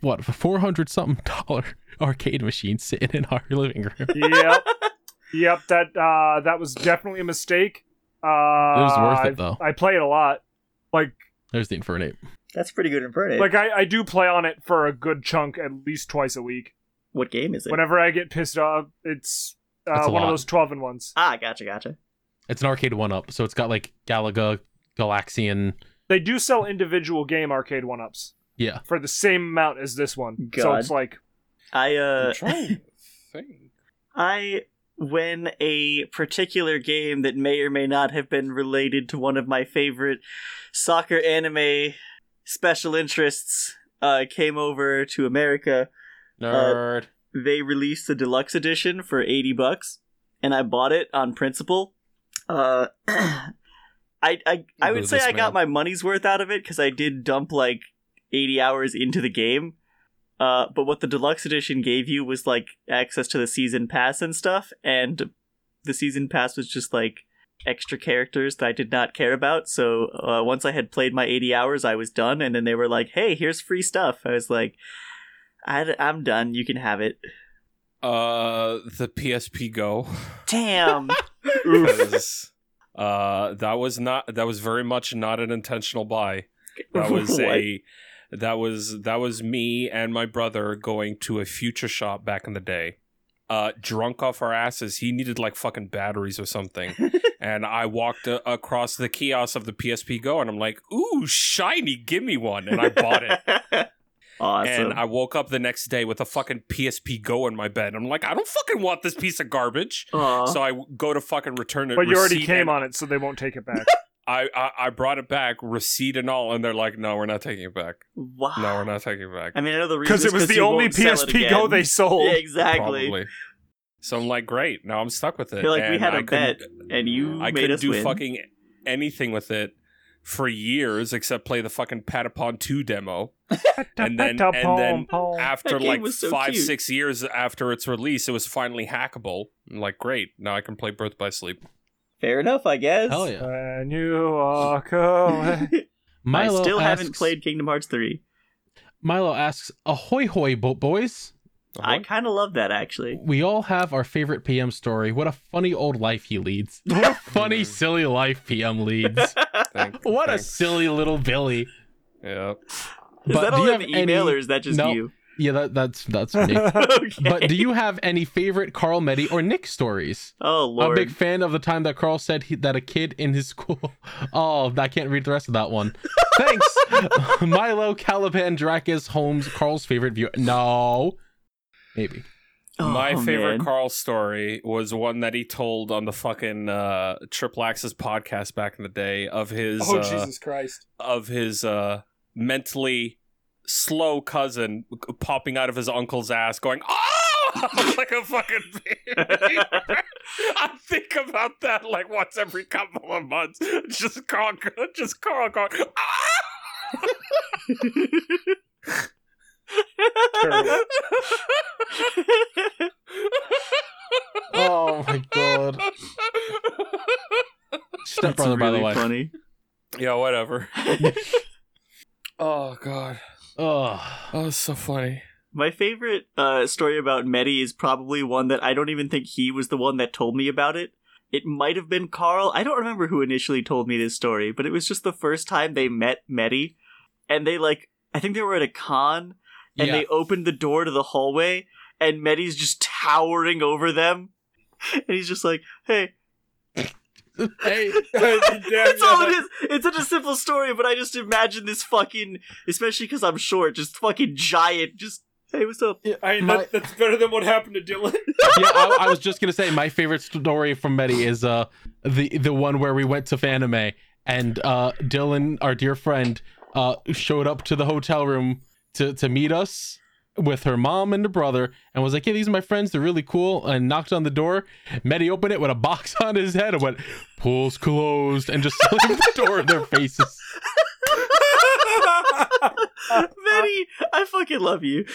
what, 400 something dollar arcade machine sitting in our living room.
yep, yep. That uh, that was definitely a mistake. Uh, it was
worth it, though.
I play it a lot. Like,
There's the Infernape.
That's pretty good infernape.
like I, I do play on it for a good chunk, at least twice a week.
what game is it?
Whenever I get pissed off, it's uh,
That's a
one
lot.
of those twelve and ones.
Ah, gotcha, gotcha.
It's an arcade one up, so it's got like Galaga, Galaxian.
They do sell individual game arcade one ups
Yeah.
for the same amount as this one. So
God.
it's like
I
I'm
uh,
trying to think.
I when a particular game that may or may not have been related to one of my favorite soccer anime special interests uh, came over to America, uh,
Nerd.
they released the deluxe edition for 80 bucks and I bought it on principle. Uh I I, I would
Look at
say
this
I got
man.
my money's worth out of it cuz I did dump like 80 hours into the game. Uh but what the deluxe edition gave you was like access to the season pass and stuff and the season pass was just like extra characters that I did not care about. So uh, once I had played my 80 hours, I was done. And then they were like, hey, here's free stuff. I was like, I, am done. You can have it.
Uh, the PSP Go.
Damn.
Because, uh, that was not. That was very much not an intentional buy. That was a. That was that was me and my brother going to a future shop back in the day. Uh, drunk off our asses, he needed like fucking batteries or something, and I walked uh, across the kiosk of the PSP Go, and I'm like, "Ooh, shiny, give me one!" And I bought it.
it. Awesome.
And I woke up the next day with a fucking PSP Go in my bed. I'm like, I don't fucking want this piece of garbage.
Aw.
So I w- go to fucking return it.
But you already
receipt
came
and
on it, so they won't take it back.
I, I I brought it back, receipt and all, and they're like, "No, we're not taking it back.
wow.
No, we're not taking it back."
I mean, I know the reason
Because
is
it was the
you
only
won't sell it
PSP Go
again.
they sold.
Yeah, exactly.
Probably. So I'm like, "Great, now I'm stuck with it."
Feel like we
And
had a
I couldn't-
bet, and you
I
made
couldn't
us
do
win.
fucking anything with it for years except play the fucking Patapon 2 demo. and then, and then
Patapon.
after
That game
like
was so
five,
cute.
six years after its release, it was finally hackable. I'm like, great, now I can play Birth by Sleep.
Fair enough, I guess.
Hell yeah.
When you walk away.
I
Milo
still haven't
asks-
played Kingdom Hearts 3.
Milo asks, "Ahoy, hoy, bo- boys! Uh-huh.
I kind of love that, actually.
We all have our favorite PM story. What a funny old life he leads. What a funny, silly life PM leads.
Thank-
What a
thanks.
silly little Billy."
Yeah.
Is
But
that
do
all
you
in
have
the email,
any-
or is that just
No.
you?
Yeah, that, that's that's me.
okay.
but do you have any favorite Carl Meddy or Nick stories?
Oh
I'm a
lord.
big fan of the time that Carl said he, that a kid in his school. Oh, I can't read the rest of that one. Thanks, Milo, Caliban, Dracus, Holmes, Carl's favorite viewer. No, maybe
Oh,
My favorite
man.
Carl story was one that he told on the fucking uh, Triple Axis podcast back in the day of his
Oh
uh,
Jesus Christ!
of his uh, mentally slow cousin popping out of his uncle's ass, going oh like a fucking baby. I think about that like once every couple of months. Just Carl, just Carl going "Ah!"
Terrible.
Oh my god.
That's
Stepbrother, by the
really
way.
funny.
yeah, whatever. oh god,
Oh,
that was so funny.
My favorite uh, story about Medi is probably one that I don't even think he was the one that told me about it. It might have been Carl. I don't remember who initially told me this story, but it was just the first time they met Medi, and they like I think they were at a con, and
yeah.
they opened the door to the hallway, and Medi's just towering over them, and he's just like, "Hey,
hey,
That's all it is. It's such a simple story, but I just imagine this fucking, especially because I'm short, just fucking giant. Just hey, what's up?
I mean,
My-
that, that's better than what happened to Dylan.
yeah, I, I was just gonna say my favorite story from Medi is uh the the one where we went to Fanime and uh Dylan, our dear friend, uh showed up to the hotel room to to meet us with her mom and her brother and was like, Yeah, these are my friends, they're really cool, and knocked on the door. Medi opened it with a box on his head and went, Pools closed and just slammed the door in their faces.
Manny, I fucking love you.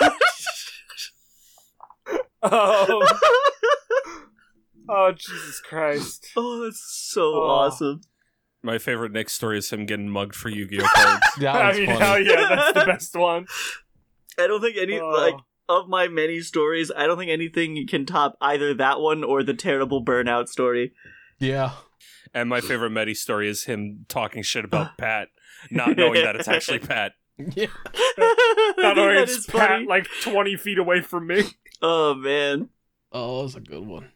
Um, oh Jesus Christ!
Oh, that's so
Oh.
awesome.
My favorite Nick story is him getting mugged for Yu-Gi-Oh cards.
That
I
was
mean,
funny.
hell yeah, that's the best one.
I don't think any
Oh.
like of my many stories, I don't think anything can top either that one or the terrible burnout story.
yeah.
and my favorite Medi story is him talking shit about Pat, not knowing that it's actually Pat.
Yeah.
Not only
That
it's
is
Pat
funny.
like twenty feet away from me.
Oh man.
Oh, that was a good one.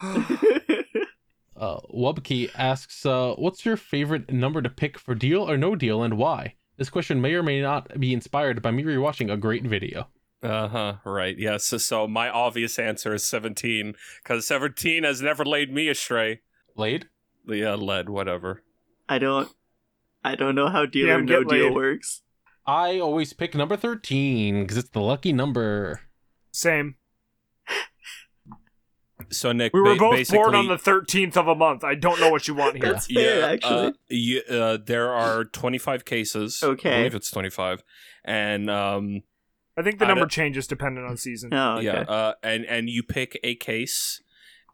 Uh, Wubkey asks, uh, "What's your favorite number to pick for deal or no deal, and why?" This question may or may not be inspired by me rewatching a great video.
Uh huh. Right. Yes. so, so my obvious answer is seventeen because seventeen has never laid me astray.
Blade,
Yeah, lead, whatever.
I don't I don't know how deal
Yeah,
or
I'm
no
getting
deal
laid.
works.
I always pick number thirteen because it's the lucky number.
Same.
So Nick,
We were
ba-
both
basically,
born on the thirteenth of a month. I don't know what you want here.
That's fair,
Yeah,
actually.
uh, you, uh, there are twenty-five cases.
Okay.
I believe it's twenty-five, and um,
I think the
I
number
don't-
changes dependent on season.
oh, okay.
yeah, uh, and and you pick a case,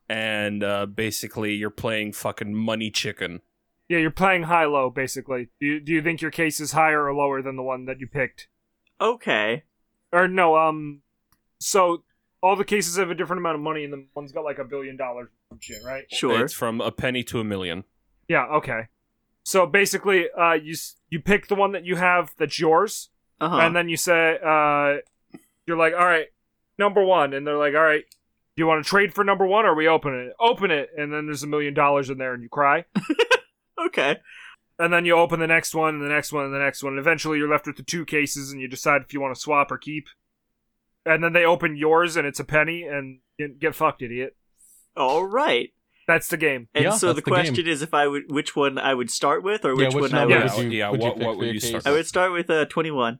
and uh, basically you're playing fucking money chicken.
Yeah, you're playing high low basically. Do you, do you think your case is higher or lower than the one that you picked?
Okay.
Or no, um, so all the cases have a different amount of money, and the one's got like a billion dollars, and shit, right?
Sure.
It's from a penny to a million.
Yeah. Okay. So basically, uh, you s- you pick the one that you have that's yours,
Uh-huh.
and then you say, uh, you're like, all right, number one, and they're like, all right, do you want to trade for number one, or we open it? Open it, and then there's a million dollars in there, and you cry,
okay.
and then you open the next one, and the next one, and the next one, and eventually you're left with the two cases, and you decide if you want to swap or keep, and then they open yours, and it's a penny, and you get fucked, idiot.
All right.
That's the game.
And
Yeah,
so the
that's the game.
question is if I would which one I would start with or
Yeah,
which,
which
one I
number
would
Yeah.
would you,
Yeah,
would
what-
you pick
what
for
would
your
you start
case?
I would start with uh 21.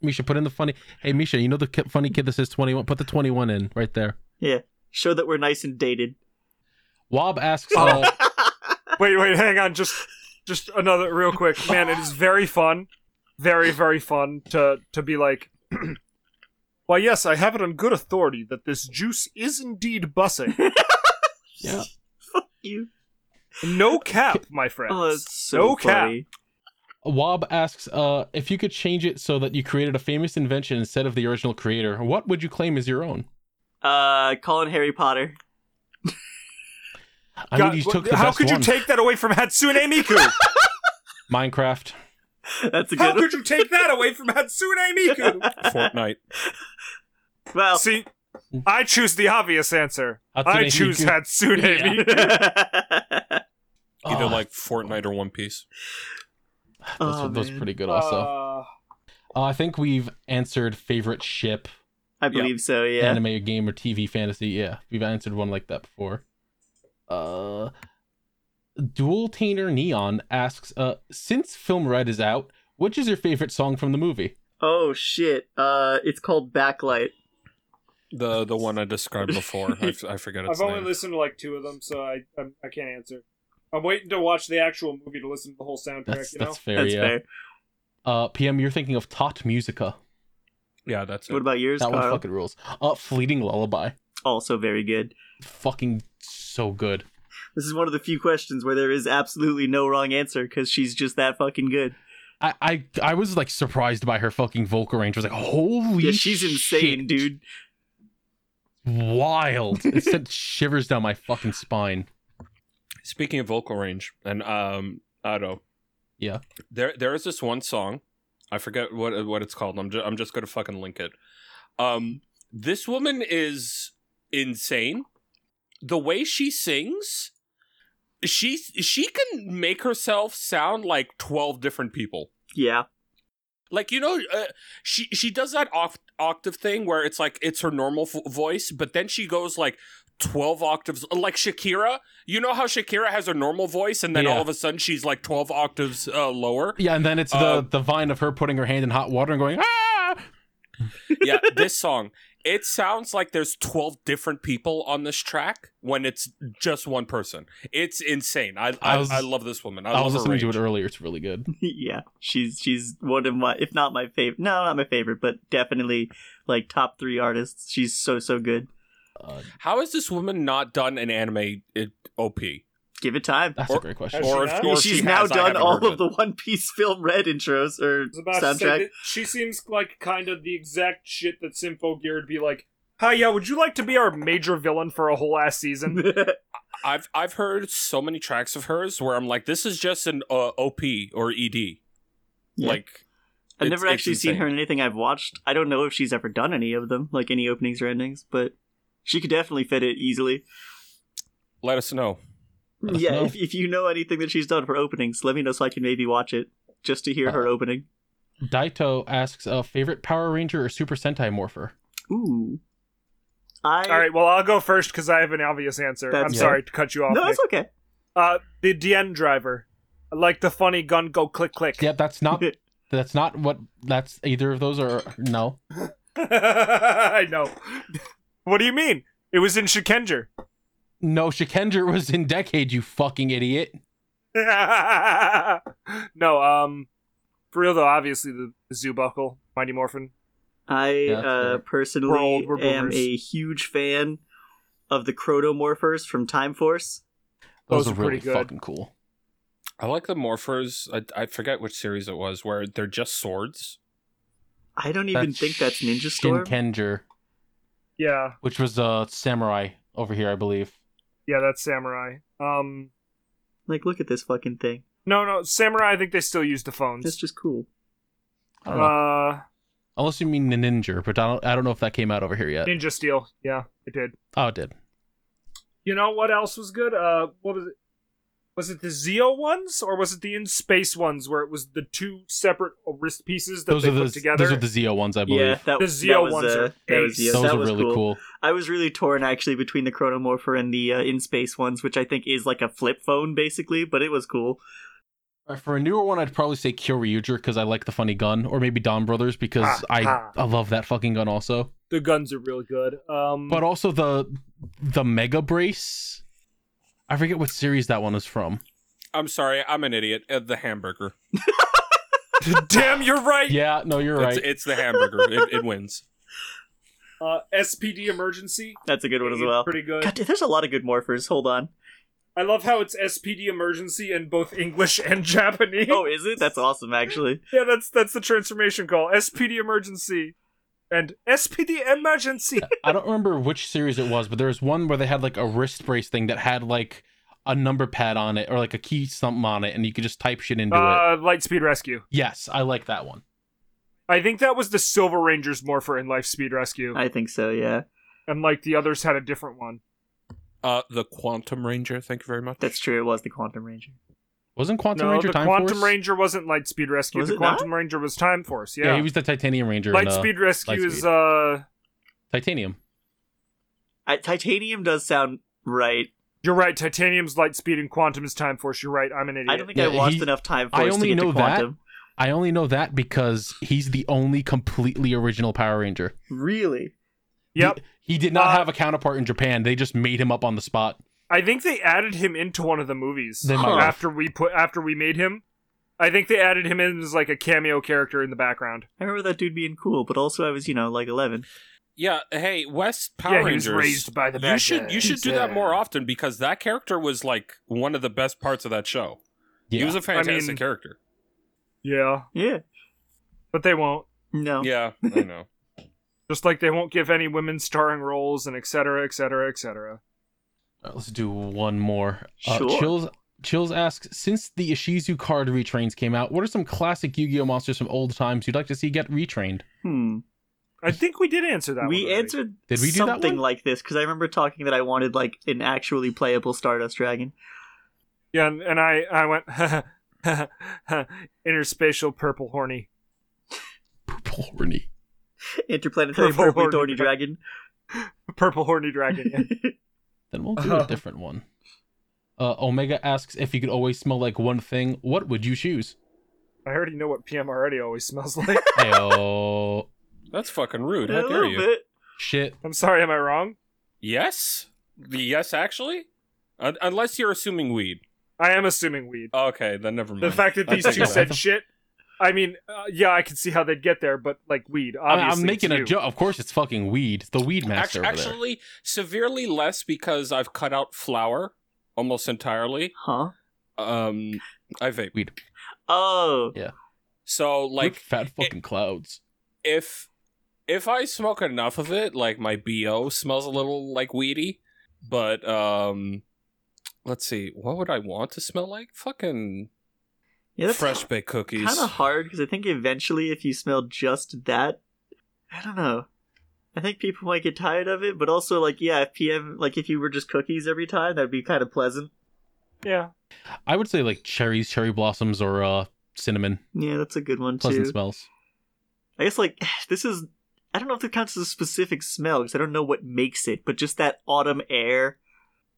Misha, put in the funny. Hey, Misha, you know the ki- funny kid that says twenty-one. Put the twenty-one in right there.
Yeah. Show that we're nice and dated.
Wob asks, uh,
wait, wait, hang on, just just another real quick. Man, it is very fun. Very, very fun to to be like Well, yes, I have it on good authority that this juice is indeed bussing.
yeah.
you.
No cap, my friend.
Oh, that's so
No cap.
funny.
Wob asks, uh, if you could change it so that you created a famous invention instead of the original creator, what would you claim is your own?"
Uh Colin Harry Potter.
I
God,
mean, you
wh-
took the
how
best
could you
one.
take that away from Hatsune Miku?
Minecraft?
That's a
how
good one.
could you take that away from Hatsune Miku?
Fortnite.
Well,
See, I choose the obvious answer. I
Hatsune
choose
Miku.
Hatsune Miku.
Either
Oh,
like Fortnite or One Piece.
Those,
Oh,
those
man.
Uh,
Oh.
pretty good also. Uh, I think we've answered favorite ship.
I believe so. Yeah.
anime or game or TV fantasy. Yeah, we've answered one like that before. Uh, Dual Tainer Neon asks, uh, since Film Red is out, which is your favorite song from the movie?
Oh shit. Uh, it's called Backlight.
The the one I described before. I, f- I forget its
I've only
name.
listened to like two of them, so I I'm, I can't answer. I'm waiting to watch the actual movie to listen to the whole soundtrack.
That's
you know,
that's fair.
That's
yeah.
fair.
Uh, PM, you're thinking of Tot Musica.
yeah, that's it.
What about yours,
That one
Carl?
fucking rules. Uh, Fleeting Lullaby,
Also very good.
fucking so good.
This is one of the few questions where there is absolutely no wrong answer because she's just that fucking good.
I, I I was like surprised by her fucking vocal range. I was like, holy,
Yeah, she's insane,
shit.
dude.
Wild. it sent shivers down my fucking spine.
Speaking of vocal range and um Otto.
Yeah.
There there is this one song. I forget what what it's called. I'm just I'm just gonna fucking link it. Um this woman is insane. The way she sings, she she can make herself sound like twelve different people.
Yeah.
Like you know, uh, she she does that off octave thing where it's like it's her normal f- voice, but then she goes like twelve octaves, like Shakira. You know how Shakira has her normal voice, and then
Yeah.
all of a sudden she's like twelve octaves uh, lower.
Yeah, and then it's
Uh,
the the vine of her putting her hand in hot water and going ah.
yeah, this song it sounds like there's twelve different people on this track when it's just one person. It's insane. I I,
I was-
I love this woman. I,
I,
love
was
her
listening to it
range.
earlier. It's really good.
yeah, she's she's one of my, if not my favorite, no, not my favorite, but definitely like top three artists. She's so so good.
Uh,
How has this woman not done an anime it, op?
Give it time.
that's a
Or-
great question.
Has she
Or if,
not?
or if
she's
she
now
has, I
done
haven't
all
heard
of
it.
the One Piece film red intros or
I was about to say
soundtrack.
that she seems like kind of the exact shit that Simpo Gear would be like. Hi, yeah, would you like to be our major villain for a whole ass season?
I've I've heard so many tracks of hers where I'm like, this is just an uh, OP or ED.
Yeah.
Like,
I've
it's-
never
it's
actually seen
insane.
her in anything I've watched. I don't know if she's ever done any of them, like any openings or endings, but she could definitely fit it easily.
Let us know.
Let us
yeah,
know.
if, if you know anything that she's done for openings, let me know so I can maybe watch it just to hear
Uh-huh.
her
Uh,
opening.
Daito asks, uh, favorite Power Ranger or Super Sentai morpher?
Ooh, I
All right, well, I'll go first because I have an obvious answer.
That's
I'm
fine.
sorry to cut you off.
no,
Nick.
it's okay.
Uh, the DN driver. I like the funny gun go click click.
Yeah, that's not that's not what that's either of those are. No,
I know. What do you mean? It was in Shikenger.
no, Shikenger was in Decade. You fucking idiot.
no, um, for real though, obviously the, the Zoobuckle, Mighty Morphin.
I
Yeah, that's
uh,
fair.
personally
We're old, we're
am
boomers.
a huge fan of the Crotomorphers from Time Force.
Those,
Those
are
are
really
pretty good.
fucking cool.
I like the Morphers. I, I forget which series it was where they're just swords.
I don't even think that's Ninja Storm.
Shinkenger,
Yeah,
which was uh, samurai over here, I believe.
yeah, that's Samurai. Um,
Like, look at this fucking thing.
no, no, Samurai. I think they still use the
That's
phones.
just cool.
I don't know.
Uh,
Unless you mean Ninja, but I don't, I don't know if that came out over here yet.
Ninja Steel. Yeah, it did.
Oh, it did.
You know what else was good? Uh, what was it? Was it the Zeo ones or was it the in space ones where it was the two separate wrist pieces that
Those
they
are, the,
put together?
those are the Zeo ones, I believe.
Yeah, that,
The
that
Zeo
was
ones
uh,
are
that was,
ace.
yeah,
those
that
are
was
really cool.
I was really torn actually between the Chronomorpher and the uh, in space ones, which I think is like a flip phone basically, but it was cool.
Uh, For a newer one, I'd probably say Kyoryuger because I like the funny gun, or maybe Don Brothers because
Ah,
I,
ah.
I love that fucking gun also.
the guns are real good. Um,
But also the the Mega Brace. I forget what series that one is from.
I'm sorry, I'm an idiot. Uh, the hamburger.
damn, you're right.
Yeah, no, you're
It's,
right.
it's the hamburger. it, it wins.
Uh, SPD emergency.
That's a good one as well.
Pretty good.
God, there's a lot of good morphers. Hold on.
I love how it's SPD emergency in both English and Japanese.
Oh, is it? That's awesome, actually.
yeah, that's that's the transformation call. SPD emergency and SPD emergency.
I don't remember which series it was, but there was one where they had like a wrist brace thing that had like a number pad on it or like a key something on it, and you could just type shit into it.
Uh, Lightspeed Rescue.
Yes, I like that one.
I think that was the Silver Rangers morpher in Lifespeed Rescue,
I think so. Yeah,
and like the others had a different one.
Uh, the Quantum Ranger. Thank you very much.
that's true. It was the Quantum Ranger.
Wasn't Quantum
no,
Ranger
the
Time
Quantum
Force?
Ranger wasn't Lightspeed Rescue.
Was
the
it not?
Quantum Ranger was Time Force.
yeah.
Yeah,
he was the Titanium Ranger. in, uh,
Lightspeed Rescue is
Lightspeed.
uh,
Titanium.
I, titanium does sound right.
You're right. Titanium's light speed and quantum is time force. You're right. I'm an idiot.
I don't think I
Yeah,
watched
he-
enough Time
I
Force
only
to get
know
to
that.
Quantum.
I only know that because he's the only completely original Power Ranger.
Really?
yep.
He, he did not
Uh,
have a counterpart in Japan. They just made him up on the spot.
I think they added him into one of the movies
They might have.
after we put after we made him. I think they added him in as like a cameo character in the background.
I remember that dude being cool, but also I was, you know, like 11.
Yeah, hey, West Power
Yeah, he was
Rangers.
raised by the
you
bad
should you
guys,
should do that
yeah.
more often because that character was like one of the best parts of that show. He was a fantastic
mean-
character.
Yeah,
Yeah.
but they won't.
No.
Yeah, I know.
Just like they won't give any women starring roles and et cetera, et cetera, et cetera.
All right, Uh, let's do one more. Uh,
Sure.
Chills Chills asks, since the Ishizu card retrains came out, what are some classic Yu-Gi-Oh monsters from old times you'd like to see get retrained?
Hmm.
I think we did answer that.
we
one already.
answered
Did we do that
something
one?
like this because I remember talking that I wanted like an actually playable Stardust Dragon.
Yeah, and, and I I went interspatial purple horny.
Purple
Interplanetary
Purple
Purple
Horny
Thorny
Dra-
Dragon.
Purple horny dragon. yeah.
Then we'll do
Uh-huh.
a different one. Uh, Omega asks if you could always smell like one thing, what would you choose?
I already know what PM already always smells like.
oh
That's fucking rude.
a
How dare
little
you?
bit.
shit!
I'm sorry, am I wrong?
Yes? Yes, actually? Un- unless you're assuming weed.
I am assuming weed.
Oh,
Okay, then never mind.
The fact that
I
these
take
two
it
said
back.
shit. I mean, uh, yeah, I can see how they'd get there, but like weed,
I
obviously.
am making
it's
a
you.
joke. Of course, it's fucking weed. It's the weed master
Actu-
over there.
actually, severely less because I've cut out flour almost entirely.
Huh?
Um, I vape.
Weed.
Oh.
So,
Like
like,
fat fucking clouds.
if if I smoke enough of it, like my BO smells a little like weedy, but um let's see, what would I want to smell like? Fucking
Yeah, that's
fresh baked cookies.
kind of hard because I think eventually if you smell just that, I don't know. I think people might get tired of it, but also like yeah, if PM like if you were just cookies every time, that'd be kind of pleasant.
Yeah.
I would say like cherries, cherry blossoms, or uh, cinnamon.
Yeah, that's a good one too.
Pleasant smells.
I guess like this is I don't know if it counts as a specific smell because I don't know what makes it, but just that autumn air.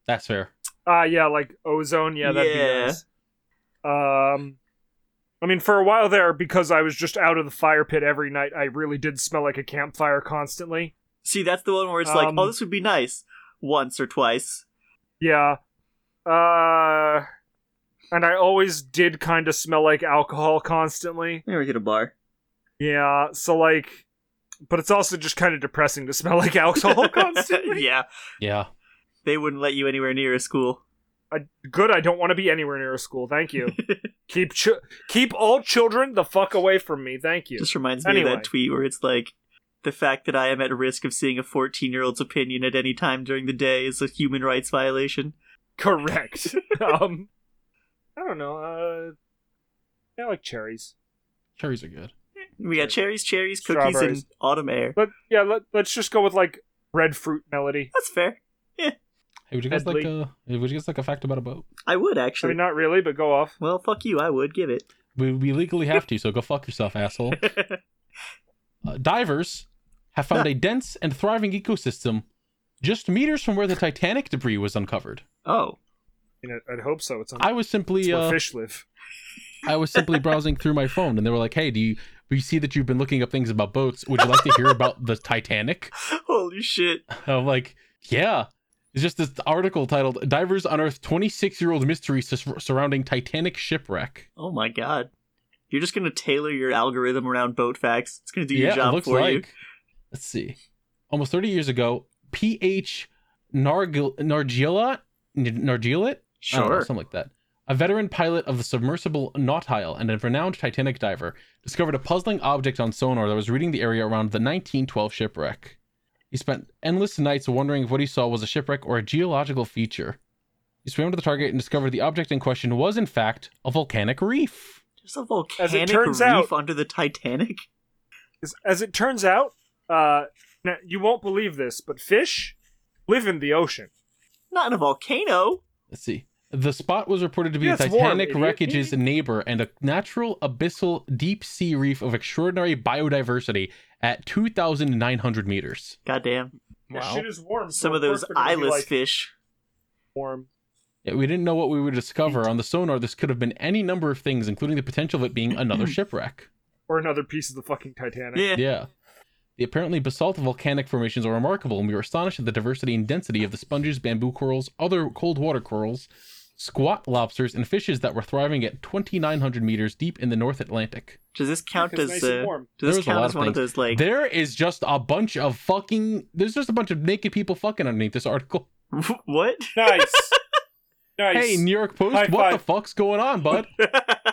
That's fair.
Ah, yeah, like ozone. Yeah, that'd
Yeah.
be nice. Um, I mean, for a while there, because I was just out of the fire pit every night, I really did smell like a campfire constantly.
See, that's the one where it's like,
Um,
oh, this would be nice once or twice.
Yeah. Uh, and I always did kind of smell like alcohol constantly.
Never hit a bar.
Yeah. So like, but it's also just kind of depressing to smell like alcohol constantly.
yeah,
Yeah.
they wouldn't let you anywhere near a school.
Good. I don't want to be anywhere near a school. Thank you. keep ch- keep all children the fuck away from me. Thank you.
Just reminds me of
Anyway.
that tweet where it's like, the fact that I am at risk of seeing a 14 year old's opinion at any time during the day is a human rights violation.
Correct. um, I don't know. Uh, yeah, I like cherries.
Cherries are good.
We got cherries, cherries, cookies, and
Strawberries.
autumn air.
But yeah, let, let's just go with like breadfruit melody.
That's fair.
Hey, would you guys like
Headley.
a? Would you guys like a fact about a boat?
I would
I
actually.
mean, not really, but go off.
well, fuck you. I would give it.
We, we legally have to, so go fuck yourself, asshole. Uh, divers have found a dense and thriving ecosystem just meters from where the Titanic debris was uncovered.
oh,
You know, I'd hope so. It's on
I was
it's
simply
where
uh,
fish live.
I was simply browsing through my phone, and they were like, "Hey, do you we see that you've been looking up things about boats? Would you like to hear about the Titanic?"
holy shit.
I'm like, "Yeah." It's just this article titled "Divers Unearth 26-Year-Old Mystery Sus- Surrounding Titanic Shipwreck."
Oh my god. You're just gonna tailor your algorithm around boat facts. It's gonna do your
yeah, it
job
looks
for
like.
you.
Let's see. Almost 30 years ago, P.H. Nargil- Nargila, N- Nargilet I don't know,
Sure.
something like that. A veteran pilot of the submersible Nautile and a renowned Titanic diver discovered a puzzling object on sonar that was reading the area around the 1912 shipwreck. He spent endless nights wondering if what he saw was a shipwreck or a geological feature. He swam to the target and discovered the object in question was, in fact, a volcanic reef.
There's a volcanic
turns
reef
out-
under the Titanic.
As, as it turns out, uh, now, you won't believe this, but fish live in the ocean.
Not in a volcano.
Let's see. The spot was reported to be
Yeah,
the
it's warm,
Titanic
idiot.
wreckage's neighbor and a natural abyssal deep sea reef of extraordinary biodiversity at 2,900 meters.
Goddamn.
This shit is warm. so
Some of those
course they're gonna be,
eyeless
like,
fish.
Warm.
Yeah, we didn't know what we would discover on the sonar. This could have been any number of things, including the potential of it being another shipwreck.
Or another piece of the fucking Titanic.
Yeah.
Yeah. The apparently basalt volcanic formations are remarkable, and we were astonished at the diversity and density of the sponges, bamboo corals, other cold water corals, squat lobsters, and fishes that were thriving at 2,900 meters deep in the North Atlantic.
Does this count
It's
as
nice
uh,
and warm.
There
does this
was a
count
lot
as
of
one of
things.
those like
There is just a bunch of fucking. There's just a bunch of naked people fucking underneath this article.
what?
Nice. nice.
Hey, New York Post,
High
what the
five.
fuck's going on, bud?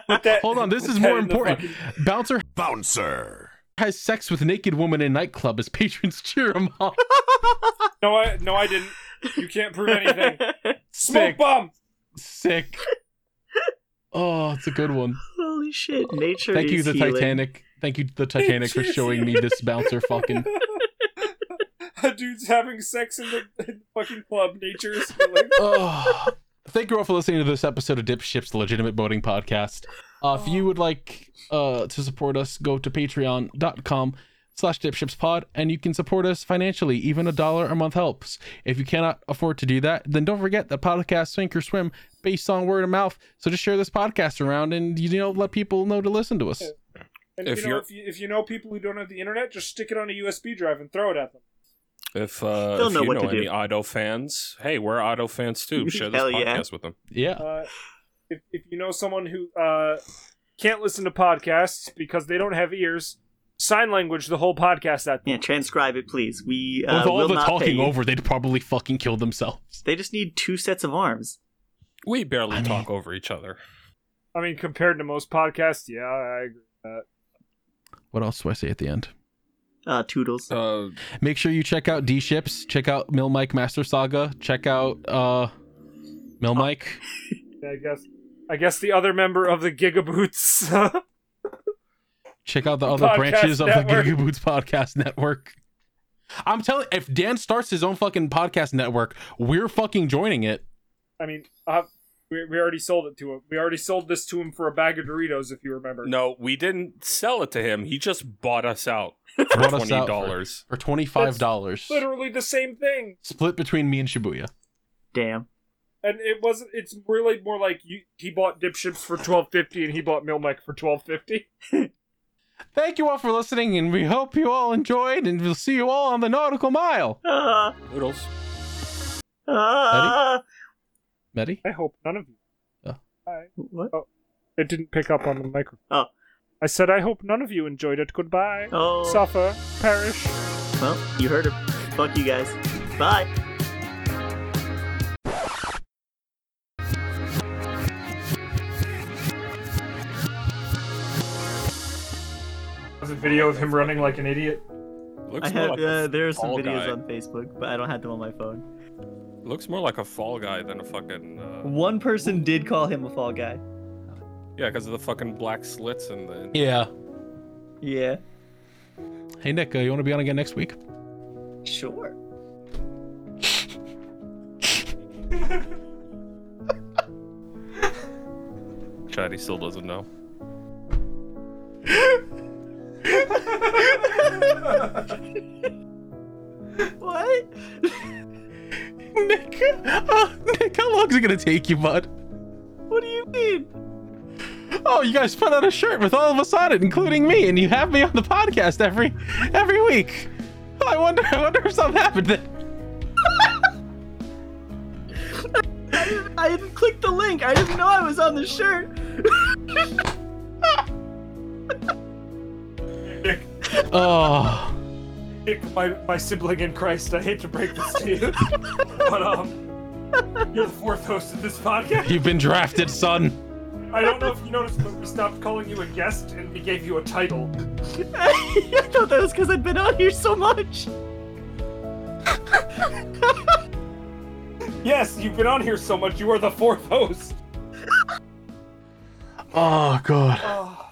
Put that-
Hold on, this
put
is
that
more
in the
important.
fucking-
Bouncer
Bouncer.
has sex with naked woman in nightclub as patrons cheer him on.
No, I no, I didn't. You can't prove anything. Smoke
Sick.
bomb.
Sick. Oh, it's a good one.
Holy shit! Nature.
Thank you,
is
the
healing.
Titanic. Thank you, the Titanic, for showing me this bouncer fucking.
A dude's having sex in the, in the fucking club. Nature is healing.
Oh. Thank you all for listening to this episode of Dip Ship's Legitimate Boating Podcast. Uh, if you would like uh, to support us, go to patreon.com slash dipshipspod, and you can support us financially. Even a dollar a month helps. If you cannot afford to do that, then don't forget that podcast Sink or Swim based on word of mouth. So just share this podcast around and, you know, let people know to listen to us.
And you
If
know,
you're-
if you, if you know people who don't have the internet, just stick it on a USB drive and throw it at them.
If, uh,
They'll
if
know
you
what
know
to do.
any Otto fans, hey, we're Otto fans too. Share this
Hell
podcast
yeah.
with them.
Yeah.
Uh, if if you know someone who uh, can't listen to podcasts because they don't have ears, sign language the whole podcast at them.
Yeah, transcribe it, please. We uh,
With all
will
the
not pay
talking
you.
over, they'd probably fucking kill themselves.
They just need two sets of arms.
We barely
I mean-
talk over each other.
I mean, compared to most podcasts, yeah, I agree.
What else do I say at the end?
Uh, toodles.
Oh.
Uh,
Make sure you check out D Ships, check out Mill Mike Master Saga, check out uh Mill
Oh.
Mike.
I guess. I guess the other member of the Gigaboots.
Check out the other
Podcast
branches of
network.
the Giga Boots Podcast Network. I'm telling if Dan starts his own fucking podcast network, we're fucking joining it.
I mean, uh, we, we already sold it to him. We already sold this to him for a bag of Doritos, if you remember.
no, we didn't sell it to him. He just bought us out for
Bought us out
$20.
for twenty five dollars.
Literally the same thing,
Split between me and Shibuya.
Damn.
and it wasn't. It's really more like you, he bought dip ships for twelve fifty, and he bought Mill Mike for twelve fifty.
Thank you all for listening, and we hope you all enjoyed, and we'll see you all on the nautical mile.
Ah,
Noodles.
ah.
Medi?
I hope none of you.
Oh.
I,
What?
it didn't pick up on the microphone.
Oh.
I said, I hope none of you enjoyed it. Goodbye.
Oh.
Suffer. Perish.
Well, you heard him. Fuck you guys. Bye.
There's a video of him running like an idiot.
Looks
I
more
have
like
uh,
a
there are some
fall
videos
guy.
on Facebook, but I don't have them on my phone.
Looks more like a fall guy than a fucking. Uh,
One person did call him a fall guy.
yeah, because of the fucking black slits and the.
Yeah.
Yeah.
Hey Nick, uh, you want to be on again next week?
Sure.
Chad, he still doesn't know.
What?
Nick, uh, Nick, how long is it gonna take you, bud?
What do you mean?
Oh, you guys put out a shirt with all of us on it, including me, and you have me on the podcast every every week. I wonder, I wonder if something happened. Then.
I didn't, I didn't click the link. I didn't know I was on the shirt.
Oh.
Nick, my, my sibling in Christ, I hate to break this to you, but um, you're the fourth host of this podcast.
You've been drafted, son.
I don't know if you noticed, but we stopped calling you a guest and we gave you a title.
I thought that was because I'd been on here so much.
Yes, you've been on here so much, you are the fourth host.
Oh God.
Oh.